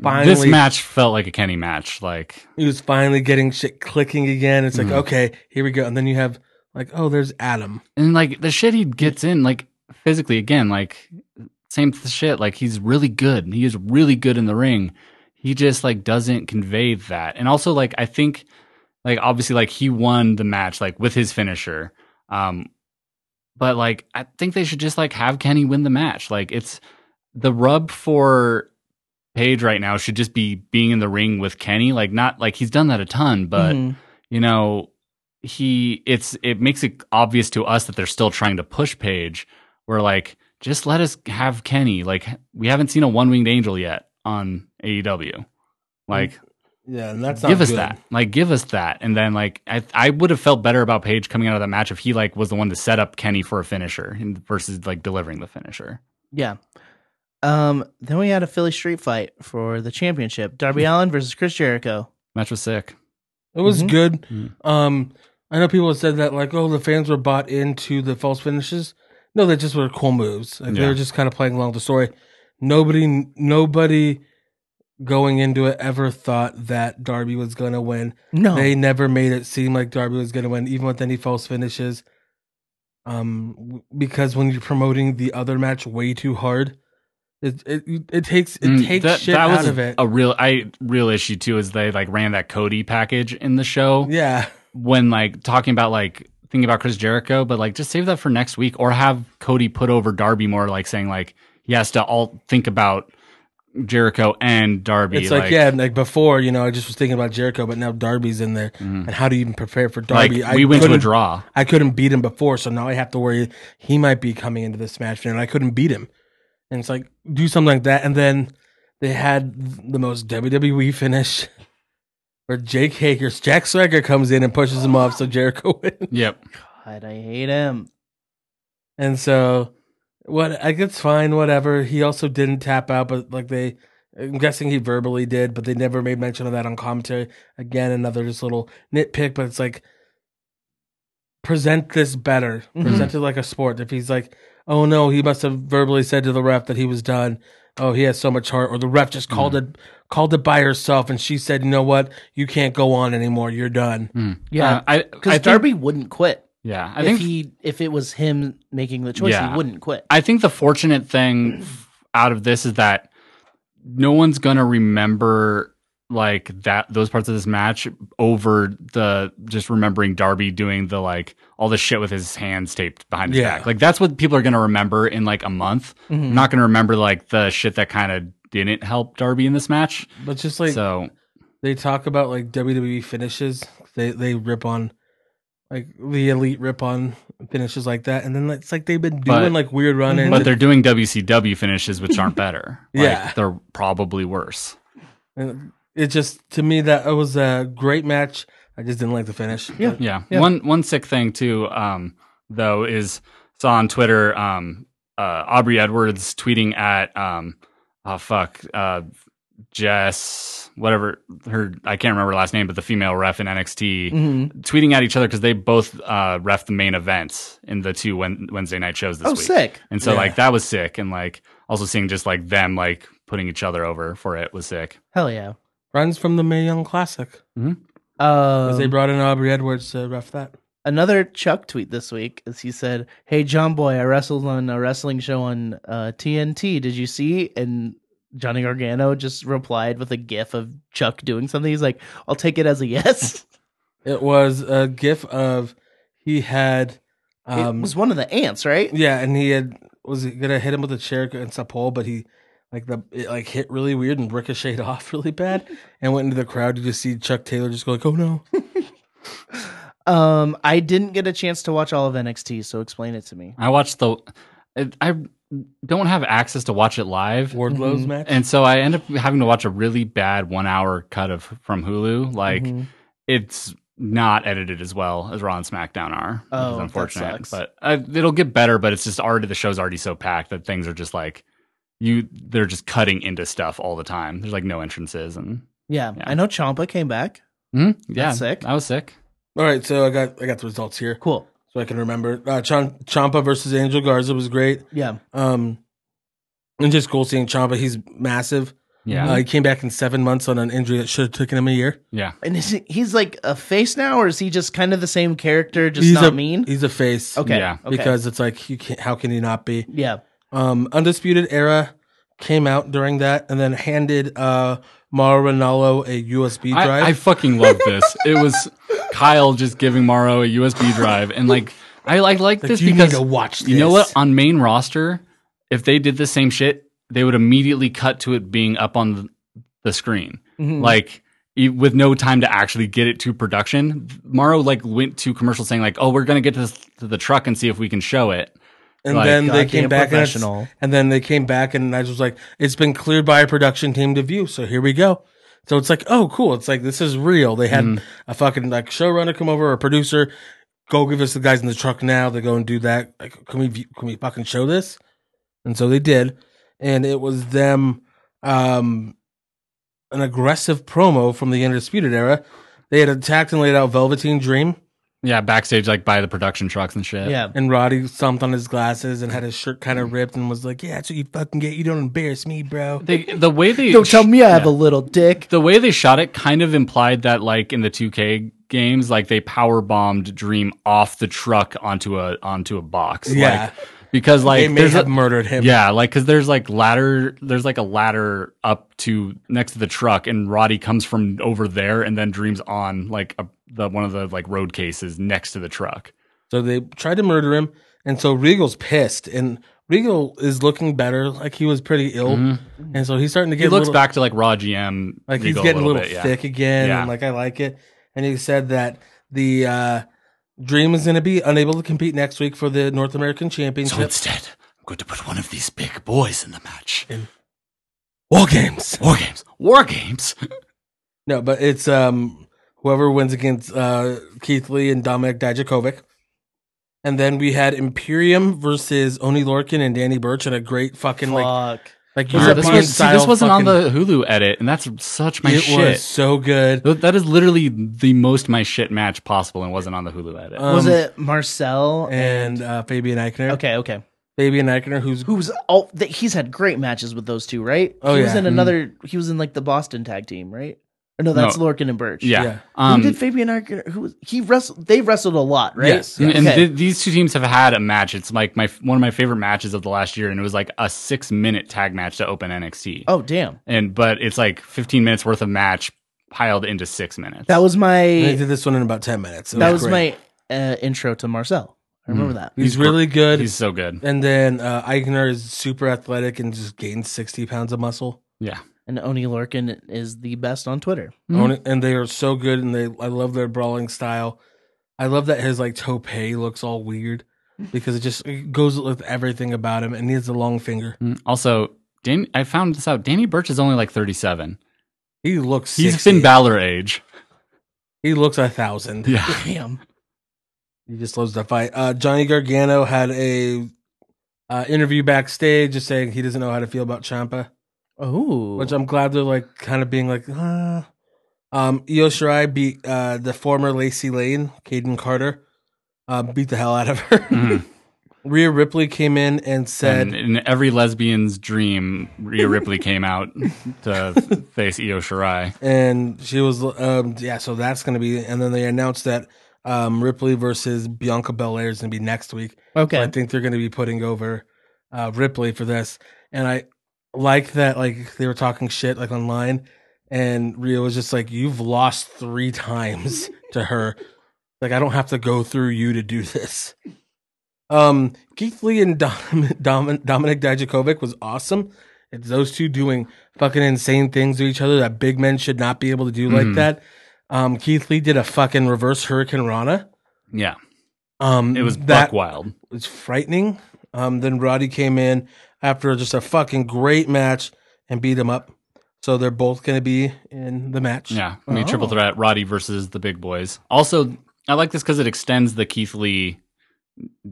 [SPEAKER 1] finally.
[SPEAKER 4] This match felt like a Kenny match. Like
[SPEAKER 1] he was finally getting shit clicking again. It's like,
[SPEAKER 4] Mhm.
[SPEAKER 1] okay, here we go. And then you have like, oh, there's Adam.
[SPEAKER 4] and like the shit he gets in, like physically again, like same th- shit. Like he's really good. He is really good in the ring. He just like doesn't convey that. And also like I think like obviously like he won the match like with his finisher. Um but like I think they should just like have Kenny win the match. Like it's the rub for Paige right now should just be being in the ring with Kenny. Like not like he's done that a ton, but
[SPEAKER 3] Mhm.
[SPEAKER 4] you know he it's it makes it obvious to us that they're still trying to push Paige. We're like, just let us have Kenny. Like we haven't seen a one winged angel yet on AEW. Like
[SPEAKER 1] Yeah, and that's not
[SPEAKER 4] give us
[SPEAKER 1] Mm, good.
[SPEAKER 4] that. Like give us that. And then like I I would have felt better about Paige coming out of that match if he like was the one to set up Kenny for a finisher and- versus like delivering the finisher.
[SPEAKER 3] Yeah. Um. Then we had a Philly street fight for the championship: Darby
[SPEAKER 4] Mm.
[SPEAKER 3] Allen versus Chris Jericho.
[SPEAKER 4] Match was sick.
[SPEAKER 1] It was
[SPEAKER 3] Mhm.
[SPEAKER 1] good.
[SPEAKER 4] Mm.
[SPEAKER 1] Um, I know people have said that like, oh, the fans were bought into the false finishes. No, they just were cool moves. Like, They
[SPEAKER 4] Yeah.
[SPEAKER 1] were just kind of playing along with the story. Nobody, nobody going into it ever thought that Darby was going to win.
[SPEAKER 3] No.
[SPEAKER 1] They never made it seem like Darby was going to win, even with any false finishes. Um, w- because when you're promoting the other match way too hard, it it, it takes it
[SPEAKER 4] Mm,
[SPEAKER 1] takes
[SPEAKER 4] that,
[SPEAKER 1] shit
[SPEAKER 4] that
[SPEAKER 1] out
[SPEAKER 4] was
[SPEAKER 1] of it.
[SPEAKER 4] a real I real issue too is they like ran that Cody package in the show.
[SPEAKER 1] yeah,
[SPEAKER 4] when like talking about like thinking about Chris Jericho, but like just save that for next week or have Cody put over Darby more, like saying like he has to all think about Jericho and Darby.
[SPEAKER 1] it's like, yeah, like before, you know, I just was thinking about Jericho, but now Darby's in there,
[SPEAKER 4] Mhm.
[SPEAKER 1] and how do you even prepare for
[SPEAKER 4] like,
[SPEAKER 1] Darby? I
[SPEAKER 4] we went to a
[SPEAKER 1] couldn't-
[SPEAKER 4] draw.
[SPEAKER 1] I couldn't beat him before, so now I have to worry he might be coming into this match, and I couldn't beat him. And it's like do something like that, and then they had the most WWE finish where Jake Hager, Jack Swagger comes in and pushes him off, so Jericho wins.
[SPEAKER 4] Yep.
[SPEAKER 3] God, I hate him.
[SPEAKER 1] And so, what I guess fine, whatever. He also didn't tap out, but like they, I'm guessing he verbally did, but they never made mention of that on commentary. Again, another just little nitpick, but it's like present this better,
[SPEAKER 3] Mhm.
[SPEAKER 1] present it like a sport. If he's like, oh no, he must have verbally said to the ref that he was done. Oh, he has so much heart, or the ref just called it called it by herself, and she said, you know what, you can't go on anymore. You're done.
[SPEAKER 4] Uh, I, I
[SPEAKER 3] because
[SPEAKER 4] think-
[SPEAKER 3] Darby wouldn't quit.
[SPEAKER 4] yeah, I
[SPEAKER 3] if
[SPEAKER 4] think
[SPEAKER 3] he if it was him making the choice,
[SPEAKER 4] Yeah.
[SPEAKER 3] he wouldn't quit.
[SPEAKER 4] I think the fortunate thing out of this is that no one's gonna remember like that those parts of this match over the just remembering Darby doing the like all the shit with his hands taped behind his
[SPEAKER 1] Yeah. Mm-hmm.
[SPEAKER 4] back. Like that's what people are gonna remember in like a month.
[SPEAKER 3] Mhm.
[SPEAKER 4] I'm not gonna remember like the shit that kind of didn't help Darby in this match.
[SPEAKER 1] But just like
[SPEAKER 4] so
[SPEAKER 1] they talk about like WWE finishes. They they rip on like the elite rip on finishes like that, and then it's like they've been doing
[SPEAKER 4] But-
[SPEAKER 1] like weird run ins.
[SPEAKER 4] but
[SPEAKER 3] Mhm.
[SPEAKER 4] they're doing WCW finishes which aren't better.
[SPEAKER 1] Yeah.
[SPEAKER 4] Like they're probably worse.
[SPEAKER 1] It just to me that it was a great match. I just didn't like the finish.
[SPEAKER 3] Yeah.
[SPEAKER 4] Yeah.
[SPEAKER 3] Yeah.
[SPEAKER 4] One one sick thing too, um, though, is saw on Twitter um, uh, Aubrey Edwards tweeting at um, oh fuck uh, Jess whatever her I can't remember her last name, but the female ref in NXT
[SPEAKER 3] Mhm.
[SPEAKER 4] tweeting at each other because they both uh, ref the main events in the two Wen- Wednesday night shows this
[SPEAKER 3] Oh,
[SPEAKER 4] week.
[SPEAKER 3] sick.
[SPEAKER 4] And so
[SPEAKER 1] Yeah.
[SPEAKER 4] like that was sick, and like also seeing just like them like putting each other over for it was sick.
[SPEAKER 3] Hell yeah.
[SPEAKER 1] Runs from the Mae Young Classic
[SPEAKER 3] Um,
[SPEAKER 1] 'Cause they brought in Aubrey Edwards to ref that.
[SPEAKER 3] another Chuck tweet this week is he said, "Hey John Boy, I wrestled on a wrestling show on uh, TNT. Did you see?" And Johnny Organo just replied with a gif of Chuck doing something. He's like, "I'll take it as a yes."
[SPEAKER 1] It was a gif of he had um
[SPEAKER 3] it was one of the ants, right?
[SPEAKER 1] yeah, and he had was gonna hit him with a chair against a pole, but he like the it like hit really weird and ricocheted off really bad and went into the crowd. You just see Chuck Taylor just go like, "Oh no!"
[SPEAKER 3] Um, I didn't get a chance to watch all of NXT, so explain it to me.
[SPEAKER 4] I watched the I- I don't have access to watch it live.
[SPEAKER 1] Wardlow's
[SPEAKER 3] Mhm.
[SPEAKER 1] match.
[SPEAKER 4] And so I end up having to watch a really bad one hour cut of from Hulu. Like
[SPEAKER 1] Mm-hmm.
[SPEAKER 3] Mhm.
[SPEAKER 4] it's not edited as well as Raw and SmackDown are. which
[SPEAKER 3] Oh,
[SPEAKER 4] is
[SPEAKER 3] that
[SPEAKER 4] unfortunate.
[SPEAKER 3] sucks.
[SPEAKER 4] But uh, it'll get better. But it's just already the show's already so packed that things are just like you they're just cutting into stuff all the time. There's like no entrances and
[SPEAKER 3] Yeah,
[SPEAKER 4] Yeah.
[SPEAKER 3] I know Champa came back.
[SPEAKER 4] Mhm, yeah,
[SPEAKER 3] That's sick.
[SPEAKER 4] I was sick.
[SPEAKER 1] All right, so I got I got the results here,
[SPEAKER 3] Cool.
[SPEAKER 1] so I can remember. Uh, Champa versus Angel Garza was great.
[SPEAKER 3] Yeah,
[SPEAKER 1] Um, and just cool seeing Champa. He's massive.
[SPEAKER 4] Yeah,
[SPEAKER 1] Uh, he came back in seven months on an injury that should have taken him a year.
[SPEAKER 4] yeah.
[SPEAKER 3] and is he, he's like a face now, or is he just kind of the same character, just
[SPEAKER 1] he's
[SPEAKER 3] not
[SPEAKER 1] a,
[SPEAKER 3] mean?
[SPEAKER 1] He's a face.
[SPEAKER 3] Okay,
[SPEAKER 4] Yeah.
[SPEAKER 3] okay.
[SPEAKER 1] Because it's like you can't, how can he not be?
[SPEAKER 3] yeah,
[SPEAKER 1] Um, Undisputed Era came out during that and then handed uh, Mauro Ranallo a USB E drive.
[SPEAKER 4] I, I fucking love this. it was Kyle just giving Morrow a USB drive, and like I like like
[SPEAKER 1] Like,
[SPEAKER 4] this
[SPEAKER 1] you need
[SPEAKER 4] because
[SPEAKER 1] to watch
[SPEAKER 4] you know what
[SPEAKER 1] this.
[SPEAKER 4] on main roster, if they did the same shit, they would immediately cut to it being up on the- the screen,
[SPEAKER 3] Mm-hmm.
[SPEAKER 4] like e- with no time to actually get it to production. Morrow like went to commercial saying like, "Oh, we're gonna get to, this, to the truck and see if we can show it."
[SPEAKER 1] and
[SPEAKER 4] like,
[SPEAKER 1] then they
[SPEAKER 3] goddamn
[SPEAKER 1] came back and, it's-
[SPEAKER 3] professional.
[SPEAKER 1] and then they came back and I was like, it's been cleared by a production team to view. So here we go. So it's like, oh, cool. It's like, this is real. They had a fucking like showrunner come over or a producer. Go give us the guys in the truck now. They go and do that. Like, can we view, can we fucking show this? And so they did, and it was them, um, an aggressive promo from the Undisputed Era. They had attacked and laid out Velveteen Dream,
[SPEAKER 4] Yeah, backstage like by the production trucks and shit.
[SPEAKER 3] yeah.
[SPEAKER 1] and Roddy stomped on his glasses and had his shirt kind of ripped and was like, "Yeah, that's what you fucking get. You don't embarrass me, bro."
[SPEAKER 4] They, the way they
[SPEAKER 3] Don't tell me I have
[SPEAKER 4] Yeah.
[SPEAKER 3] a little dick.
[SPEAKER 4] the way they shot it kind of implied that like in the 2K games like they power bombed Dream off the truck onto a onto a box.
[SPEAKER 1] Yeah.
[SPEAKER 4] Like, because like
[SPEAKER 1] they may
[SPEAKER 4] there's
[SPEAKER 1] have
[SPEAKER 4] a,
[SPEAKER 1] murdered him.
[SPEAKER 4] yeah, like cuz there's like ladder there's like a ladder up to next to the truck and Roddy comes from over there and then Dream's on like a, the one of the like road cases next to the truck.
[SPEAKER 1] So they tried to murder him, and so Regal's pissed, and Regal is looking better. Like he was pretty ill, and so he's starting to get.
[SPEAKER 4] Mm-hmm. He looks
[SPEAKER 1] little-
[SPEAKER 4] back to like raw GM
[SPEAKER 1] Like
[SPEAKER 4] Regal
[SPEAKER 1] he's getting a little,
[SPEAKER 4] bit, yeah.
[SPEAKER 1] thick again,
[SPEAKER 4] Yeah.
[SPEAKER 1] and like I like it. And he said that the uh, Dream is going to be unable to compete next week for the North American
[SPEAKER 4] So
[SPEAKER 1] Championship
[SPEAKER 4] instead, I'm going to put one of these big boys in the match.
[SPEAKER 1] War Games.
[SPEAKER 4] War games. War games.
[SPEAKER 1] No, but it's um whoever wins against uh, Keith Lee and Dominic Dijakovic. And then we had Imperium versus Oni Lorkin and Danny Burch in a great fucking like
[SPEAKER 3] Fuck.
[SPEAKER 1] like
[SPEAKER 4] Yeah, this,
[SPEAKER 1] European
[SPEAKER 4] was, see, this
[SPEAKER 1] style
[SPEAKER 4] wasn't on
[SPEAKER 1] fucking-
[SPEAKER 4] the Hulu edit, and that's such my
[SPEAKER 1] it
[SPEAKER 4] shit.
[SPEAKER 1] was so good.
[SPEAKER 4] Th- That is literally the most my shit match possible, and wasn't on the Hulu edit.
[SPEAKER 1] Um,
[SPEAKER 3] was it Marcel
[SPEAKER 1] and uh, Fabian Eichner?
[SPEAKER 3] Okay, okay.
[SPEAKER 1] Fabian Eichner, who's
[SPEAKER 3] Who's oh th- he's had great matches with those two, right?
[SPEAKER 1] Oh,
[SPEAKER 3] he was
[SPEAKER 1] yeah.
[SPEAKER 3] in another he was in like the Boston tag team, right? Or no, that's
[SPEAKER 4] No.
[SPEAKER 3] Lorkin and Birch.
[SPEAKER 4] yeah.
[SPEAKER 1] yeah.
[SPEAKER 4] Um,
[SPEAKER 3] who did Fabian Arc who was he wrestled they wrestled a lot, right?
[SPEAKER 1] Yes.
[SPEAKER 4] and- and
[SPEAKER 3] Okay.
[SPEAKER 4] th- these two teams have had a match. It's like my one of my favorite matches of the last year, and it was like a six minute tag match to open NXT.
[SPEAKER 3] oh damn.
[SPEAKER 4] And but it's like fifteen minutes worth of match piled into six minutes.
[SPEAKER 3] That was my
[SPEAKER 1] they did this one in about ten minutes. It
[SPEAKER 3] that was
[SPEAKER 1] great. Mm.
[SPEAKER 3] my uh, intro to Marcel. I remember that.
[SPEAKER 1] He's,
[SPEAKER 4] He's gr-
[SPEAKER 1] really good.
[SPEAKER 4] He's so good.
[SPEAKER 1] and then uh, Eichner is super athletic and just gained sixty pounds of muscle.
[SPEAKER 4] Yeah.
[SPEAKER 3] And Oni Lorkin is the best on Twitter.
[SPEAKER 4] Mhm.
[SPEAKER 1] Oni- And they are so good. And they, I love their brawling style. I love that his like tope looks all weird because it just it goes with everything about him. And he has a long finger.
[SPEAKER 4] Mm. Also, Dan- I found this out. Danny Birch is only like thirty seven.
[SPEAKER 1] He looks.
[SPEAKER 4] He's
[SPEAKER 1] 60.
[SPEAKER 4] Finn Balor age.
[SPEAKER 1] He looks a thousand.
[SPEAKER 4] Yeah.
[SPEAKER 3] Damn.
[SPEAKER 1] He just loves to fight. Uh, Johnny Gargano had a uh, interview backstage, just saying he doesn't know how to feel about Champa,
[SPEAKER 3] Oh.
[SPEAKER 1] which I'm glad they're like kind of being like, ah. Um, Io Shirai beat uh, the former Lacey Lane, Caden Carter, uh, beat the hell out of her.
[SPEAKER 4] Mhm.
[SPEAKER 1] Rhea Ripley came in and said,
[SPEAKER 4] And in every lesbian's dream, Rhea Ripley came out to face Io Shirai.
[SPEAKER 1] and she was, um, yeah, so that's going to be, and then they announced that um, Ripley versus Bianca Belair is going to be next week. So I
[SPEAKER 3] okay.
[SPEAKER 1] think they're going to be putting over uh, Ripley for this. And I like that, like, they were talking shit, like, online. And Rhea was just like, You've lost three times to her. Like, I don't have to go through you to do this. Um, Keith Lee and Dom- Dom- Dominic Dijakovic was awesome. It's those two doing fucking insane things to each other that big men should not be able to do like
[SPEAKER 4] Mhm.
[SPEAKER 1] that. Um, Keith Lee did a fucking reverse Hurricane Rana.
[SPEAKER 4] Yeah,
[SPEAKER 1] Um,
[SPEAKER 4] it was
[SPEAKER 1] that
[SPEAKER 4] buck wild.
[SPEAKER 1] was frightening. Um, then Roddy came in after just a fucking great match and beat him up. So they're both going to be in the match.
[SPEAKER 4] Yeah, I mean
[SPEAKER 3] Oh.
[SPEAKER 4] triple threat Roddy versus the Big Boys. Also, I like this because it extends the Keith Lee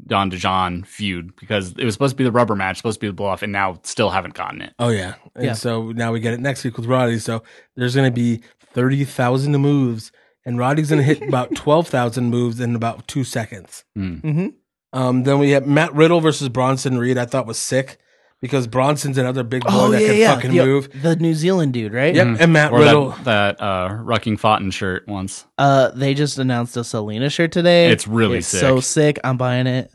[SPEAKER 4] Don DeJohn feud because it was supposed to be the rubber match, supposed to be the blow off, and now still haven't gotten it.
[SPEAKER 1] Oh yeah. And
[SPEAKER 3] Yeah.
[SPEAKER 1] so now we get it next week with Roddy. So there's gonna be thirty thousand moves, and Roddy's gonna hit about twelve thousand moves in about two seconds.
[SPEAKER 4] Mm.
[SPEAKER 3] Mm-hmm.
[SPEAKER 1] Um, then we have Matt Riddle versus Bronson Reed. I thought was sick because Bronson's another big boy
[SPEAKER 3] Oh,
[SPEAKER 1] that can fucking
[SPEAKER 3] the,
[SPEAKER 1] move.
[SPEAKER 3] The New Zealand dude, right?
[SPEAKER 1] Yep, and Matt
[SPEAKER 4] Mm-hmm. Or
[SPEAKER 1] Riddle.
[SPEAKER 4] that, that uh, Rucking Foughton shirt once.
[SPEAKER 3] Uh, they just announced a Selena shirt today.
[SPEAKER 4] It's really
[SPEAKER 3] It's
[SPEAKER 4] sick.
[SPEAKER 3] so sick. I'm buying it.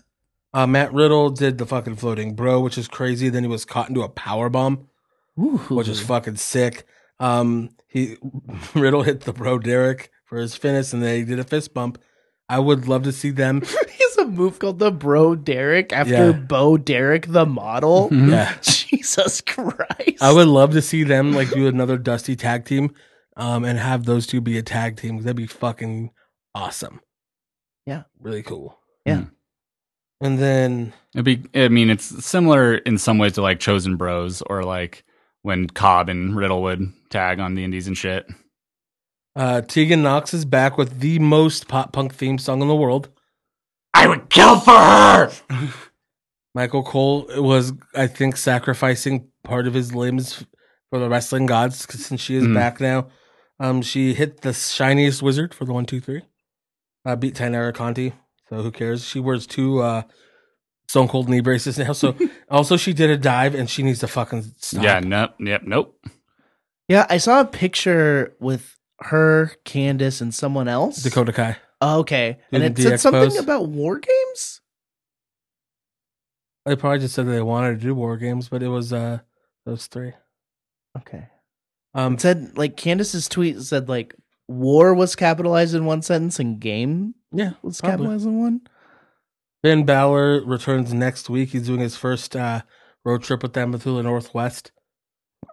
[SPEAKER 1] Uh, Matt Riddle did the fucking floating bro, which is crazy. Then he was caught into a power bomb, which
[SPEAKER 3] Mm-hmm.
[SPEAKER 1] is fucking sick. Um, he Riddle hit the bro Derek for his finish, and they did a fist bump. I would love to see them.
[SPEAKER 3] He's a move called the Bro Derek
[SPEAKER 1] Yeah.
[SPEAKER 3] after Bo Derek, the model.
[SPEAKER 4] Mhm.
[SPEAKER 1] Yeah,
[SPEAKER 3] Jesus Christ.
[SPEAKER 1] I would love to see them like do another Dusty tag team, um, and have those two be a tag team. That'd be fucking awesome.
[SPEAKER 3] Yeah.
[SPEAKER 1] really cool.
[SPEAKER 3] Yeah.
[SPEAKER 1] and then
[SPEAKER 4] It'd be, I mean, it's similar in some ways to like Chosen Bros or like when Cobb and Riddle would tag on the Indies and shit.
[SPEAKER 1] uh, Tegan Knox is back with the most pop punk theme song in the world.
[SPEAKER 4] I would kill for her.
[SPEAKER 1] Michael Cole was, I think, sacrificing part of his limbs for the wrestling gods 'cause since she is
[SPEAKER 4] Mhm.
[SPEAKER 1] back now. Um, she hit the shiniest wizard for the one, two, three. Uh, beat Tainara Conti, so who cares? She wears two uh, Stone Cold knee braces now. So also, she did a dive and she needs to fucking stop.
[SPEAKER 4] Yeah. Nope. Yep. Nope.
[SPEAKER 3] yeah, I saw a picture with her, Candace, and someone else. Oh,
[SPEAKER 1] Dakota Kai.
[SPEAKER 3] Okay. And
[SPEAKER 1] Did
[SPEAKER 3] it
[SPEAKER 1] the
[SPEAKER 3] said
[SPEAKER 1] DX
[SPEAKER 3] something
[SPEAKER 1] pose?
[SPEAKER 3] about war games?
[SPEAKER 1] They probably just said that they wanted to do war games, but it was uh, those three.
[SPEAKER 3] Okay.
[SPEAKER 1] Um,
[SPEAKER 3] It said, like, Candace's tweet said, like, war was capitalized in one sentence and game
[SPEAKER 1] yeah,
[SPEAKER 3] was
[SPEAKER 1] Probably.
[SPEAKER 3] capitalized in one.
[SPEAKER 1] Ben Balor returns next week. He's doing his first uh, road trip with them through the Northwest.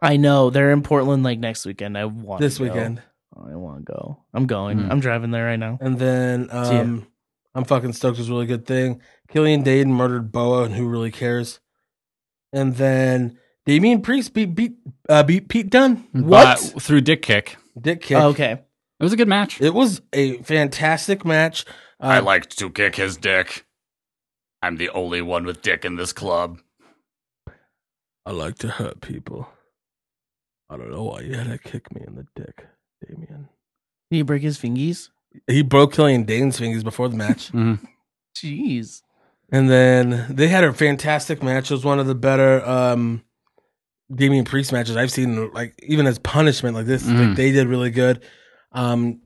[SPEAKER 3] I know. They're in Portland, like, next weekend. I want
[SPEAKER 1] this weekend. Mm-hmm.
[SPEAKER 3] I want to go. I'm going.
[SPEAKER 4] Mhm.
[SPEAKER 3] I'm driving there right now.
[SPEAKER 1] And then
[SPEAKER 3] ya.
[SPEAKER 1] um, I'm fucking stoked. Is a really good thing. Killian Dade murdered Boa, and who really cares? And then Damien Priest beat beat uh, beat Pete Dunne.
[SPEAKER 3] What?
[SPEAKER 4] But through Dick Kick.
[SPEAKER 1] Dick kick.
[SPEAKER 3] okay.
[SPEAKER 4] It was a good match.
[SPEAKER 1] It was a fantastic match. Uh,
[SPEAKER 4] like to kick his dick. I'm the only one with dick in this club.
[SPEAKER 1] I like to hurt people. I don't know why you had to kick me in the dick, Damien.
[SPEAKER 3] Did he break his fingies?
[SPEAKER 1] He broke Killian Dane's fingers before the match.
[SPEAKER 3] Jeez.
[SPEAKER 1] And then they had a fantastic match. It was one of the better um Damian Priest matches I've seen, like even as punishment, like this.
[SPEAKER 4] Mhm.
[SPEAKER 1] Like they did really good. Um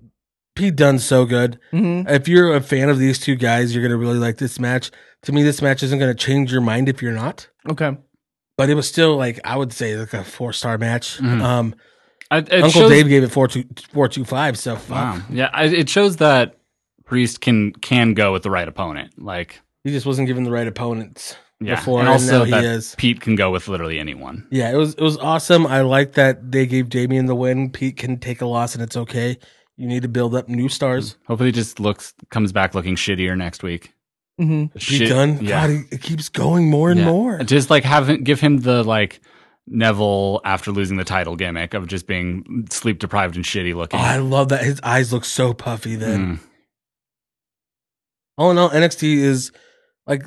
[SPEAKER 1] Pete Dunne's so good.
[SPEAKER 3] Mm-hmm.
[SPEAKER 1] If you're a fan of these two guys, you're gonna really like this match. To me, this match isn't gonna change your mind if you're not.
[SPEAKER 3] Okay.
[SPEAKER 1] But it was still like I would say like a four star match.
[SPEAKER 4] Mhm.
[SPEAKER 1] Um
[SPEAKER 4] I, it
[SPEAKER 1] Uncle
[SPEAKER 4] shows,
[SPEAKER 1] Dave gave it four two four two five, so fuck.
[SPEAKER 4] Wow. Yeah. I, it shows that Priest can can go with the right opponent. Like
[SPEAKER 1] He just wasn't given the right opponents.
[SPEAKER 4] yeah.
[SPEAKER 1] Before
[SPEAKER 4] and
[SPEAKER 1] and
[SPEAKER 4] also
[SPEAKER 1] now he
[SPEAKER 4] that
[SPEAKER 1] is.
[SPEAKER 4] Pete can go with literally anyone.
[SPEAKER 1] Yeah, it was it was awesome. I like that they gave Damien the win. Pete can take a loss and it's okay. You need to build up new stars.
[SPEAKER 4] Hopefully, he just looks comes back looking shittier next week.
[SPEAKER 3] Mm-hmm.
[SPEAKER 1] Pete Dunne, God, he, it keeps going more and
[SPEAKER 4] Mm, Yeah.
[SPEAKER 1] more.
[SPEAKER 4] Just like have him, give him the like Neville after losing the title gimmick of just being sleep deprived and shitty
[SPEAKER 1] Oh,
[SPEAKER 4] looking.
[SPEAKER 1] I love that his eyes look so puffy. Then
[SPEAKER 4] Mm.
[SPEAKER 1] all in all, NXT is like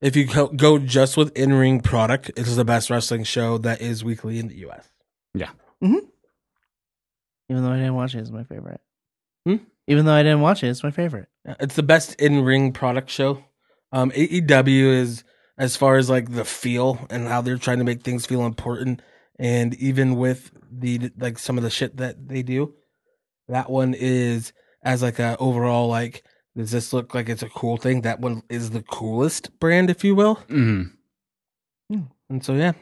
[SPEAKER 1] if you go- go just with in ring product, it is the best wrestling show that is weekly in the U.S.
[SPEAKER 3] Even though I didn't watch it, it's my favorite.
[SPEAKER 1] Hmm?
[SPEAKER 3] Even though I didn't watch it, it's my favorite.
[SPEAKER 1] Yeah, It's the best in ring product show. Um, AEW is as far as like the feel and how they're trying to make things feel important, and even with the like some of the shit that they do, that one is as like a overall like does this look like it's a cool thing? That one is the coolest brand, if you will.
[SPEAKER 4] Mm.
[SPEAKER 1] And so yeah,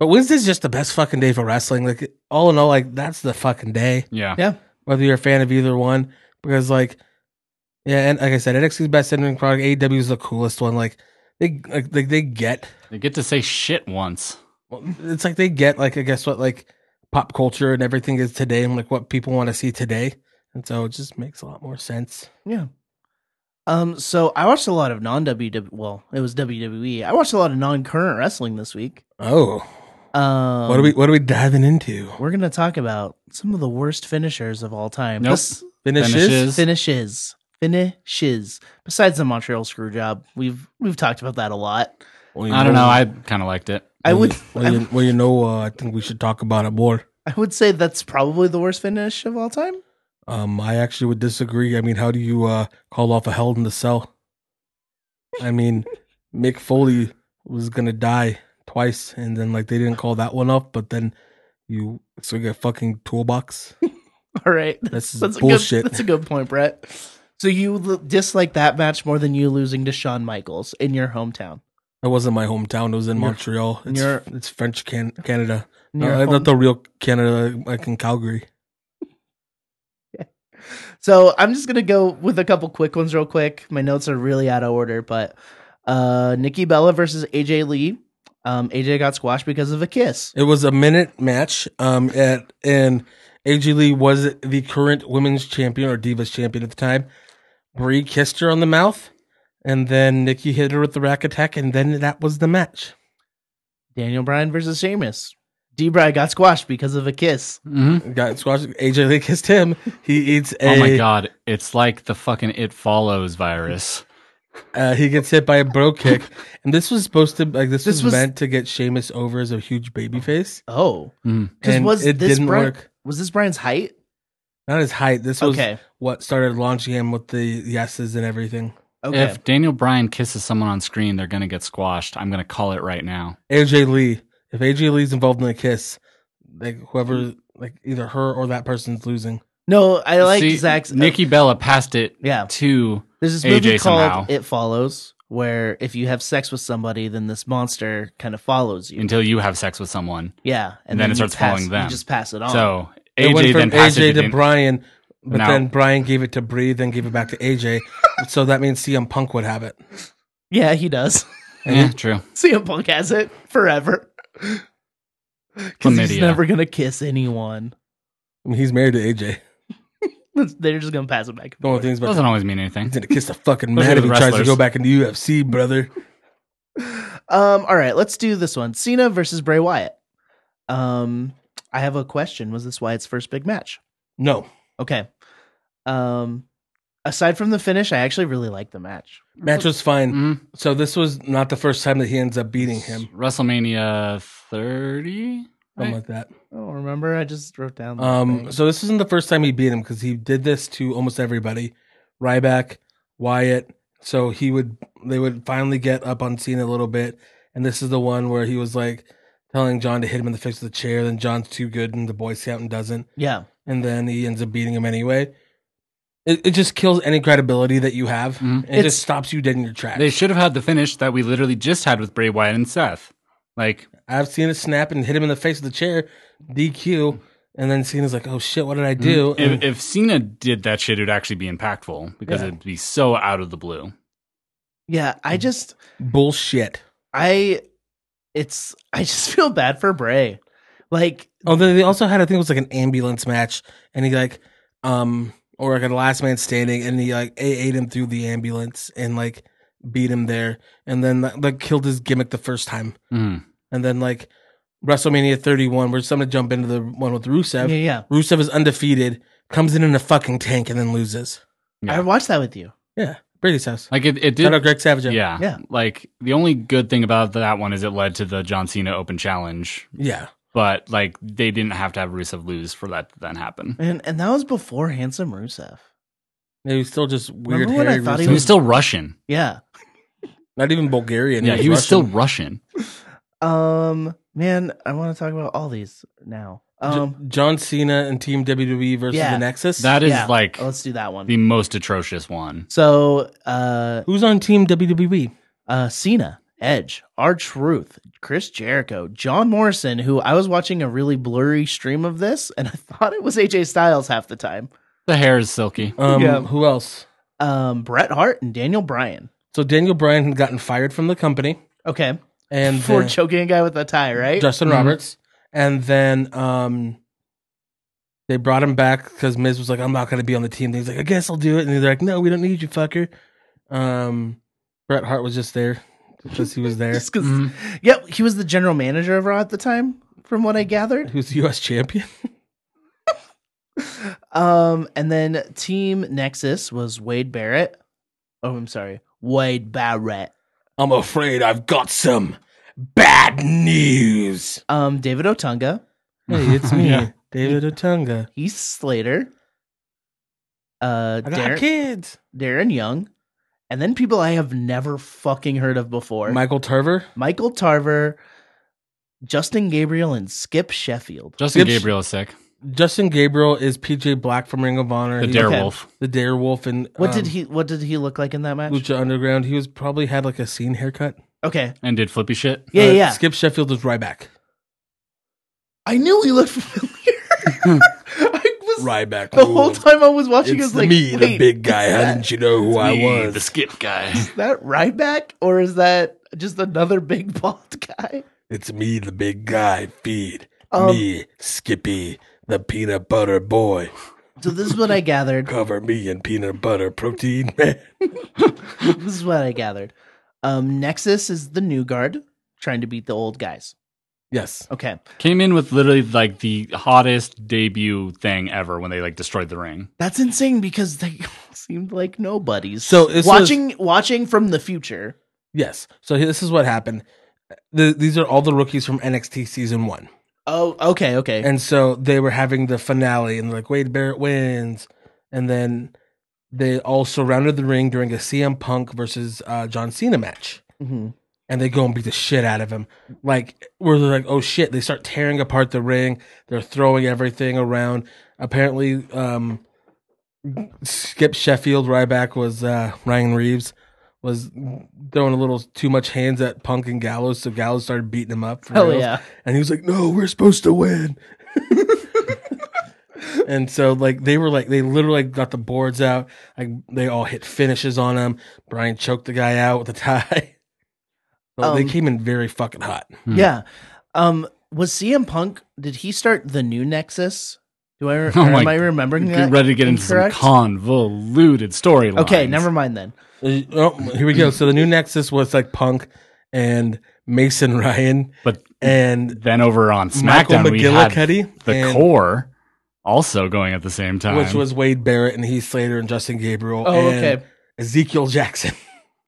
[SPEAKER 1] but Wednesday's just the best fucking day for wrestling. Like all in all, like that's the fucking day
[SPEAKER 4] Yeah.
[SPEAKER 1] whether you're a fan of either one, because like, yeah, and like I said, NXT's best in ring product. AEW is the coolest one. Like they like they, they get.
[SPEAKER 4] They get to say shit once.
[SPEAKER 1] well, It's like they get like I guess what like pop culture and everything is today, and like what people want to see today, and so it just makes a lot more sense.
[SPEAKER 3] Yeah. Um. So I watched a lot of non WWE. Well, it was WWE. I watched a lot of non current wrestling this week.
[SPEAKER 1] Oh,
[SPEAKER 3] Um,
[SPEAKER 1] what are we what are we diving into?
[SPEAKER 3] We're gonna talk about some of the worst finishers of all time.
[SPEAKER 4] Nope.
[SPEAKER 3] This
[SPEAKER 1] Finishes.
[SPEAKER 4] Finishes.
[SPEAKER 3] finishes. finishes. Besides the Montreal Screwjob, we've we've talked about that a lot.
[SPEAKER 1] Well, you
[SPEAKER 4] I don't know. I kind of liked it.
[SPEAKER 3] I
[SPEAKER 1] Mm-hmm.
[SPEAKER 3] would
[SPEAKER 1] Well, you, well, you know, uh, I think we should talk about it more.
[SPEAKER 3] I would say that's probably the worst finish of all time.
[SPEAKER 1] Um, I actually would disagree. I mean, how do you uh, call off a held in the cell? I mean, Mick Foley was gonna die twice, and then like they didn't call that one off, but then you so you get fucking toolbox.
[SPEAKER 3] All right,
[SPEAKER 1] That's,
[SPEAKER 3] that's A
[SPEAKER 1] bullshit.
[SPEAKER 3] good, that's a good point, Brett. So you l- dislike that match more than you losing to Shawn Michaels in your hometown.
[SPEAKER 1] that wasn't my hometown. It was in
[SPEAKER 3] Your-
[SPEAKER 1] Montreal. It's,
[SPEAKER 3] your-
[SPEAKER 1] it's French can- Canada.
[SPEAKER 3] In
[SPEAKER 1] No,
[SPEAKER 3] your
[SPEAKER 1] not
[SPEAKER 3] home-
[SPEAKER 1] the real Canada, like in Calgary.
[SPEAKER 3] So I'm just gonna go with a couple quick ones real quick. My notes are really out of order, but uh Nikki Bella versus AJ Lee. Um AJ got squashed because of a kiss.
[SPEAKER 1] It was a minute match. Um, at and AJ Lee was the current women's champion or divas champion at the time. Brie kissed her on the mouth, and then Nikki hit her with the rack attack, and then that was the match.
[SPEAKER 3] Daniel Bryan versus Sheamus. D Bry got squashed because of a kiss.
[SPEAKER 4] Mm-hmm.
[SPEAKER 1] Got squashed. AJ Lee kissed him. He eats a.
[SPEAKER 4] Oh my god, it's like the fucking It Follows virus.
[SPEAKER 1] Uh, he gets hit by a bro kick, and this was supposed to like this,
[SPEAKER 3] This
[SPEAKER 1] was,
[SPEAKER 3] was-
[SPEAKER 1] meant to get Sheamus over as a huge baby face.
[SPEAKER 3] Oh.
[SPEAKER 4] Mm.
[SPEAKER 3] Because
[SPEAKER 1] And
[SPEAKER 3] was
[SPEAKER 1] it
[SPEAKER 3] this
[SPEAKER 1] didn't
[SPEAKER 3] Bri-
[SPEAKER 1] work.
[SPEAKER 3] was this Brian's height?
[SPEAKER 1] Not his height. This was
[SPEAKER 3] okay.
[SPEAKER 1] what started launching him with the yeses and everything.
[SPEAKER 3] Okay.
[SPEAKER 4] If Daniel Bryan kisses someone on screen, they're gonna get squashed. I'm gonna call it right now.
[SPEAKER 1] AJ Lee. If AJ Lee's involved in a kiss, like whoever, like either her or that person's losing.
[SPEAKER 3] no, I like
[SPEAKER 4] See,
[SPEAKER 3] Zach's uh,
[SPEAKER 4] Nikki
[SPEAKER 1] uh,
[SPEAKER 4] Bella passed it
[SPEAKER 3] yeah.
[SPEAKER 4] to
[SPEAKER 3] There's this
[SPEAKER 4] AJ
[SPEAKER 3] movie called
[SPEAKER 4] somehow.
[SPEAKER 3] It Follows, where if you have sex with somebody, then this monster kind of follows you.
[SPEAKER 4] until you have sex with someone.
[SPEAKER 3] yeah,
[SPEAKER 4] and then it
[SPEAKER 3] you
[SPEAKER 4] starts
[SPEAKER 3] pass-
[SPEAKER 4] following them.
[SPEAKER 3] You just pass it on.
[SPEAKER 4] So
[SPEAKER 1] Oh. it went
[SPEAKER 4] AJ
[SPEAKER 1] from
[SPEAKER 4] then passed
[SPEAKER 1] AJ
[SPEAKER 4] it
[SPEAKER 1] to
[SPEAKER 4] Dan-
[SPEAKER 1] Brian, but
[SPEAKER 4] No.
[SPEAKER 1] then Brian gave it to Bree, then gave it back to AJ. so that means CM Punk would have it.
[SPEAKER 3] yeah, he does.
[SPEAKER 4] Yeah, true.
[SPEAKER 3] CM Punk has it forever. Because he's
[SPEAKER 4] Chlamydia.
[SPEAKER 3] never gonna kiss anyone.
[SPEAKER 1] I mean, he's married to AJ.
[SPEAKER 3] They're just gonna pass it back. and
[SPEAKER 1] The only
[SPEAKER 3] forth.
[SPEAKER 1] thing's about
[SPEAKER 4] Doesn't always mean
[SPEAKER 1] he's
[SPEAKER 4] anything.
[SPEAKER 1] gonna kiss the fucking
[SPEAKER 4] Those are
[SPEAKER 1] man if
[SPEAKER 4] the
[SPEAKER 1] he tries to
[SPEAKER 4] wrestlers.
[SPEAKER 1] go back into UFC, brother.
[SPEAKER 3] Um, all right, let's do this one: Cena versus Bray Wyatt. Um, I have a question. Was this Wyatt's first big match?
[SPEAKER 1] No,
[SPEAKER 3] Okay. Um, aside from the finish, I actually really like the match.
[SPEAKER 1] match was fine.
[SPEAKER 4] Mhm.
[SPEAKER 1] So this was not the first time that he ends up beating him,
[SPEAKER 4] WrestleMania 30.
[SPEAKER 1] something like
[SPEAKER 4] Right.
[SPEAKER 1] that.
[SPEAKER 3] I don't remember. I just wrote down. The
[SPEAKER 1] Um,
[SPEAKER 3] thing.
[SPEAKER 1] so this isn't the first time he beat him because he did this to almost everybody, Ryback, Wyatt. So he would they would finally get up on scene a little bit, and this is the one where he was like telling John to hit him in the face with the chair. Then John's too good, and the Boy Scout and doesn't,
[SPEAKER 3] yeah,
[SPEAKER 1] and then he ends up beating him anyway. It, it just kills any credibility that you have. and
[SPEAKER 4] Mhm.
[SPEAKER 1] It
[SPEAKER 3] It's-
[SPEAKER 1] just stops you dead in your tracks.
[SPEAKER 4] They should have had the finish that we literally just had with Bray Wyatt and Seth. Like,
[SPEAKER 1] I've seen it snap and hit him in the face with the chair, DQ, and then Cena's like, "Oh shit, what did I do?"
[SPEAKER 4] Mm-hmm. if,
[SPEAKER 1] And-
[SPEAKER 4] if Cena did that shit, it would actually be impactful because
[SPEAKER 1] Yeah.
[SPEAKER 4] it'd be so out of the blue.
[SPEAKER 3] yeah. I
[SPEAKER 1] Mm-hmm.
[SPEAKER 3] just,
[SPEAKER 1] Bullshit.
[SPEAKER 3] I, it's, I just feel bad for Bray. Like,
[SPEAKER 1] Oh, then they also had I think it was like an ambulance match, and he like, um, or like a last man standing, and he like a ate him through the ambulance and like beat him there, and then like killed his gimmick the first time,
[SPEAKER 4] Mhm.
[SPEAKER 1] and then like WrestleMania 31, we're just gonna jump into the one with
[SPEAKER 3] yeah,
[SPEAKER 1] Rusev.
[SPEAKER 3] yeah.
[SPEAKER 1] Rusev is undefeated, comes in in a fucking tank, and then loses.
[SPEAKER 4] Yeah.
[SPEAKER 3] I watched that with you.
[SPEAKER 1] Yeah, Brady's house.
[SPEAKER 4] Like, it, it
[SPEAKER 1] Shout out
[SPEAKER 4] did.
[SPEAKER 1] Greg Savage.
[SPEAKER 4] Yeah.
[SPEAKER 3] Yeah.
[SPEAKER 4] Like, the only good thing about that one is it led to the John Cena Open Challenge,
[SPEAKER 1] yeah.
[SPEAKER 4] but like, they didn't have to have Rusev lose for that to then happen.
[SPEAKER 3] And and that was before Handsome Rusev.
[SPEAKER 1] He was still just weird.
[SPEAKER 3] Remember when I
[SPEAKER 1] hairy
[SPEAKER 3] thought he
[SPEAKER 1] Rusev.
[SPEAKER 4] He was still Russian.
[SPEAKER 3] Yeah.
[SPEAKER 1] not even Bulgarian.
[SPEAKER 4] Yeah, he was still
[SPEAKER 1] Russian.
[SPEAKER 4] Russian.
[SPEAKER 3] Um, man, I want to talk about all these now.
[SPEAKER 1] J-
[SPEAKER 3] Um,
[SPEAKER 1] John Cena and Team WWE versus
[SPEAKER 3] Yeah.
[SPEAKER 1] the Nexus.
[SPEAKER 4] That is
[SPEAKER 3] yeah.
[SPEAKER 4] like
[SPEAKER 3] oh, let's do that one.
[SPEAKER 4] the most atrocious one.
[SPEAKER 3] so, uh,
[SPEAKER 1] Who's on Team E? WWE?
[SPEAKER 3] uh, Cena, Edge, R Truth, Chris Jericho, John Morrison, who I was watching a really blurry stream of this, and I thought it was AJ Styles half the time.
[SPEAKER 4] The hair is silky.
[SPEAKER 1] Um,
[SPEAKER 3] Yeah.
[SPEAKER 1] Who else?
[SPEAKER 3] Um, Bret Hart and Daniel Bryan.
[SPEAKER 1] So Daniel Bryan had gotten fired from the company,
[SPEAKER 3] Okay,
[SPEAKER 1] and
[SPEAKER 3] for
[SPEAKER 1] then
[SPEAKER 3] choking a guy with a tie, right?
[SPEAKER 1] Justin
[SPEAKER 4] Mhm.
[SPEAKER 1] Roberts, and then um, they brought him back because Miz was like, "I'm not going to be on the team." And he's like, "I guess I'll do it," and they're like, "No, we don't need you, fucker." Um, Bret Hart was just there because he was there.
[SPEAKER 3] Just 'cause-
[SPEAKER 4] Mhm.
[SPEAKER 3] Yep, he was the general manager of Raw at the time, from what I gathered.
[SPEAKER 1] He was the U.S. champion.
[SPEAKER 3] Um, and then Team Nexus was Wade Barrett. Oh, I'm sorry, Wade Barrett.
[SPEAKER 1] I'm afraid I've got some bad news.
[SPEAKER 3] Um, David Otunga.
[SPEAKER 1] Hey, it's me,
[SPEAKER 4] Yeah.
[SPEAKER 1] David Otunga.
[SPEAKER 3] Heath Slater. Uh,
[SPEAKER 1] I got
[SPEAKER 3] Darren,
[SPEAKER 1] kids.
[SPEAKER 3] Darren Young, and then people I have never fucking heard of before:
[SPEAKER 1] Michael Turver.
[SPEAKER 3] Michael Tarver, Justin Gabriel, and Skip Sheffield.
[SPEAKER 4] Justin
[SPEAKER 1] Gibbs-
[SPEAKER 4] Gabriel is sick.
[SPEAKER 1] Justin Gabriel is PJ Black from Ring of Honor.
[SPEAKER 4] The
[SPEAKER 1] He-
[SPEAKER 4] Darewolf.
[SPEAKER 1] The Darewolf and
[SPEAKER 3] What did
[SPEAKER 1] um,
[SPEAKER 3] he? What did he look like in that match?
[SPEAKER 1] Lucha Underground. He was probably had like a scene haircut.
[SPEAKER 3] Okay,
[SPEAKER 4] And did flippy shit.
[SPEAKER 3] yeah,
[SPEAKER 1] Uh,
[SPEAKER 3] yeah, yeah.
[SPEAKER 1] Skip Sheffield was Ryback.
[SPEAKER 3] I knew he looked familiar. I was
[SPEAKER 1] Ryback.
[SPEAKER 3] the whole time I was watching. I was like, wait, is that-
[SPEAKER 1] you know who
[SPEAKER 4] skip guy.
[SPEAKER 3] Is that Ryback or is that just another big bald guy?
[SPEAKER 1] It's me, the big guy. Feed
[SPEAKER 3] Um,
[SPEAKER 1] Skippy, the peanut butter boy.
[SPEAKER 3] So this is what I gathered.
[SPEAKER 1] Cover me in peanut butter protein.
[SPEAKER 3] this is what I gathered. Um, Nexus is the new guard trying to beat the old guys.
[SPEAKER 1] yes.
[SPEAKER 3] Okay,
[SPEAKER 4] Came in with literally like the hottest debut thing ever when they like destroyed the ring.
[SPEAKER 3] that's insane because they seemed like nobodies.
[SPEAKER 1] So this was-
[SPEAKER 3] watching watching from the future.
[SPEAKER 1] Yes. So he- this is what happened. The, these are all the rookies from NXT season one.
[SPEAKER 3] Oh, okay, okay.
[SPEAKER 1] And so they were having the finale, and like Wade Barrett wins, and then they all surrounded the ring during a CM Punk versus uh, John Cena match,
[SPEAKER 3] Mhm.
[SPEAKER 1] and they go and beat the shit out of him. Like we're like, oh shit! They start tearing apart the ring. They're throwing everything around. Apparently, um, Skip Sheffield Ryback was uh, Ryan Reeves was throwing a little too much hands at Punk and Gallows, so Gallows started beating him up. For
[SPEAKER 3] Hell
[SPEAKER 1] reals.
[SPEAKER 3] yeah.
[SPEAKER 1] And he was like, "No, we're supposed to win." and so, like, they were like, they literally got the boards out. Like, they all hit finishes on him. Brian choked the guy out with a tie. So they
[SPEAKER 3] Um,
[SPEAKER 1] came in very fucking hot.
[SPEAKER 4] Hmm.
[SPEAKER 3] Yeah. Um, was CM Punk? Did he start the new Nexus? Do I? Re-
[SPEAKER 4] Oh
[SPEAKER 3] or
[SPEAKER 4] my
[SPEAKER 3] am I remembering
[SPEAKER 4] Get
[SPEAKER 3] that?
[SPEAKER 4] ready to get into
[SPEAKER 3] incorrect?
[SPEAKER 4] some convoluted storyline.
[SPEAKER 3] Okay, never mind then.
[SPEAKER 1] Uh, Oh, here we go. So the new Nexus was like Punk and Mason Ryan
[SPEAKER 4] But
[SPEAKER 1] and
[SPEAKER 4] then over on
[SPEAKER 1] Michael
[SPEAKER 4] SmackDown, we had
[SPEAKER 1] McGillicuddy,
[SPEAKER 4] the
[SPEAKER 1] and-
[SPEAKER 4] core also going at the same time.
[SPEAKER 1] which was Wade Barrett and Heath Slater and Justin Gabriel.
[SPEAKER 3] Oh,
[SPEAKER 1] and
[SPEAKER 3] okay.
[SPEAKER 1] Ezekiel Jackson.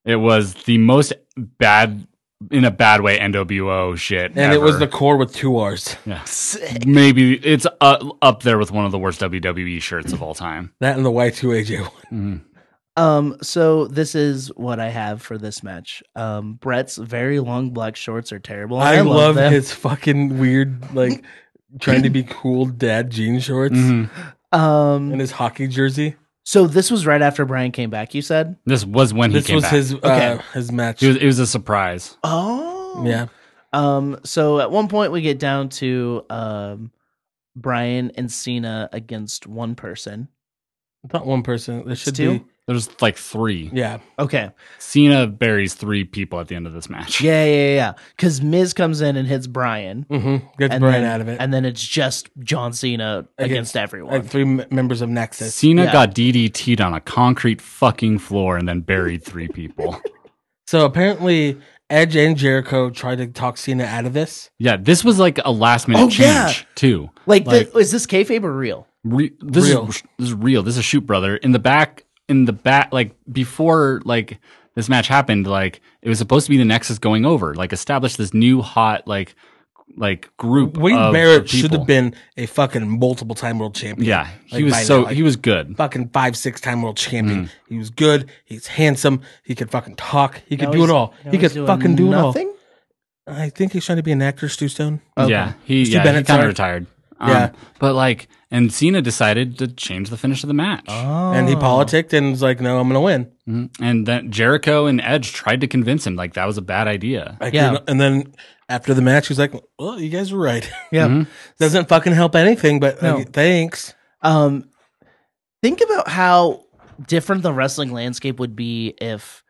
[SPEAKER 4] it was the most bad in a bad way NWO shit.
[SPEAKER 1] And it was
[SPEAKER 4] ever.
[SPEAKER 1] the core with two R's.
[SPEAKER 3] Sick.
[SPEAKER 4] maybe it's uh, up there with one of the worst WWE shirts of all time.
[SPEAKER 1] That and the Y2AJ one.
[SPEAKER 4] Mhm.
[SPEAKER 3] Um, so this is what I have for this match. Um, Brett's very long black shorts are terrible. and
[SPEAKER 1] I, love,
[SPEAKER 3] them.
[SPEAKER 1] his fucking weird, like trying to be cool dad jean shorts
[SPEAKER 4] Mhm.
[SPEAKER 3] Um,
[SPEAKER 1] and his hockey jersey.
[SPEAKER 3] so this was right after Brian came back. You said,
[SPEAKER 4] This was when he
[SPEAKER 1] This
[SPEAKER 4] came
[SPEAKER 1] was
[SPEAKER 4] back.
[SPEAKER 1] his uh,
[SPEAKER 3] Okay.
[SPEAKER 1] his match.
[SPEAKER 4] It was, it was a surprise.
[SPEAKER 3] oh,
[SPEAKER 1] yeah,
[SPEAKER 3] Um, so at one point we get down to um, Brian and Cena against one person.
[SPEAKER 1] not one person. There should
[SPEAKER 3] Stu?
[SPEAKER 1] be.
[SPEAKER 4] There's like three.
[SPEAKER 1] Yeah,
[SPEAKER 3] Okay,
[SPEAKER 4] Cena buries three people at the end of this match.
[SPEAKER 3] yeah, yeah, yeah, yeah. Because Miz comes in and hits Brian,
[SPEAKER 1] mm-hmm. gets
[SPEAKER 3] and
[SPEAKER 1] Brian
[SPEAKER 3] then,
[SPEAKER 1] out of it.
[SPEAKER 3] and then it's just John Cena against,
[SPEAKER 1] Against-
[SPEAKER 3] everyone.
[SPEAKER 1] like three m- members of Nexus.
[SPEAKER 4] Cena
[SPEAKER 3] Yeah.
[SPEAKER 4] got DDT'd on a concrete fucking floor and then buried three people.
[SPEAKER 1] So apparently, Edge and Jericho tried to talk Cena out of this.
[SPEAKER 4] yeah, this was like a last minute
[SPEAKER 3] Oh,
[SPEAKER 4] change
[SPEAKER 3] yeah.
[SPEAKER 4] too.
[SPEAKER 3] Like,
[SPEAKER 4] like-
[SPEAKER 3] the, is this kayfabe or real?
[SPEAKER 4] Re- this
[SPEAKER 1] Real.
[SPEAKER 4] is this is real. This is shoot brother in the back in the back like before like this match happened like it was supposed to be the Nexus going over like establish this new hot like like group.
[SPEAKER 1] Wade
[SPEAKER 4] of- of
[SPEAKER 1] Barrett should
[SPEAKER 4] people.
[SPEAKER 1] have been a fucking multiple time world champion.
[SPEAKER 4] Yeah, he
[SPEAKER 1] Like, by
[SPEAKER 4] was so
[SPEAKER 1] now, like-
[SPEAKER 4] he was good.
[SPEAKER 1] Fucking five, six time world champion. He was good. He's handsome. He could fucking talk. He could do it all. He could fucking do it all.
[SPEAKER 3] nothing.
[SPEAKER 1] I think he's trying to be an actor, Stu Stone.
[SPEAKER 3] Okay.
[SPEAKER 4] Yeah, he
[SPEAKER 1] Stu
[SPEAKER 4] yeah,
[SPEAKER 1] Bennett's
[SPEAKER 4] he kind
[SPEAKER 1] alright.
[SPEAKER 4] of retired. Um,
[SPEAKER 1] Yeah.
[SPEAKER 4] but like and Cena decided to change the finish of the match.
[SPEAKER 1] And he politicked and was like, no, I'm going to win.
[SPEAKER 4] Mhm. And then Jericho and Edge tried to convince him like that was a bad idea.
[SPEAKER 1] Like,
[SPEAKER 3] Yeah.
[SPEAKER 1] you know, And then after the match, he's like, well, you guys were right.
[SPEAKER 3] Yeah.
[SPEAKER 1] Doesn't fucking help anything, but
[SPEAKER 3] No.
[SPEAKER 1] like, thanks.
[SPEAKER 3] Um, think about how different the wrestling landscape would be if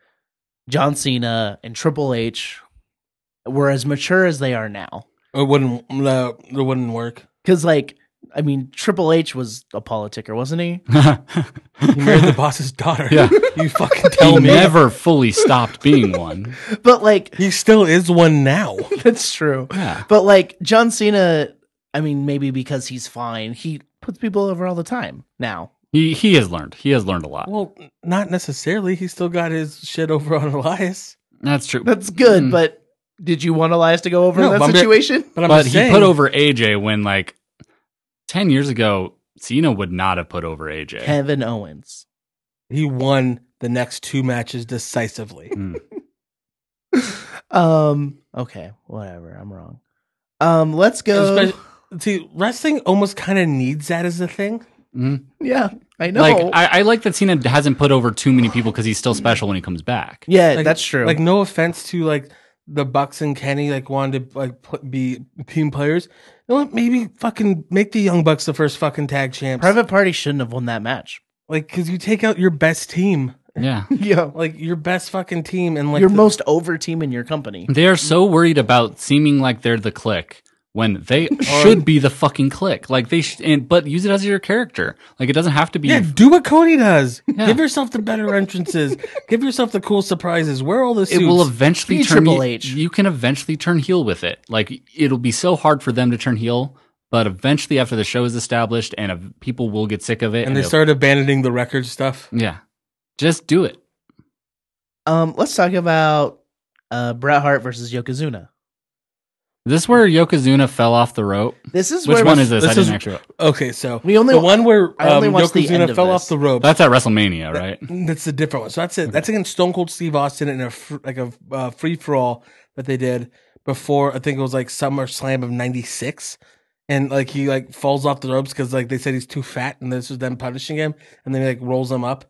[SPEAKER 3] John Cena and Triple H were as mature as they are now.
[SPEAKER 1] It wouldn't, no, it wouldn't work.
[SPEAKER 3] Because, like, I mean, Triple H was a politicker, wasn't he?
[SPEAKER 1] He married the boss's daughter.
[SPEAKER 4] Yeah.
[SPEAKER 1] You fucking
[SPEAKER 4] he
[SPEAKER 1] tell me.
[SPEAKER 4] never fully stopped being one.
[SPEAKER 3] But like,
[SPEAKER 1] He still is one now.
[SPEAKER 3] that's true.
[SPEAKER 4] Yeah.
[SPEAKER 3] But like, John Cena. I mean, maybe because he's fine, he puts people over all the time now.
[SPEAKER 4] He he has learned. He has learned a lot.
[SPEAKER 1] Well, not necessarily. He still got his shit over on Elias.
[SPEAKER 4] That's true.
[SPEAKER 3] That's good,
[SPEAKER 4] Mm.
[SPEAKER 3] but did you want Elias to go over
[SPEAKER 1] No,
[SPEAKER 3] in
[SPEAKER 1] but
[SPEAKER 3] that
[SPEAKER 1] I'm-
[SPEAKER 3] situation?
[SPEAKER 1] But I'm
[SPEAKER 4] but
[SPEAKER 1] just
[SPEAKER 4] he
[SPEAKER 1] saying,
[SPEAKER 4] put over AJ when like ten years ago, Cena would not have put over AJ.
[SPEAKER 3] Kevin Owens.
[SPEAKER 1] he won the next two matches decisively.
[SPEAKER 4] Mm.
[SPEAKER 3] Um. Okay. Whatever. I'm wrong. Um. Let's go.
[SPEAKER 1] Especially- See, wrestling almost kind of needs that as a thing.
[SPEAKER 4] Mm.
[SPEAKER 3] yeah. I know.
[SPEAKER 4] Like I, I like that Cena hasn't put over too many people because he's still special when he comes back.
[SPEAKER 3] yeah.
[SPEAKER 1] Like-
[SPEAKER 3] that's true.
[SPEAKER 1] Like, no offense to like the Bucks and Kenny, like wanted to like pl- be team players. You know what? Maybe fucking make the Young Bucks the first fucking tag champs.
[SPEAKER 3] Private Party shouldn't have won that match.
[SPEAKER 1] Like, because you take out your best team,
[SPEAKER 4] Yeah.
[SPEAKER 3] Yeah.
[SPEAKER 1] like your best fucking team, and like
[SPEAKER 3] Your
[SPEAKER 1] the-
[SPEAKER 3] most over team in your company.
[SPEAKER 4] They are so worried about seeming like they're the click when they should be the fucking click. Like they sh- and but use it as your character. Like it doesn't have to be.
[SPEAKER 1] Yeah, do what Cody does.
[SPEAKER 4] Yeah.
[SPEAKER 1] Give yourself the better entrances. Give yourself the cool surprises. Wear all the
[SPEAKER 4] it
[SPEAKER 1] suits.
[SPEAKER 4] will eventually
[SPEAKER 3] Be
[SPEAKER 4] turn.
[SPEAKER 3] Triple
[SPEAKER 4] you-
[SPEAKER 3] H.
[SPEAKER 4] You can eventually turn heel with it. Like it'll be so hard for them to turn heel, but eventually after the show is established and uh, people will get sick of it.
[SPEAKER 1] and they
[SPEAKER 4] they'll-
[SPEAKER 1] start abandoning the record stuff.
[SPEAKER 4] Yeah, just do it.
[SPEAKER 3] Um. Let's talk about uh Bret Hart versus Yokozuna.
[SPEAKER 4] This is where Yokozuna fell off the rope.
[SPEAKER 3] This is
[SPEAKER 4] Which
[SPEAKER 3] where
[SPEAKER 4] one
[SPEAKER 3] my-
[SPEAKER 4] is this?
[SPEAKER 1] this
[SPEAKER 4] I didn't
[SPEAKER 1] is-
[SPEAKER 4] actually.
[SPEAKER 1] Okay, so
[SPEAKER 3] We only-
[SPEAKER 1] the one where
[SPEAKER 3] I only
[SPEAKER 1] um,
[SPEAKER 3] watched the end
[SPEAKER 1] Yokozuna
[SPEAKER 3] of
[SPEAKER 1] fell
[SPEAKER 3] this.
[SPEAKER 1] off the rope.
[SPEAKER 4] That's at WrestleMania, right?
[SPEAKER 1] That's a different one. So that's it. That's against Stone Cold Steve Austin in a fr- like a uh, free for all that they did before. I think it was like Summer Slam of '96, and like he like falls off the ropes because like they said he's too fat, and this was them punishing him, and then he like rolls him up.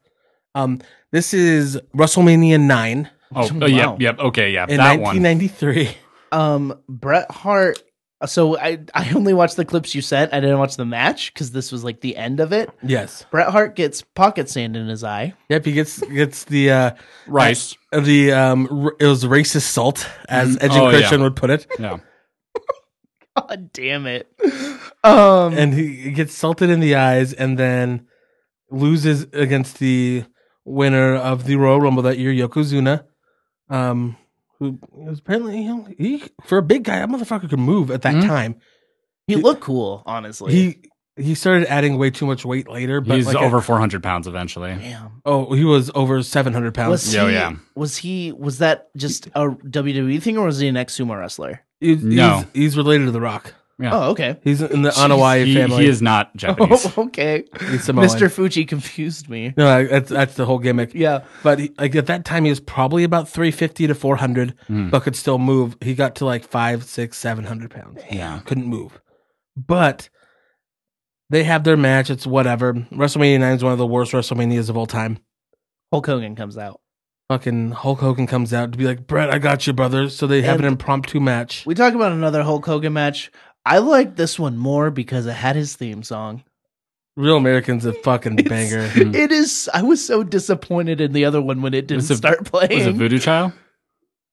[SPEAKER 1] Um, this is WrestleMania nine
[SPEAKER 4] Oh,
[SPEAKER 3] Wow.
[SPEAKER 4] oh, yep, yep. Okay, yeah,
[SPEAKER 1] in
[SPEAKER 4] that one.
[SPEAKER 1] 1993.
[SPEAKER 3] um Bret Hart. So I I only watched the clips you sent. I didn't watch the match because this was like the end of it.
[SPEAKER 1] Yes.
[SPEAKER 3] Bret Hart gets pocket sand in his eye.
[SPEAKER 1] Yep. He gets gets the uh,
[SPEAKER 4] Rice.
[SPEAKER 1] the um r- it was racist salt as
[SPEAKER 4] Mhm.
[SPEAKER 1] Edge
[SPEAKER 4] Oh,
[SPEAKER 1] and
[SPEAKER 4] yeah.
[SPEAKER 1] Christian would put it,
[SPEAKER 4] Yeah.
[SPEAKER 3] God damn it. Um
[SPEAKER 1] and he he gets salted in the eyes, and then loses against the winner of the Royal Rumble that year, Yokozuna, um, who was apparently you know, he for a big guy, that motherfucker could move at that
[SPEAKER 4] Mhm.
[SPEAKER 1] time.
[SPEAKER 3] he looked cool, honestly.
[SPEAKER 1] He he started adding way too much weight later, but
[SPEAKER 4] Oh, He's
[SPEAKER 1] like a-
[SPEAKER 4] over 400 pounds eventually.
[SPEAKER 3] Damn.
[SPEAKER 1] oh, he was over seven hundred pounds.
[SPEAKER 3] Was
[SPEAKER 4] Yeah, oh,
[SPEAKER 3] he,
[SPEAKER 4] yeah.
[SPEAKER 3] was he was that just a WWE thing or was he an ex sumo wrestler?
[SPEAKER 1] He's,
[SPEAKER 4] No.
[SPEAKER 1] he's, he's related to The Rock.
[SPEAKER 4] Yeah.
[SPEAKER 3] Oh, okay.
[SPEAKER 1] He's in the
[SPEAKER 3] Jeez,
[SPEAKER 1] Anawai
[SPEAKER 4] He,
[SPEAKER 1] family.
[SPEAKER 4] he is not Japanese.
[SPEAKER 3] Oh, okay.
[SPEAKER 1] He's Samoan.
[SPEAKER 3] Mr. Fuji confused me.
[SPEAKER 1] No, that's that's the whole gimmick.
[SPEAKER 3] Yeah.
[SPEAKER 1] But he, like at that time, he was probably about three fifty to four hundred,
[SPEAKER 4] Hmm.
[SPEAKER 1] but could still move. He got to like five, six, seven hundred pounds.
[SPEAKER 4] Yeah.
[SPEAKER 1] couldn't move. But they have their match. It's whatever. WrestleMania nine is one of the worst WrestleManias of all time.
[SPEAKER 3] Hulk Hogan comes out.
[SPEAKER 1] Fucking Hulk Hogan comes out to be like, Brett, I got you, brother. So they have
[SPEAKER 3] And-
[SPEAKER 1] an impromptu match.
[SPEAKER 3] We talk about another Hulk Hogan match. I like this one more because it had his theme song.
[SPEAKER 1] Real Americans a fucking
[SPEAKER 3] It's-
[SPEAKER 1] banger.
[SPEAKER 3] It is. I was so disappointed in the other one when it didn't
[SPEAKER 4] Was Mm-hmm. it-
[SPEAKER 3] start
[SPEAKER 4] Was it
[SPEAKER 3] playing.
[SPEAKER 4] Voodoo Child?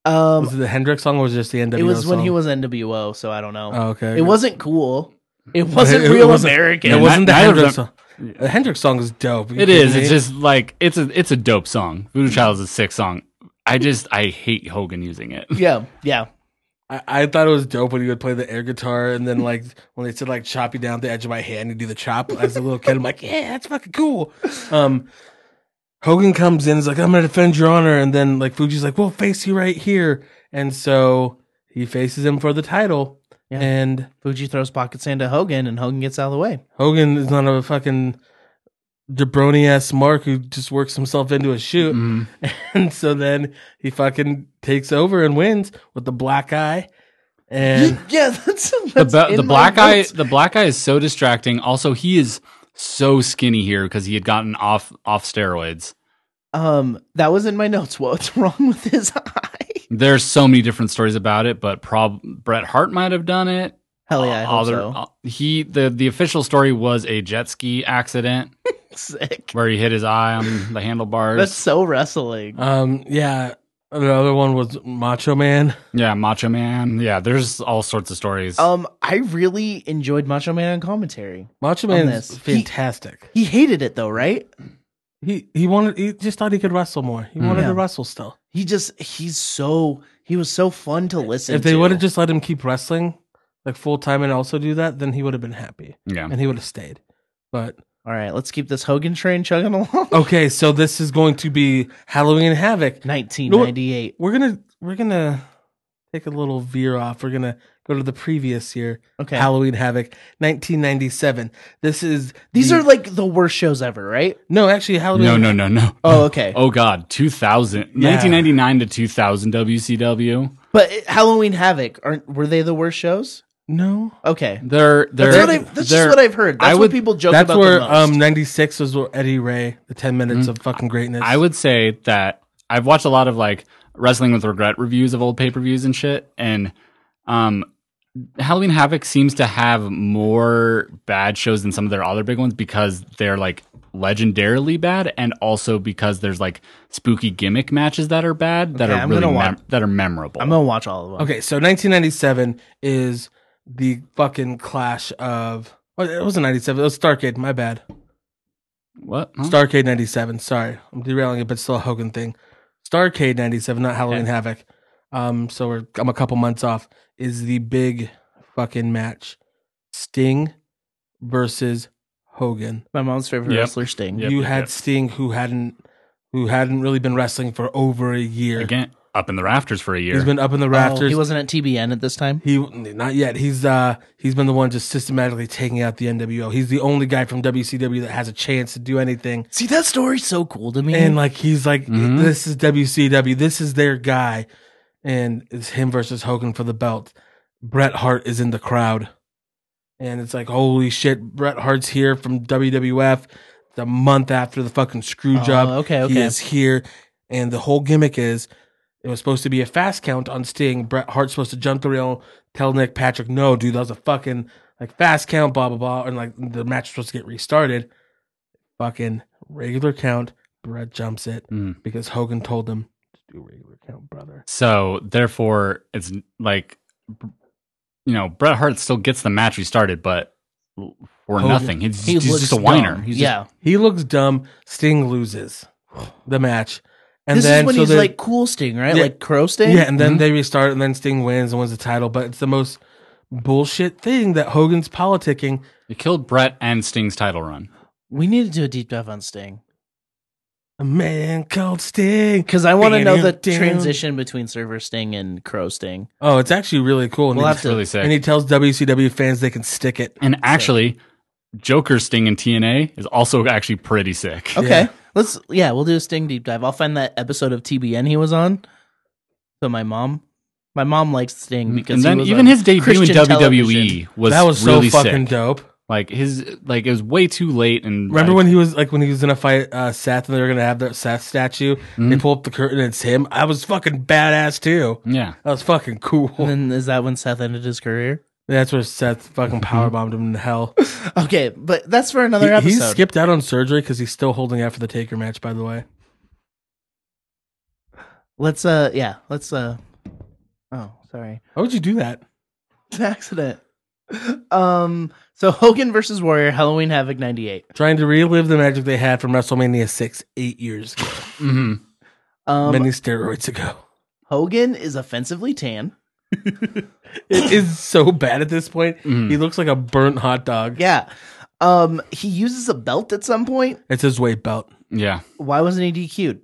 [SPEAKER 3] um,
[SPEAKER 1] was it the Hendrix song or was it just the NWO
[SPEAKER 3] it was
[SPEAKER 4] E
[SPEAKER 3] when
[SPEAKER 1] song?
[SPEAKER 3] he was NWO, so I don't know.
[SPEAKER 1] Oh, okay.
[SPEAKER 3] it wasn't cool. It wasn't
[SPEAKER 1] it
[SPEAKER 3] real
[SPEAKER 1] wasn't-
[SPEAKER 3] American.
[SPEAKER 1] It
[SPEAKER 4] Yeah,
[SPEAKER 1] wasn't the
[SPEAKER 4] neither of
[SPEAKER 1] Hendrix
[SPEAKER 4] them-
[SPEAKER 1] song. The Hendrix song is dope. Are you
[SPEAKER 4] It
[SPEAKER 1] kidding
[SPEAKER 4] is.
[SPEAKER 1] me?
[SPEAKER 4] It's just like it's a it's a dope song. Voodoo Child is a sick song. I just I hate Hogan using it.
[SPEAKER 3] yeah, yeah.
[SPEAKER 1] I, I thought it was dope when he would play the air guitar and then like when they said like chop you down at the edge of my hand and do the chop as a little kid. I'm like, yeah, that's fucking cool. Um Hogan comes in, is like, I'm gonna defend your honor, and then like Fuji's like, We'll face you right here. And so he faces him for the title.
[SPEAKER 3] Yeah.
[SPEAKER 1] And
[SPEAKER 3] Fuji throws pocket sand at Hogan, and Hogan gets out of the way.
[SPEAKER 1] Hogan is not a fucking jabroni ass mark who just works himself into a shoot.
[SPEAKER 4] Mhm.
[SPEAKER 1] And so then he fucking takes over and wins with the black eye. And
[SPEAKER 3] yeah, that's, that's
[SPEAKER 4] The, ba- the
[SPEAKER 3] in my
[SPEAKER 4] black guy
[SPEAKER 3] notes.
[SPEAKER 4] the black guy is so distracting. Also, he is so skinny here because he had gotten off off steroids.
[SPEAKER 3] Um, that was in my notes. What's wrong with his eye?
[SPEAKER 4] There's so many different stories about it, but prob Bret Hart might have done it.
[SPEAKER 3] Hell yeah, I hope
[SPEAKER 4] Other- uh,
[SPEAKER 3] so.
[SPEAKER 4] He the the official story was a jet ski accident
[SPEAKER 3] Sick.
[SPEAKER 4] where he hit his eye on the handlebars.
[SPEAKER 3] That's so wrestling.
[SPEAKER 1] Um, yeah. The other one was Macho Man.
[SPEAKER 4] yeah, Macho Man. Yeah, there's all sorts of stories.
[SPEAKER 3] Um, I really enjoyed Macho Man on commentary.
[SPEAKER 1] Macho
[SPEAKER 3] On
[SPEAKER 1] Man
[SPEAKER 3] this.
[SPEAKER 1] is
[SPEAKER 3] He-
[SPEAKER 1] fantastic.
[SPEAKER 3] He hated it though, right?
[SPEAKER 1] He he wanted he just thought he could wrestle more. He wanted
[SPEAKER 3] Mm. Yeah.
[SPEAKER 1] to wrestle still.
[SPEAKER 3] He just he's so he was so fun to listen.
[SPEAKER 1] if they
[SPEAKER 3] to.
[SPEAKER 1] would have just let him keep wrestling like full time and also do that, then he would have been happy
[SPEAKER 4] yeah.
[SPEAKER 1] and he would have stayed. But
[SPEAKER 3] All right, let's keep this Hogan train chugging along.
[SPEAKER 1] okay, so this is going to be Halloween Havoc.
[SPEAKER 3] 1998.
[SPEAKER 1] We're gonna we're gonna take a little veer off. We're gonna go to the previous year,
[SPEAKER 3] Okay.
[SPEAKER 1] Halloween Havoc, 1997. This is
[SPEAKER 3] These
[SPEAKER 1] the-
[SPEAKER 3] are like the worst shows ever, right?
[SPEAKER 1] no, actually Halloween.
[SPEAKER 4] No, no, no, no.
[SPEAKER 3] Oh, okay.
[SPEAKER 4] Oh God, 2000,
[SPEAKER 1] Yeah.
[SPEAKER 4] 1999 to 2000 WCW.
[SPEAKER 3] But Halloween Havoc aren't were they the worst shows?
[SPEAKER 1] no.
[SPEAKER 3] Okay.
[SPEAKER 4] They're they're
[SPEAKER 3] That's what I that's
[SPEAKER 4] they're-
[SPEAKER 3] just what I've heard. That's
[SPEAKER 4] I
[SPEAKER 3] what
[SPEAKER 4] would-
[SPEAKER 3] people joke
[SPEAKER 1] That's
[SPEAKER 3] about
[SPEAKER 1] where
[SPEAKER 3] the most.
[SPEAKER 1] um 96 was where Eddie Ray, the 10 minutes of fucking greatness.
[SPEAKER 4] Mm-hmm. I would say that I've watched a lot of like wrestling with regret reviews of old pay per views and shit, and um, Halloween Havoc seems to have more bad shows than some of their other big ones because they're like legendarily bad, and also because there's like spooky gimmick matches that are bad that
[SPEAKER 3] Okay,
[SPEAKER 4] are
[SPEAKER 3] I'm
[SPEAKER 4] really
[SPEAKER 3] gonna wa-
[SPEAKER 4] mem- that are memorable.
[SPEAKER 3] I'm gonna watch all of them.
[SPEAKER 1] Okay, so 1997 is the fucking clash of. Well, it wasn't 97. It was Starcade. My bad.
[SPEAKER 4] what? Huh?
[SPEAKER 1] Starcade 97. Sorry, I'm derailing it, but it's still a Hogan thing. Starcade 97, not Halloween
[SPEAKER 3] Okay.
[SPEAKER 1] Havoc. Um, so we're I'm a couple months off. Is the big fucking match Sting versus Hogan?
[SPEAKER 3] My mom's favorite
[SPEAKER 4] Yep.
[SPEAKER 3] wrestler Sting.
[SPEAKER 4] Yep,
[SPEAKER 1] you
[SPEAKER 4] yep,
[SPEAKER 1] had
[SPEAKER 4] yep.
[SPEAKER 1] Sting who hadn't who hadn't really been wrestling for over a year.
[SPEAKER 4] Again, up in the rafters for a year.
[SPEAKER 1] He's been up in the
[SPEAKER 3] Oh,
[SPEAKER 1] rafters.
[SPEAKER 3] he wasn't at TBN at this time.
[SPEAKER 1] He not yet. He's uh he's been the one just systematically taking out the NWO. He's the only guy from WCW that has a chance to do anything.
[SPEAKER 3] See that story's so cool to me.
[SPEAKER 1] And like he's like
[SPEAKER 4] Mhm.
[SPEAKER 1] this is WCW. This is their guy. And it's him versus Hogan for the belt. Bret Hart is in the crowd. And it's like holy shit, Bret Hart's here from WWF the month after the fucking screw
[SPEAKER 3] Oh,
[SPEAKER 1] job.
[SPEAKER 3] okay,
[SPEAKER 1] He
[SPEAKER 3] okay.
[SPEAKER 1] is here and the whole gimmick is it was supposed to be a fast count on Sting. Bret Hart's supposed to jump the rail, tell Nick Patrick, no, dude, that was a fucking like fast count, blah blah blah, and like the match was supposed to get restarted. Fucking regular count. Bret jumps it
[SPEAKER 4] Mm.
[SPEAKER 1] because Hogan told him to do regular count, brother.
[SPEAKER 4] So therefore, it's like you know Bret Hart still gets the match we started, but for
[SPEAKER 1] Hogan-
[SPEAKER 4] nothing. He's,
[SPEAKER 3] he
[SPEAKER 4] he's
[SPEAKER 3] looks
[SPEAKER 4] just a whiner.
[SPEAKER 3] dumb.
[SPEAKER 4] He's just-
[SPEAKER 3] yeah.
[SPEAKER 1] He looks dumb. Sting loses the match, and
[SPEAKER 3] this
[SPEAKER 1] then
[SPEAKER 3] is when
[SPEAKER 1] so
[SPEAKER 3] he's
[SPEAKER 1] they-
[SPEAKER 3] like Mm-hmm. cool Sting, right?
[SPEAKER 1] Yeah.
[SPEAKER 3] Like Crow Sting.
[SPEAKER 1] yeah, and then they restart, and then Sting wins and wins the title. But it's the most bullshit thing that Hogan's politicking.
[SPEAKER 4] it killed Bret and Sting's title run.
[SPEAKER 3] We need to do a deep dive on Sting
[SPEAKER 1] A man called Sting.
[SPEAKER 3] because I want to know the
[SPEAKER 1] Damn.
[SPEAKER 3] transition between Server Sting and Crow Sting.
[SPEAKER 1] Oh, it's actually really cool. And,
[SPEAKER 3] We'll
[SPEAKER 1] he,
[SPEAKER 3] have
[SPEAKER 4] It's
[SPEAKER 3] to-
[SPEAKER 4] really sick.
[SPEAKER 1] and he tells WCW fans they can stick it.
[SPEAKER 4] and actually, Joker Sting in TNA is also actually pretty sick.
[SPEAKER 3] Okay,
[SPEAKER 1] Yeah.
[SPEAKER 3] let's yeah, we'll do a Sting deep dive. I'll find that episode of TBN he was on. So my mom, my mom likes Sting because
[SPEAKER 4] Mm, and
[SPEAKER 3] he
[SPEAKER 4] then
[SPEAKER 3] was
[SPEAKER 4] even
[SPEAKER 3] on
[SPEAKER 4] his debut
[SPEAKER 3] Christian
[SPEAKER 4] in E. WWE
[SPEAKER 3] television.
[SPEAKER 4] was
[SPEAKER 1] that was
[SPEAKER 4] really
[SPEAKER 1] so fucking
[SPEAKER 4] sick.
[SPEAKER 1] dope.
[SPEAKER 4] Like his like it was way too late. And
[SPEAKER 1] Remember
[SPEAKER 4] like,
[SPEAKER 1] when he was like when he was gonna fight uh, Seth and they were gonna have that Seth statue? They pull up the curtain and it's him. I was fucking badass too.
[SPEAKER 4] Yeah,
[SPEAKER 1] That was fucking cool.
[SPEAKER 3] And then is that when Seth ended his career?
[SPEAKER 1] That's where Seth fucking powerbombed him to hell.
[SPEAKER 3] Okay, but that's for another
[SPEAKER 1] He, he
[SPEAKER 3] episode.
[SPEAKER 1] skipped out on surgery because he's still holding out for the Taker match. By the way,
[SPEAKER 3] let's uh, yeah, let's uh. Oh, sorry.
[SPEAKER 1] how would you do that?
[SPEAKER 3] It's an accident. Um, so Hogan versus Warrior, Halloween Havoc '98.
[SPEAKER 1] Trying to relive the magic they had from WrestleMania six eight years ago,
[SPEAKER 4] hmm
[SPEAKER 3] Um,
[SPEAKER 1] many steroids ago.
[SPEAKER 3] Hogan is offensively tan.
[SPEAKER 1] It is so bad at this point.
[SPEAKER 4] Mm-hmm.
[SPEAKER 1] He looks like a burnt hot dog.
[SPEAKER 3] Yeah. Um, he uses a belt at some point.
[SPEAKER 1] It's his weight belt.
[SPEAKER 4] yeah.
[SPEAKER 3] Why wasn't he DQ'd?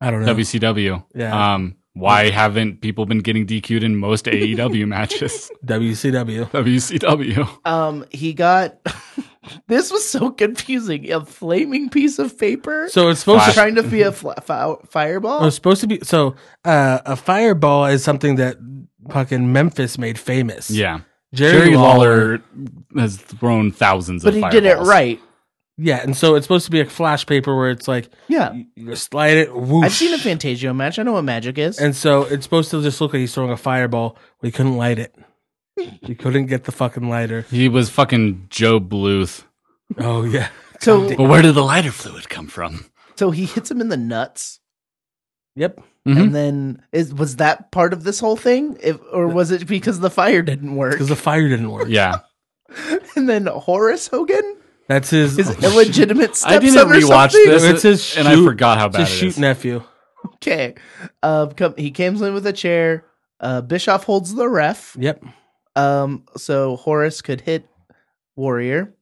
[SPEAKER 1] I don't know.
[SPEAKER 4] WCW.
[SPEAKER 1] Yeah.
[SPEAKER 4] Um, why haven't people been getting DQ'd in most AEW matches?
[SPEAKER 1] WCW.
[SPEAKER 4] WCW.
[SPEAKER 3] Um, he got. this was so confusing. A flaming piece of paper
[SPEAKER 1] So it's supposed to
[SPEAKER 3] trying to be a fla fi-
[SPEAKER 1] It
[SPEAKER 3] fireball.
[SPEAKER 1] was supposed to be so. Uh, a fireball is something that fucking Memphis made famous.
[SPEAKER 4] Yeah.
[SPEAKER 1] Jerry,
[SPEAKER 4] Jerry
[SPEAKER 1] Lawler.
[SPEAKER 4] Lawler has thrown thousands
[SPEAKER 3] but
[SPEAKER 4] of
[SPEAKER 3] he did it
[SPEAKER 4] fireballs.
[SPEAKER 3] right.
[SPEAKER 1] Yeah, and so it's supposed to be a flash paper where it's like
[SPEAKER 3] Yeah.
[SPEAKER 1] you- you slide it. Whoosh.
[SPEAKER 3] I've seen a Fantasio match. I know what magic is.
[SPEAKER 1] And so it's supposed to just look like he's throwing a fireball. We couldn't light it. You couldn't get the fucking lighter.
[SPEAKER 4] He was fucking Joe Bluth.
[SPEAKER 1] Oh yeah,
[SPEAKER 3] so,
[SPEAKER 4] But where did the lighter fluid come from?
[SPEAKER 3] so he hits him in the nuts.
[SPEAKER 1] yep.
[SPEAKER 4] Mhm.
[SPEAKER 3] And then is was that part of this whole thing, if, or was it because the fire didn't work?
[SPEAKER 1] Because the fire didn't work.
[SPEAKER 4] Yeah.
[SPEAKER 3] And then Horace Hogan,
[SPEAKER 1] That's his.
[SPEAKER 3] his illegitimate stepson.
[SPEAKER 4] I didn't
[SPEAKER 3] or
[SPEAKER 4] rewatch
[SPEAKER 3] something?
[SPEAKER 4] this
[SPEAKER 1] It's his
[SPEAKER 4] and I
[SPEAKER 1] shoot-
[SPEAKER 4] forgot how
[SPEAKER 1] it's
[SPEAKER 4] bad
[SPEAKER 1] his
[SPEAKER 4] it
[SPEAKER 1] shoot
[SPEAKER 4] is.
[SPEAKER 1] nephew.
[SPEAKER 3] Okay. Uh, come, he comes in with a chair. Uh, Bischoff holds the ref.
[SPEAKER 1] Yep.
[SPEAKER 3] Um, so Horace could hit Warrior.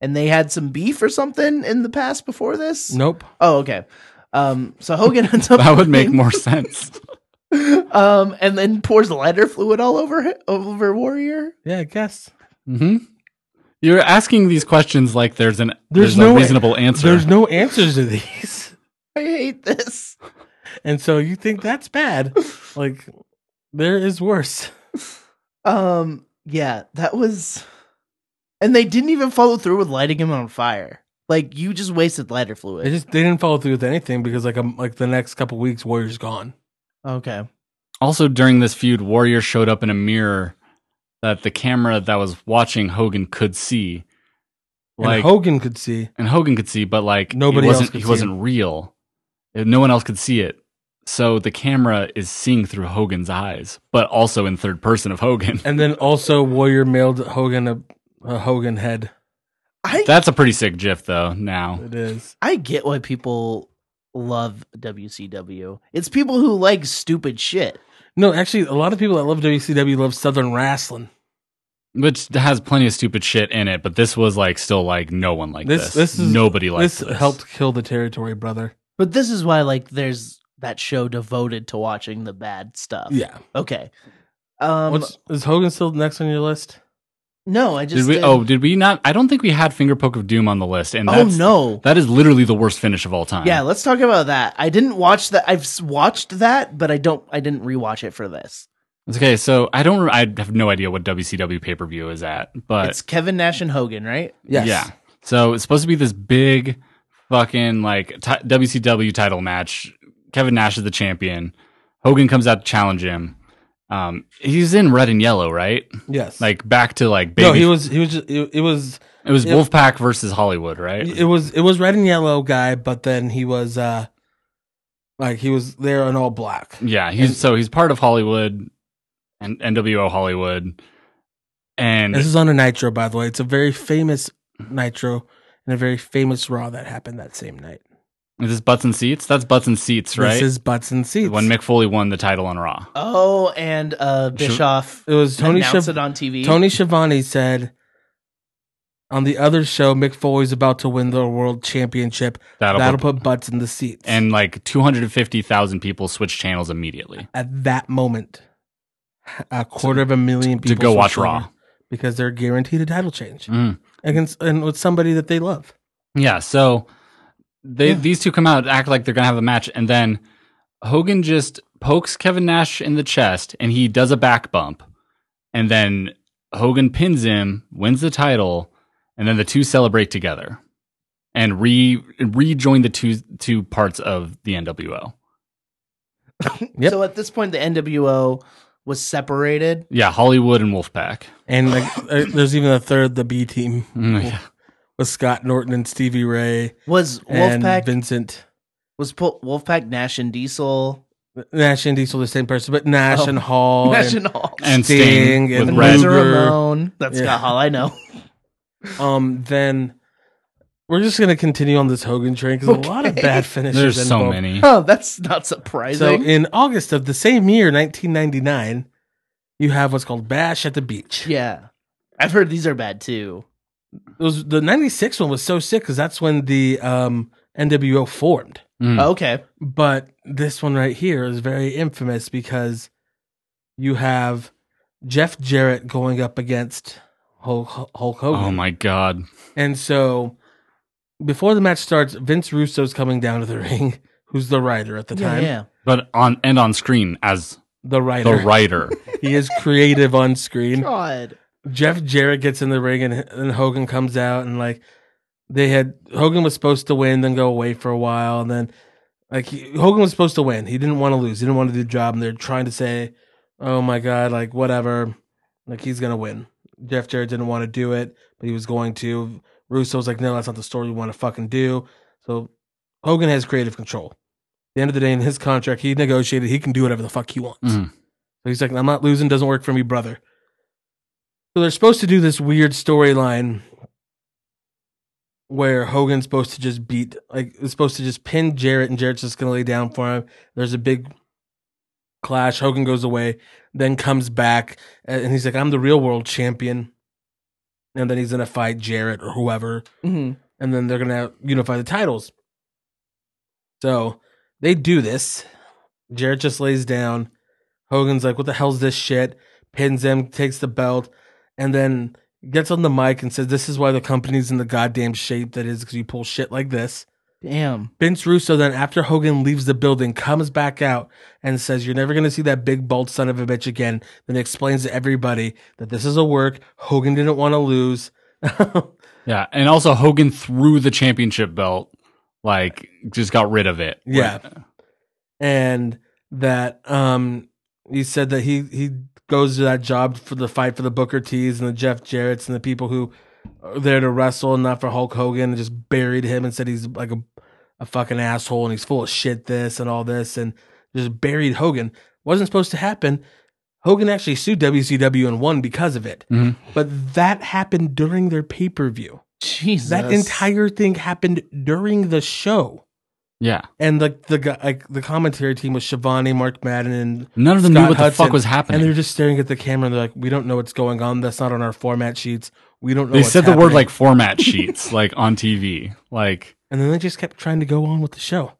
[SPEAKER 3] and they had some beef or something in the past before this?
[SPEAKER 1] Nope.
[SPEAKER 3] Oh, okay. Um, so Hogan ends up
[SPEAKER 4] That would make
[SPEAKER 3] winning,
[SPEAKER 4] more sense.
[SPEAKER 3] um, and then pours lighter fluid all over hi- over Warrior.
[SPEAKER 1] Yeah, I guess.
[SPEAKER 4] hmm You're asking these questions like there's an
[SPEAKER 1] There's
[SPEAKER 4] there's,
[SPEAKER 1] no-
[SPEAKER 4] a reasonable answer.
[SPEAKER 1] There's no answers to these.
[SPEAKER 3] I hate this.
[SPEAKER 1] And so you think that's bad. Like, there is worse.
[SPEAKER 3] Um, yeah, that was, and they didn't even follow through with lighting him on fire. Like you just wasted lighter fluid.
[SPEAKER 1] They just they didn't follow through with anything because like um like the next couple weeks Warrior's gone.
[SPEAKER 3] okay.
[SPEAKER 4] also during this feud, Warrior showed up in a mirror that the camera that was watching Hogan could see.
[SPEAKER 1] and
[SPEAKER 4] Like
[SPEAKER 1] Hogan could see.
[SPEAKER 4] and Hogan could see, but like
[SPEAKER 1] Nobody
[SPEAKER 4] he
[SPEAKER 1] else
[SPEAKER 4] wasn't,
[SPEAKER 1] could
[SPEAKER 4] he
[SPEAKER 1] see
[SPEAKER 4] wasn't real. Uh, No one else could see it. So the camera is seeing through Hogan's eyes, but also in third person of Hogan.
[SPEAKER 1] And then also Warrior mailed Hogan a, a Hogan head.
[SPEAKER 3] I
[SPEAKER 4] That's a pretty sick gif though now.
[SPEAKER 1] It is.
[SPEAKER 3] I get why people love WCW. It's people who like stupid shit.
[SPEAKER 1] No, actually a lot of people that love WCW love Southern wrestling.
[SPEAKER 4] Which has plenty of stupid shit in it, but this was like still like no one like
[SPEAKER 1] This-
[SPEAKER 4] this.
[SPEAKER 1] this is-
[SPEAKER 4] Nobody likes
[SPEAKER 1] this,
[SPEAKER 4] this.
[SPEAKER 1] helped kill the territory, brother.
[SPEAKER 3] But this is why like there's that show devoted to watching the bad stuff.
[SPEAKER 1] Yeah.
[SPEAKER 3] Okay. Um
[SPEAKER 1] What's, is Hogan still next on your list?
[SPEAKER 3] no, I just
[SPEAKER 4] Did we
[SPEAKER 3] did-
[SPEAKER 4] oh did we not I don't think we had Finger Poke of Doom on the list and
[SPEAKER 3] Oh
[SPEAKER 4] that's
[SPEAKER 3] no.
[SPEAKER 4] that is literally the worst finish of all time.
[SPEAKER 3] yeah, let's talk about that. I didn't watch that. I've s- watched that, but I don't I didn't rewatch it for this.
[SPEAKER 4] It's okay, so I don't I have no idea what WCW pay per view is at, but
[SPEAKER 3] it's Kevin Nash and Hogan, right?
[SPEAKER 1] Yes.
[SPEAKER 4] Yeah. So it's supposed to be this big fucking like ti WCW title match. Kevin Nash is the champion. Hogan comes out to challenge him. Um, he's in red and yellow, right?
[SPEAKER 1] Yes.
[SPEAKER 4] Like back to like baby.
[SPEAKER 1] no, he was he was just, it, it was
[SPEAKER 4] it was
[SPEAKER 1] it-
[SPEAKER 4] Wolfpack versus Hollywood, right?
[SPEAKER 1] it was it was red and yellow guy, but then he was uh like he was there in all black.
[SPEAKER 4] yeah. He's
[SPEAKER 1] and-
[SPEAKER 4] so he's part of Hollywood and NWO Hollywood. And
[SPEAKER 1] This is on a Nitro, by the way. It's a very famous Nitro and a very famous Raw that happened that same night.
[SPEAKER 4] is this butts and seats? That's butts and seats, right?
[SPEAKER 1] This is butts and seats.
[SPEAKER 4] when Mick Foley won the title on Raw.
[SPEAKER 3] Oh, and uh Bischoff
[SPEAKER 1] it was Tony
[SPEAKER 3] announced
[SPEAKER 1] Schiav-
[SPEAKER 3] it on TV.
[SPEAKER 1] Tony Schiavone said on the other show, Mick Foley's about to win the world championship.
[SPEAKER 4] That'll,
[SPEAKER 1] That'll
[SPEAKER 4] put,
[SPEAKER 1] put butts in the seats.
[SPEAKER 4] and like two hundred and fifty thousand people switched channels immediately.
[SPEAKER 1] at that moment, a quarter of a million
[SPEAKER 4] to
[SPEAKER 1] people
[SPEAKER 4] go watch
[SPEAKER 1] switched over
[SPEAKER 4] Raw.
[SPEAKER 1] because they're guaranteed a title change
[SPEAKER 4] Mm.
[SPEAKER 1] against and with somebody that they love.
[SPEAKER 4] Yeah, so they
[SPEAKER 1] Yeah.
[SPEAKER 4] these two come out act like they're gonna have a match, and then Hogan just pokes Kevin Nash in the chest, and he does a back bump, and then Hogan pins him, wins the title, and then the two celebrate together, and re rejoin the two two parts of the NWO.
[SPEAKER 1] Yep.
[SPEAKER 3] So at this point the NWO was separated.
[SPEAKER 4] Yeah, Hollywood and Wolfpack.
[SPEAKER 1] And like, uh, there's even a third, the B team
[SPEAKER 4] Mm, yeah.
[SPEAKER 1] with Scott Norton and Stevie Ray
[SPEAKER 3] Was
[SPEAKER 1] and
[SPEAKER 3] Wolfpack
[SPEAKER 1] Vincent
[SPEAKER 3] was Pol- Wolfpack Nash and Diesel
[SPEAKER 1] Nash and Diesel, the same person, but Nash
[SPEAKER 3] Oh.
[SPEAKER 1] and Hall.
[SPEAKER 3] Nash
[SPEAKER 1] and-
[SPEAKER 3] and all
[SPEAKER 4] And Sting,
[SPEAKER 1] Sting and
[SPEAKER 4] with
[SPEAKER 3] and
[SPEAKER 4] Red.
[SPEAKER 3] Razor
[SPEAKER 1] Luger.
[SPEAKER 3] Ramon. That's
[SPEAKER 1] Yeah.
[SPEAKER 3] not all I know.
[SPEAKER 1] um, then we're just gonna continue on this Hogan train because a lot of
[SPEAKER 3] Okay.
[SPEAKER 1] bad finishes.
[SPEAKER 4] There's so
[SPEAKER 1] involved.
[SPEAKER 4] many.
[SPEAKER 3] Oh, that's not
[SPEAKER 1] So
[SPEAKER 3] surprising.
[SPEAKER 1] in August of the same year, 1999, you have what's called Bash at the Beach.
[SPEAKER 3] yeah, I've heard these are bad too.
[SPEAKER 1] It was the '96 one was so sick because that's when the um, NWO formed.
[SPEAKER 4] Mm.
[SPEAKER 3] Oh, Okay,
[SPEAKER 1] But this one right here is very infamous because you have Jeff Jarrett going up against Hulk, Hulk Hogan.
[SPEAKER 4] Oh my god.
[SPEAKER 1] And so before the match starts, Vince Russo's coming down to the ring, who's the writer at the
[SPEAKER 3] yeah,
[SPEAKER 1] time.
[SPEAKER 3] yeah.
[SPEAKER 4] But on and on screen as
[SPEAKER 1] The
[SPEAKER 4] the
[SPEAKER 1] writer.
[SPEAKER 4] writer.
[SPEAKER 1] He is creative on screen.
[SPEAKER 3] God,
[SPEAKER 1] Jeff Jarrett gets in the ring and, and Hogan comes out and like they had Hogan was supposed to win, then go away for a while, and then like he, Hogan was supposed to win. He didn't want to lose. He didn't want to do the job, and they're trying to say, "Oh my god, like whatever, like he's gonna win." Jeff Jarrett didn't want to do it, but he was going to. Russo was like, "No, that's not the story we want to fucking do." So Hogan has creative control. At the end of the day, in his contract, he negotiated. He can do whatever the fuck he wants.
[SPEAKER 4] Mhm.
[SPEAKER 1] So he's like, I'm not losing, doesn't work for me, brother. So they're supposed to do this weird storyline where Hogan's supposed to just beat, like, is supposed to just pin Jarrett, and Jarrett's just going to lay down for him. There's a big clash. Hogan goes away, then comes back, a- and he's like, I'm the real world champion. and then he's gonna fight Jarrett or whoever,
[SPEAKER 3] Mhm.
[SPEAKER 1] and then they're gonna unify the titles. So they do this. Jarrett just lays down. Hogan's like, "What the hell's this shit?" Pins him, takes the belt, and then gets on the mic and says, "This is why the company's in the goddamn shape that is because you pull shit like this."
[SPEAKER 3] Damn.
[SPEAKER 1] Vince Russo then, after Hogan leaves the building, comes back out and says, You're never going to see that big, bald son of a bitch again. Then explains to everybody that this is a work. Hogan didn't want to lose.
[SPEAKER 4] Yeah, and also Hogan threw the championship belt, like just got rid of it.
[SPEAKER 1] Yeah.
[SPEAKER 4] Like,
[SPEAKER 1] and that um, he said that he, he goes to that job for the fight for the Booker T's and the Jeff Jarrett's and the people who are there to wrestle and not for Hulk Hogan and just buried him and said he's like a, a fucking asshole and he's full of shit, this and all this, and just buried Hogan. Wasn't supposed to happen. Hogan actually sued WCW and won because of it.
[SPEAKER 4] Mhm.
[SPEAKER 1] But that happened during their pay per view.
[SPEAKER 3] Jesus.
[SPEAKER 1] That entire thing happened during the show.
[SPEAKER 4] yeah.
[SPEAKER 1] And like the, guy, like the commentary team was Shivani, Mark Madden, and
[SPEAKER 4] None of them
[SPEAKER 1] Scott
[SPEAKER 4] knew what the
[SPEAKER 1] Hudson,
[SPEAKER 4] fuck was
[SPEAKER 1] and
[SPEAKER 4] happening.
[SPEAKER 1] they're just staring at the camera and they're like, "We don't know what's going on. That's not on our format sheets. We don't know."
[SPEAKER 4] they
[SPEAKER 1] what's
[SPEAKER 4] said the word
[SPEAKER 1] happening."
[SPEAKER 4] like format sheets, like on TV. Like,
[SPEAKER 1] and then they just kept trying to go on with the show.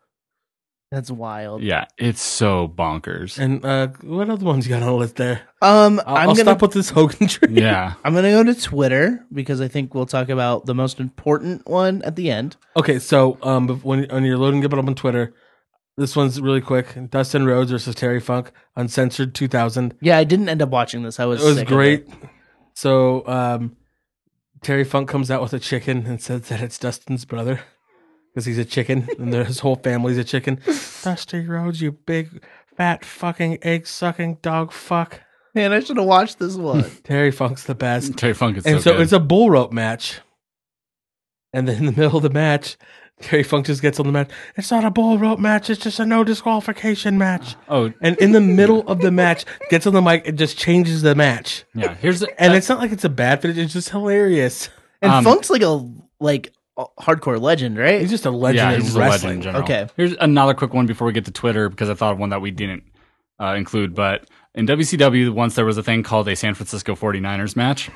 [SPEAKER 3] That's wild.
[SPEAKER 4] yeah, it's so bonkers.
[SPEAKER 1] And uh, what other ones you got on the list there?
[SPEAKER 3] Um,
[SPEAKER 1] I'll,
[SPEAKER 3] i
[SPEAKER 1] i
[SPEAKER 3] am
[SPEAKER 1] will
[SPEAKER 3] gonna
[SPEAKER 1] stop with this Hogan tree.
[SPEAKER 4] Yeah.
[SPEAKER 3] I'm gonna go to Twitter because I think we'll talk about the most important one at the end.
[SPEAKER 1] Okay, so um, bef- when when you're loading it up on Twitter, this one's really quick. Dustin Rhodes versus Terry Funk, uncensored 2000.
[SPEAKER 3] Yeah, I didn't end up watching this. I was
[SPEAKER 1] It was
[SPEAKER 3] sick of
[SPEAKER 1] great. So um, Terry Funk comes out with a chicken and says that it's Dustin's brother because he's a chicken and their- his whole family's a chicken. Dusty Rhodes, you big fat fucking egg sucking dog fuck.
[SPEAKER 3] Man, I should have watched this one.
[SPEAKER 1] Terry Funk's the best.
[SPEAKER 4] Terry Funk is so,
[SPEAKER 1] and so,
[SPEAKER 4] good.
[SPEAKER 1] it's a bull rope match. And then in the middle of the match, Terry Funk just gets on the mat. It's not a bull rope match. It's just a no disqualification match.
[SPEAKER 4] oh,
[SPEAKER 1] And in the middle of the match, gets on the mic and just changes the match.
[SPEAKER 4] yeah. Here's the,
[SPEAKER 1] And it's not like it's a bad finish. It's just hilarious.
[SPEAKER 3] and
[SPEAKER 4] Um,
[SPEAKER 3] Funk's like a like a hardcore legend, right?
[SPEAKER 1] He's just a legend
[SPEAKER 4] yeah,
[SPEAKER 1] in
[SPEAKER 4] he's just a legend
[SPEAKER 1] wrestling.
[SPEAKER 4] in general.
[SPEAKER 3] Okay.
[SPEAKER 4] Here's another quick one before we get to Twitter because I thought of one that we didn't uh, include. But in WCW, once there was a thing called a San Francisco 49ers match,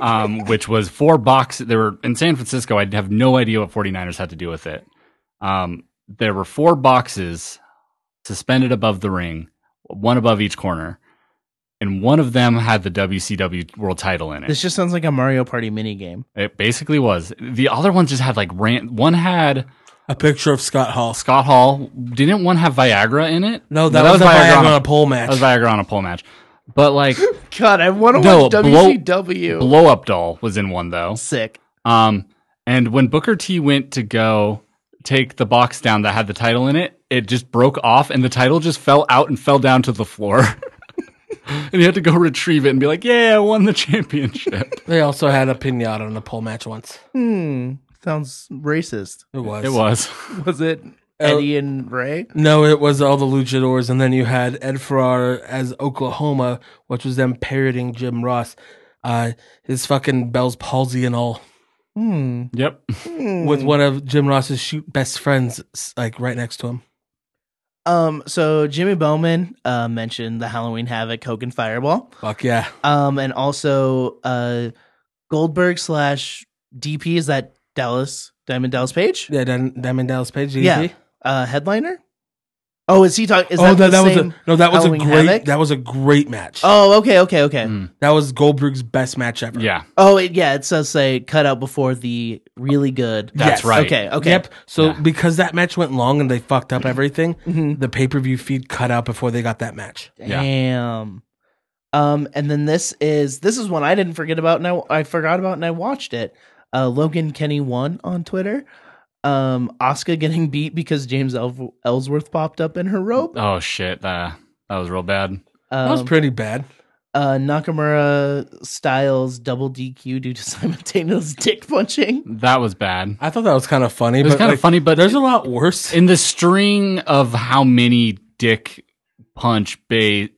[SPEAKER 4] um, which was four boxes. They were in San Francisco. I have no idea what 49ers had to do with it. Um, there were four boxes suspended above the ring, one above each corner. And one of them had the WCW world title in it.
[SPEAKER 3] this just sounds like a Mario Party minigame.
[SPEAKER 4] It basically was. The other ones just had like rant. One had
[SPEAKER 1] A picture of Scott Hall.
[SPEAKER 4] Scott Hall. Didn't one have Viagra in it?
[SPEAKER 1] No, that, was, a Viagra on a pole
[SPEAKER 4] that
[SPEAKER 1] match.
[SPEAKER 4] was Viagra on a pole match. But like
[SPEAKER 3] God, I want to
[SPEAKER 4] No,
[SPEAKER 3] watch
[SPEAKER 4] blow-
[SPEAKER 3] WCW.
[SPEAKER 4] Blow Up Doll was in one though.
[SPEAKER 3] Sick.
[SPEAKER 4] Um, and when Booker T went to go take the box down that had the title in it, it just broke off and the title just fell out and fell down to the floor. and he had to go retrieve it and be like, "Yeah, I won the championship."
[SPEAKER 1] they also had a pinata on a pole match once.
[SPEAKER 3] Hmm. Sounds racist.
[SPEAKER 1] It was.
[SPEAKER 4] it was.
[SPEAKER 3] Was it Eddie and Ray?
[SPEAKER 1] No, it was all the luchadors, and then you had Ed Ferrara as Oklahoma, which was them parroting Jim Ross, uh, his fucking Bell's palsy and all,
[SPEAKER 3] Hmm.
[SPEAKER 4] Yep.
[SPEAKER 1] with one of Jim Ross's shoot best friends like right next to him.
[SPEAKER 3] Um. So Jimmy Bowman uh, mentioned the Halloween Havoc Hogan Fireball.
[SPEAKER 1] Fuck yeah,
[SPEAKER 3] Um, and also uh, Goldberg slash DP is that Dallas Diamond Dallas Page
[SPEAKER 1] yeah. Diamond Diamond Dallas Page, DDP.
[SPEAKER 3] Yeah. uh, headliner. Oh, is he talking? Is
[SPEAKER 1] oh,
[SPEAKER 3] that,
[SPEAKER 1] that,
[SPEAKER 3] the
[SPEAKER 1] that was
[SPEAKER 3] same-
[SPEAKER 1] a no. That was
[SPEAKER 3] Halloween
[SPEAKER 1] a great.
[SPEAKER 3] Havoc?
[SPEAKER 1] That was a great match.
[SPEAKER 3] Oh, okay, okay, okay.
[SPEAKER 4] Mm.
[SPEAKER 1] That was Goldberg's best match ever.
[SPEAKER 4] Yeah.
[SPEAKER 3] Oh, it, yeah, it says say cut out before the really good.
[SPEAKER 4] That's
[SPEAKER 1] Yes.
[SPEAKER 4] right.
[SPEAKER 3] Okay, okay.
[SPEAKER 1] Yep. So
[SPEAKER 4] Yeah. Mm-hmm.
[SPEAKER 1] because that match went long and they fucked up everything,
[SPEAKER 3] Mhm.
[SPEAKER 1] the pay per view feed cut out before they got that match.
[SPEAKER 4] Yeah.
[SPEAKER 3] Damn. Um, and then this is this is one I didn't forget about, and I, I forgot about, and I watched it. Uh, Logan Kenny won on Twitter. Um, Oscar getting beat because James El- Ellsworth popped up in her robe.
[SPEAKER 4] Oh shit. That that was real bad.
[SPEAKER 3] Um,
[SPEAKER 1] That was pretty bad.
[SPEAKER 3] uh, Nakamura Styles double DQ due to simultaneous dick punching.
[SPEAKER 4] That was bad.
[SPEAKER 1] I thought that was kind of funny.
[SPEAKER 4] It was
[SPEAKER 1] but,
[SPEAKER 4] kind
[SPEAKER 1] like,
[SPEAKER 4] of funny, but
[SPEAKER 1] There's a lot worse.
[SPEAKER 4] in the string of how many dick punch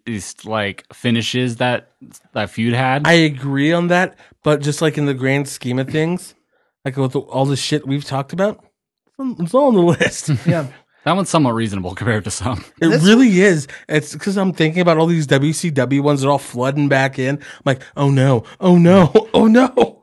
[SPEAKER 4] based like finishes that that feud had.
[SPEAKER 1] I agree on that, but just like in the grand scheme of things, like with all the shit we've talked about, it's all on the list.
[SPEAKER 3] Yeah.
[SPEAKER 4] that one's somewhat reasonable compared to some.
[SPEAKER 1] It
[SPEAKER 3] This-
[SPEAKER 1] really is. It's because I'm thinking about all these WCW ones. They're all flooding back in. I'm like, oh no, oh no, oh no.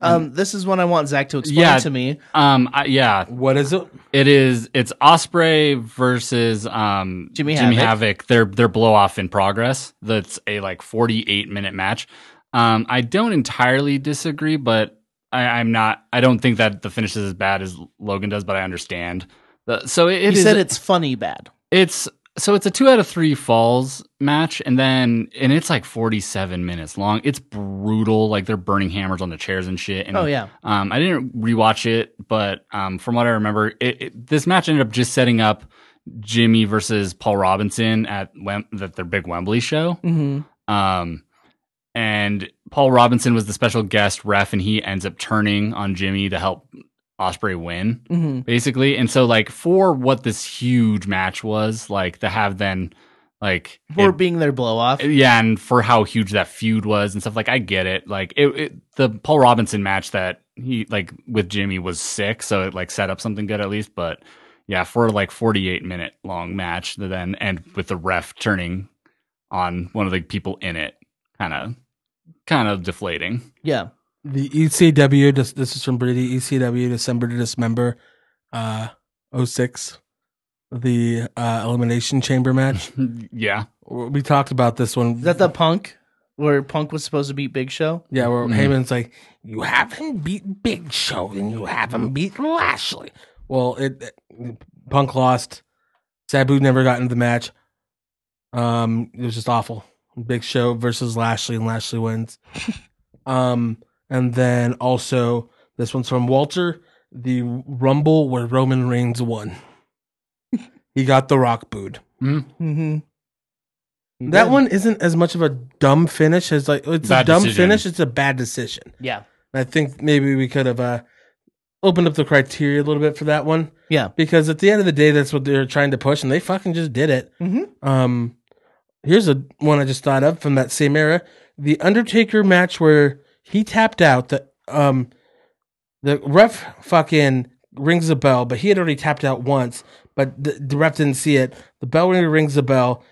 [SPEAKER 3] Um, this is one I want Zach to explain
[SPEAKER 4] Yeah.
[SPEAKER 3] to me.
[SPEAKER 4] Um, I, yeah,
[SPEAKER 1] What is it?
[SPEAKER 4] it is. It's Osprey versus um
[SPEAKER 3] Jimmy Havoc.
[SPEAKER 4] Havoc. Their their blow off in progress. That's a like forty eight minute match. Um, I don't entirely disagree, but I, I'm not. I don't think that the finish is as bad as Logan does, but I understand. The- so it,
[SPEAKER 3] He
[SPEAKER 4] it is-
[SPEAKER 3] said it's funny bad.
[SPEAKER 4] it's so it's a two out of three falls match and then and it's like 47 minutes long it's brutal like they're burning hammers on the chairs and shit and
[SPEAKER 3] Oh yeah,
[SPEAKER 4] um, i didn't rewatch it but um, from what i remember it, it, this match ended up just setting up jimmy versus paul robinson at Wem- that their big wembley show
[SPEAKER 3] mm-hmm.
[SPEAKER 4] um, and Paul Robinson was the special guest ref, and he ends up turning on Jimmy to help Osprey win,
[SPEAKER 3] Mhm.
[SPEAKER 4] basically. And so, like, for what this huge match was, like, to have then, like,
[SPEAKER 3] for
[SPEAKER 4] it-
[SPEAKER 3] being their blow off.
[SPEAKER 4] yeah, and for how huge that feud was and stuff, like, I get it. Like, it, it the Paul Robinson match that he like with Jimmy was sick, so it like set up something good at least, but. Yeah, for like forty-eight minute long match, to then end with the ref turning on one of the people in it kind of kind of deflating
[SPEAKER 3] yeah,
[SPEAKER 1] The ECW. This, this is from Brady. ECW December to Dismember, uh, 06. The uh, elimination chamber match.
[SPEAKER 4] yeah
[SPEAKER 1] we talked about this one.
[SPEAKER 3] is that the Punk where Punk was supposed to beat Big Show?
[SPEAKER 1] Yeah, where
[SPEAKER 4] Mhm.
[SPEAKER 1] Heyman's like, you haven't beat Big Show and you
[SPEAKER 4] Mm-hmm.
[SPEAKER 1] haven't beat Lashley. Well, it, it- Punk lost. Sabu never got into the match. Um, it was just awful. Big Show versus Lashley, and Lashley wins. um, and then also this one's from Walter, the Rumble where Roman Reigns won. he got the Rock booed.
[SPEAKER 3] Mm-hmm.
[SPEAKER 1] That one isn't as much of a dumb finish as like it's a
[SPEAKER 4] Bad
[SPEAKER 1] dumb
[SPEAKER 4] decision.
[SPEAKER 1] finish. It's a bad decision.
[SPEAKER 3] Yeah,
[SPEAKER 1] And I think maybe we could have uh, opened up the criteria a little bit for that one
[SPEAKER 3] yeah.
[SPEAKER 1] because at the end of the day, that's what they're trying to push, and they fucking just did it.
[SPEAKER 3] Mhm.
[SPEAKER 1] Um, here's a one I just thought of from that same era: the Undertaker match where he tapped out. The um, the ref fucking rings the bell, but he had already tapped out once, but the, the ref didn't see it. The bell ringer rings the bell.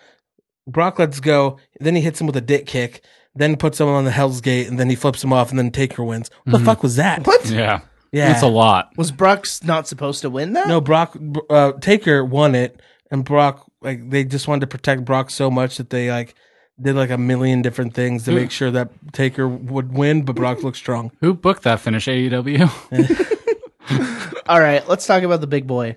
[SPEAKER 1] Brock lets go. Then he hits him with a dick kick. Then puts him on the Hell's Gate, and then he flips him off, and then Taker wins. What the fuck was that? What?
[SPEAKER 4] yeah
[SPEAKER 1] Yeah,
[SPEAKER 4] it's Mhm. a lot
[SPEAKER 3] Was Brock's not supposed to win that?
[SPEAKER 1] no, Brock uh, Taker won it, and Brock like they just wanted to protect Brock so much that they like did like a million different things to make
[SPEAKER 4] Mm.
[SPEAKER 1] sure that Taker would win, but Brock looked strong.
[SPEAKER 4] who booked that finish E aew
[SPEAKER 3] All right, let's talk about the big boy.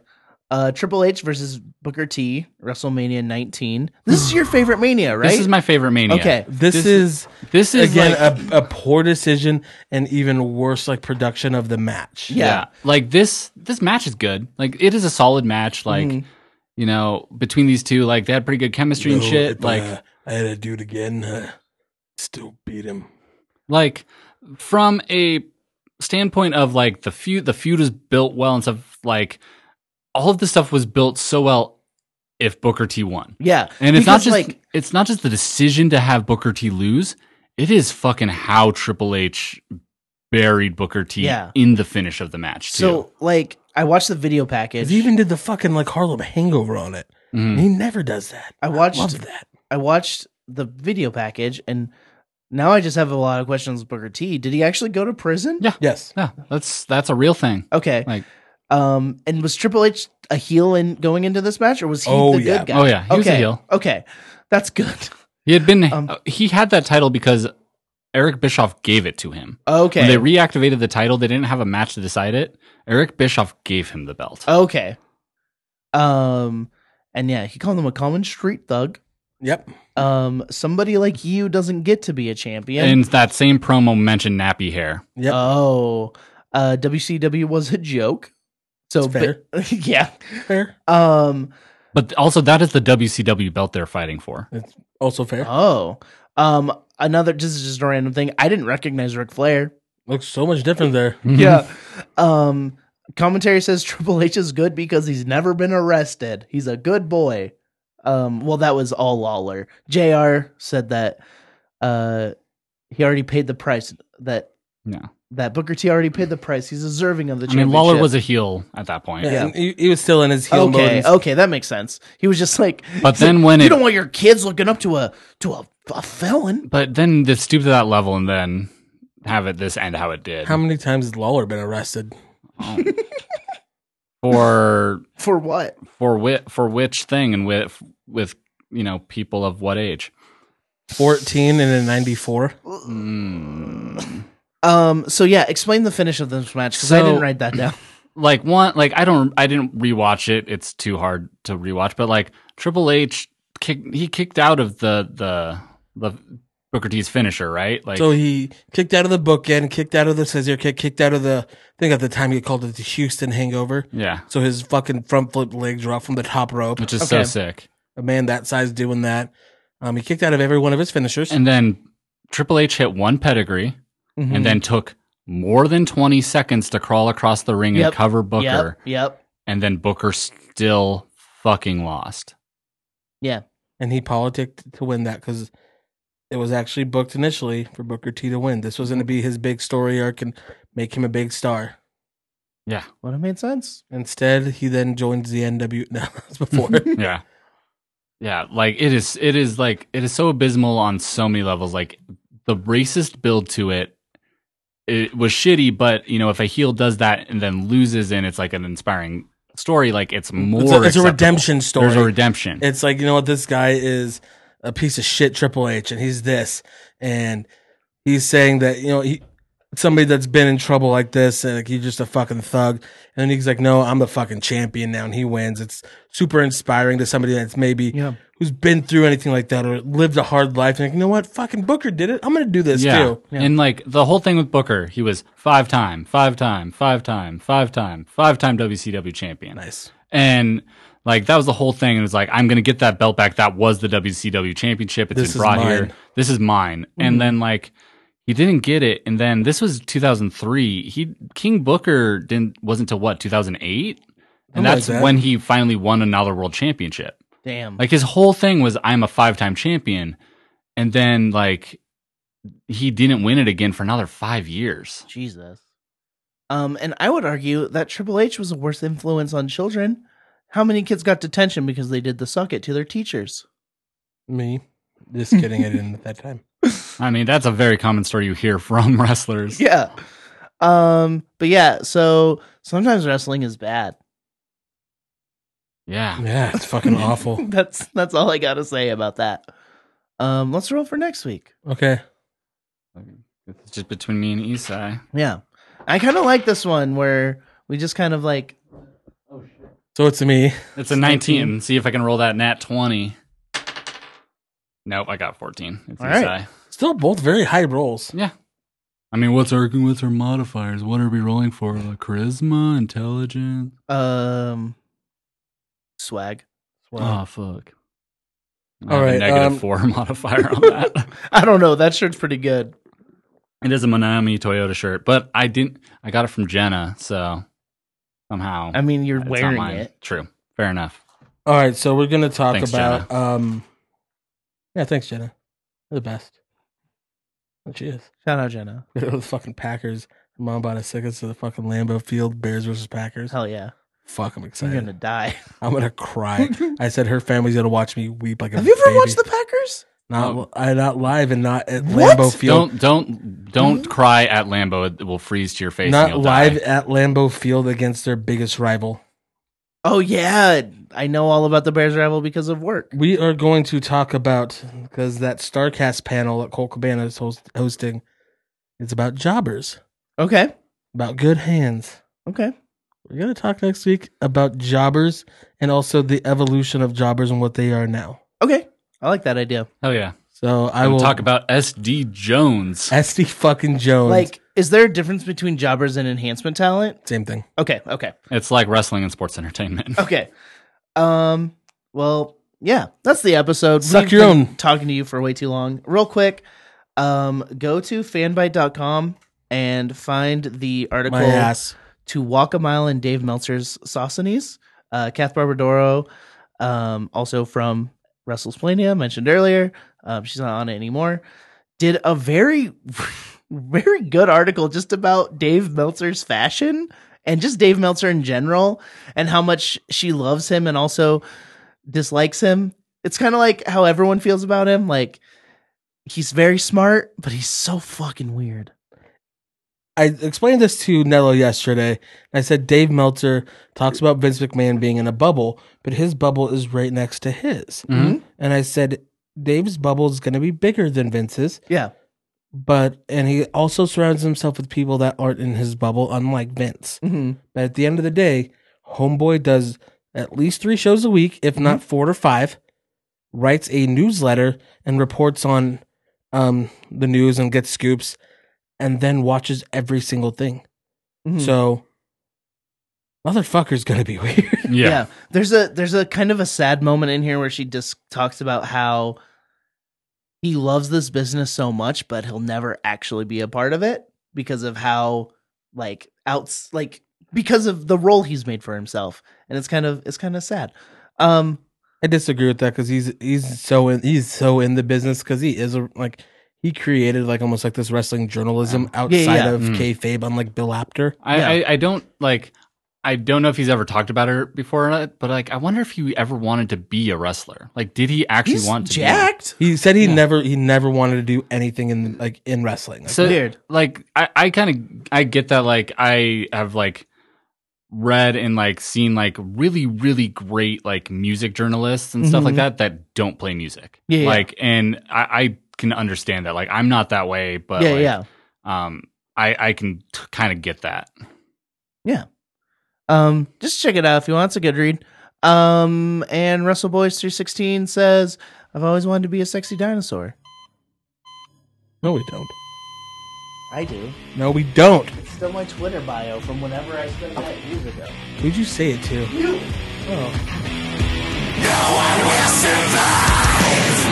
[SPEAKER 3] Uh, Triple H versus Booker T, WrestleMania 19. This is your favorite Mania, right?
[SPEAKER 4] this is my favorite mania
[SPEAKER 3] okay.
[SPEAKER 1] This,
[SPEAKER 4] This-
[SPEAKER 1] is
[SPEAKER 4] this is
[SPEAKER 1] again
[SPEAKER 4] like,
[SPEAKER 1] a, a poor decision and even worse like production of the match.
[SPEAKER 3] Yeah.
[SPEAKER 4] yeah. like this this match is good like it is a solid match like
[SPEAKER 3] Mm-hmm.
[SPEAKER 4] you know between these two like they had pretty good chemistry and shit like
[SPEAKER 1] Oh, uh, I had to do it again. still beat him.
[SPEAKER 4] like from a standpoint of like the feud the feud is built well and stuff like all of this stuff was built so well if booker t won
[SPEAKER 3] Yeah,
[SPEAKER 4] And it's not
[SPEAKER 3] Because,
[SPEAKER 4] just
[SPEAKER 3] like
[SPEAKER 4] it's not just the decision to have Booker T lose. It is fucking how Triple H buried Booker T
[SPEAKER 3] Yeah.
[SPEAKER 4] in the finish of the match too.
[SPEAKER 3] so. Like I watched the video package.
[SPEAKER 1] He even did the fucking like Harlem Hangover on it.
[SPEAKER 4] Mhm.
[SPEAKER 1] He never does that.
[SPEAKER 3] I watched
[SPEAKER 1] Love that.
[SPEAKER 3] I watched the video package, and now I just have a lot of questions. with Booker T, did he actually go to prison?
[SPEAKER 4] Yeah.
[SPEAKER 1] Yes.
[SPEAKER 4] yeah, that's that's a real thing.
[SPEAKER 3] Okay.
[SPEAKER 4] Like-
[SPEAKER 3] um, and was Triple H a heel in going into this match, or was he
[SPEAKER 1] Oh,
[SPEAKER 3] the
[SPEAKER 1] yeah.
[SPEAKER 3] good guy?
[SPEAKER 4] Oh, yeah. He
[SPEAKER 3] okay.
[SPEAKER 4] was a heel.
[SPEAKER 3] Okay, that's good.
[SPEAKER 4] He had been
[SPEAKER 3] Um,
[SPEAKER 4] uh, he had that title because Eric Bischoff gave it to him. When
[SPEAKER 3] Okay.
[SPEAKER 4] they reactivated the title, they didn't have a match to decide it. Eric Bischoff gave him the belt.
[SPEAKER 3] Oh, Okay. Um, and yeah, he called him a common street thug.
[SPEAKER 1] Yep.
[SPEAKER 3] Um, somebody like you doesn't get to be a champion.
[SPEAKER 4] And that same promo mentioned nappy hair.
[SPEAKER 1] Yep.
[SPEAKER 3] Oh, uh, WCW was a joke. So
[SPEAKER 1] That's
[SPEAKER 3] but- yeah.
[SPEAKER 1] fair.
[SPEAKER 3] Um.
[SPEAKER 4] But also that is the WCW belt they're fighting for.
[SPEAKER 1] Also fair.
[SPEAKER 3] Oh. Um. Another. This is just a random thing. I didn't recognize Ric Flair.
[SPEAKER 1] Looks so much different there.
[SPEAKER 4] Mm-hmm.
[SPEAKER 3] Yeah. Um. Commentary says Triple H is good because he's never been arrested. He's a good boy. Um. Well, that was all Lawler. Jr. said that. Uh, he already paid the price. That
[SPEAKER 4] Yeah.
[SPEAKER 3] that Booker T already paid the price. He's deserving of the
[SPEAKER 4] I
[SPEAKER 3] championship.
[SPEAKER 4] mean Lawler was a heel at that point.
[SPEAKER 1] Yeah, and he, he was still in his heel mode.
[SPEAKER 3] okay.
[SPEAKER 1] and-
[SPEAKER 3] Okay, that makes sense. He was just like.
[SPEAKER 4] But
[SPEAKER 3] he's like,
[SPEAKER 4] then when
[SPEAKER 3] you
[SPEAKER 4] it
[SPEAKER 3] don't want your kids looking up to a to a, a felon.
[SPEAKER 4] But then it's stooped to that level, and then have it this end how it did.
[SPEAKER 1] How many times has Lawler been arrested?
[SPEAKER 4] Oh. for
[SPEAKER 3] For what?
[SPEAKER 4] for wit for which thing and with with you know people of what age?
[SPEAKER 1] 14 and a 94.
[SPEAKER 4] Mm.
[SPEAKER 3] Um. So yeah, explain the finish of this match because I
[SPEAKER 4] So-
[SPEAKER 3] didn't write that down.
[SPEAKER 4] like one like I don't I didn't rewatch it. It's too hard to rewatch, but like Triple H kicked he kicked out of the the the Booker T's finisher, right? Like
[SPEAKER 1] so he kicked out of the bookend, kicked out of the scissor kick, kicked out of the. I think at the time he called it the Houston hangover.
[SPEAKER 4] yeah,
[SPEAKER 1] So his fucking front flip leg drop from the top rope.
[SPEAKER 4] which is so
[SPEAKER 3] Okay.
[SPEAKER 4] sick.
[SPEAKER 1] A man that size doing that. Um, he kicked out of every one of his finishers.
[SPEAKER 4] And then Triple H hit one pedigree
[SPEAKER 1] Mm-hmm.
[SPEAKER 3] Mhm.
[SPEAKER 4] and then took more than 20 seconds to crawl across the ring
[SPEAKER 3] Yep.
[SPEAKER 4] and cover Booker
[SPEAKER 3] Yep. Yep.
[SPEAKER 4] and then Booker still fucking lost.
[SPEAKER 1] and he politicked to win that because it was actually booked initially for Booker T to win. This was going to be his big story arc and make him a big star.
[SPEAKER 4] Yeah.
[SPEAKER 3] Would have made sense.
[SPEAKER 1] Instead, he then joins the NW. No, that's before.
[SPEAKER 4] Yeah. Yeah, like it is it is like it is so abysmal on so many levels. Like the racist build to it it was shitty, but you know, if a heel does that and then loses and it's like an inspiring story, like it's more
[SPEAKER 1] it's a, it's a
[SPEAKER 4] acceptable.
[SPEAKER 1] redemption story.
[SPEAKER 4] There's a redemption.
[SPEAKER 1] it's like you know what this guy is a piece of shit Triple H, and he's this, and he's saying that you know he somebody that's been in trouble like this, and like you're just a fucking thug, and then he's like, no, I'm the fucking champion now, and he wins. It's super inspiring to somebody that's maybe
[SPEAKER 3] Yeah.
[SPEAKER 1] who's been through anything like that or lived a hard life, and like you know what, fucking Booker did it. I'm gonna do this
[SPEAKER 4] yeah.
[SPEAKER 1] too.
[SPEAKER 4] And like the whole thing with Booker, he was five time, five time, five time, five time, five time WCW champion.
[SPEAKER 1] Nice.
[SPEAKER 4] And like that was the whole thing. It was like, I'm gonna get that belt back. That was the WCW championship. It's
[SPEAKER 1] This is
[SPEAKER 4] been brought
[SPEAKER 1] mine. Mm-hmm.
[SPEAKER 4] here. This is mine. And then like he didn't get it. And then this was 2003. He King Booker didn't wasn't till what 2008, and
[SPEAKER 1] Something like
[SPEAKER 4] that's
[SPEAKER 1] that.
[SPEAKER 4] when he finally won another world championship.
[SPEAKER 3] Damn.
[SPEAKER 4] Like his whole thing was, I'm a five time champion, and then like he didn't win it again for another five years.
[SPEAKER 3] Jesus. Um, and I would argue that Triple H was a worse influence on children. How many kids got detention because they did the suck it to their teachers?
[SPEAKER 1] Me, just kidding. I didn't at that time.
[SPEAKER 4] I mean, that's a very common story you hear from wrestlers.
[SPEAKER 3] Yeah. Um, but yeah, so sometimes wrestling is bad.
[SPEAKER 4] yeah.
[SPEAKER 1] Yeah, it's fucking awful.
[SPEAKER 3] that's that's all I gotta say about that. Um, let's roll for next week.
[SPEAKER 1] Okay,
[SPEAKER 4] It's just between me and Isai.
[SPEAKER 3] Yeah. I kinda like this one where we just kind of like
[SPEAKER 1] so it's me.
[SPEAKER 4] It's a 19. See if I can roll that nat 20. Nope, I got 14. It's
[SPEAKER 3] All
[SPEAKER 4] Isai.
[SPEAKER 3] right.
[SPEAKER 1] Still both very high rolls.
[SPEAKER 4] Yeah. I mean, what's our what's our modifiers? What are we rolling for? Like charisma, intelligence.
[SPEAKER 3] um swag.
[SPEAKER 1] Wow.
[SPEAKER 4] Oh fuck! I
[SPEAKER 1] All
[SPEAKER 4] have a
[SPEAKER 1] right,
[SPEAKER 4] negative
[SPEAKER 1] um,
[SPEAKER 4] four modifier on that.
[SPEAKER 3] I don't know, that shirt's pretty good.
[SPEAKER 4] it is a Manami Toyota shirt, but I didn't. I got it from Jenna, so somehow
[SPEAKER 3] I mean you're
[SPEAKER 4] it's not
[SPEAKER 3] wearing
[SPEAKER 4] mine.
[SPEAKER 3] it.
[SPEAKER 4] True. Fair enough.
[SPEAKER 1] All right, so we're gonna talk
[SPEAKER 4] Thanks,
[SPEAKER 1] about. um Yeah, thanks, Jenna. You're the best. And she is.
[SPEAKER 3] Shout out Jenna.
[SPEAKER 1] the fucking Packers. Mom bought us tickets to the fucking Lambeau Field Bears versus Packers.
[SPEAKER 3] Hell yeah.
[SPEAKER 1] Fuck, I'm
[SPEAKER 3] I'm
[SPEAKER 1] excited.
[SPEAKER 3] gonna die.
[SPEAKER 1] I'm gonna cry. I said her family's gonna watch me weep like a.
[SPEAKER 3] Have you ever
[SPEAKER 1] baby.
[SPEAKER 3] watched the Packers?
[SPEAKER 1] Not I not live and not at
[SPEAKER 3] What?
[SPEAKER 1] Lambeau Field.
[SPEAKER 4] Oh. Don't don't don't cry at Lambo. It will freeze to your face. and
[SPEAKER 1] not
[SPEAKER 4] you'll
[SPEAKER 1] live
[SPEAKER 4] die.
[SPEAKER 1] at Lambeau Field against their biggest rival.
[SPEAKER 3] Oh yeah, I know all about the Bears rival because of work.
[SPEAKER 1] We are going to talk about because that Starcast panel that Cole Cabana is host- hosting. It's about jobbers,
[SPEAKER 3] Okay,
[SPEAKER 1] about good hands.
[SPEAKER 3] okay.
[SPEAKER 1] We're gonna talk next week about jobbers and also the evolution of jobbers and what they are now.
[SPEAKER 3] Okay. I like that idea.
[SPEAKER 4] Hell yeah.
[SPEAKER 1] So I
[SPEAKER 4] I
[SPEAKER 1] will
[SPEAKER 4] will talk about SD Jones.
[SPEAKER 1] SD fucking Jones.
[SPEAKER 3] Like, is there a difference between jobbers and enhancement talent?
[SPEAKER 1] same thing.
[SPEAKER 3] Okay, okay,
[SPEAKER 4] It's like wrestling and sports entertainment.
[SPEAKER 3] okay. Um, well, yeah, that's the episode.
[SPEAKER 1] Suck your
[SPEAKER 3] been
[SPEAKER 1] own.
[SPEAKER 3] Talking to you for way too long. Real quick, um, go to fanbite.com and find the article
[SPEAKER 1] My ass.
[SPEAKER 3] to walk a mile in Dave Meltzer's Sauconies. Uh, Kath Barbadoro, um, also from WrestleSplania, mentioned earlier. Um, she's not on it anymore. Did a very, very good article just about Dave Meltzer's fashion and just Dave Meltzer in general and how much she loves him and also dislikes him. It's kind of like how everyone feels about him. Like, he's very smart, but he's so fucking weird.
[SPEAKER 1] I explained this to Nello yesterday. I said Dave Meltzer talks about Vince McMahon being in a bubble, but his bubble is right next to his.
[SPEAKER 4] Mhm.
[SPEAKER 1] And I said Dave's bubble is going to be bigger than Vince's,
[SPEAKER 3] Yeah.
[SPEAKER 1] but and he also surrounds himself with people that aren't in his bubble, unlike Vince.
[SPEAKER 3] Mm-hmm.
[SPEAKER 1] But at the end of the day, Homeboy does at least three shows a week, if not
[SPEAKER 3] Mm-hmm.
[SPEAKER 1] four to five, writes a newsletter and reports on um, the news and gets scoops, and then watches every single thing.
[SPEAKER 3] Hmm. Mm-hmm.
[SPEAKER 1] So, motherfucker's gonna be weird.
[SPEAKER 3] yeah.
[SPEAKER 4] yeah.
[SPEAKER 3] there's a there's a kind of a sad moment in here where she just talks about how he loves this business so much, but he'll never actually be a part of it because of how like outs like because of the role he's made for himself, and it's kind of it's kind of sad. Um,
[SPEAKER 1] I disagree with that because he's he's so in he's so in the business because he is a like he created like almost like this wrestling journalism outside
[SPEAKER 3] Oh. yeah.
[SPEAKER 1] of
[SPEAKER 4] Mm.
[SPEAKER 1] kayfabe, unlike Bill Apter.
[SPEAKER 4] I,
[SPEAKER 3] Yeah.
[SPEAKER 4] I, I don't like. I don't know if he's ever talked about it before or not, but like, I wonder if he ever wanted to be a wrestler. Like, did he actually
[SPEAKER 3] he's
[SPEAKER 4] want to? be one?
[SPEAKER 3] jacked.
[SPEAKER 1] He said he never he never wanted to do anything in like in wrestling. Like,
[SPEAKER 4] so
[SPEAKER 3] Weird.
[SPEAKER 4] like i, I kind of i get that like i have like read and like seen like really really great like music journalists and stuff like
[SPEAKER 3] Mhm.
[SPEAKER 4] that that don't play music
[SPEAKER 3] Yeah, yeah.
[SPEAKER 4] like and I, I can understand that like i'm not that way but
[SPEAKER 3] yeah,
[SPEAKER 4] like,
[SPEAKER 3] yeah.
[SPEAKER 4] um i i can t- kind of get that
[SPEAKER 3] Um, just check it out if you want. It's a good read. Um, and Russell Boys three sixteen says, "I've always wanted to be a sexy dinosaur."
[SPEAKER 1] no, we don't.
[SPEAKER 3] I do.
[SPEAKER 1] No, we don't.
[SPEAKER 3] It's still my Twitter bio from whenever I spent that years ago.
[SPEAKER 1] Who'd you say it to?
[SPEAKER 3] You.
[SPEAKER 1] Oh.
[SPEAKER 5] No one will survive.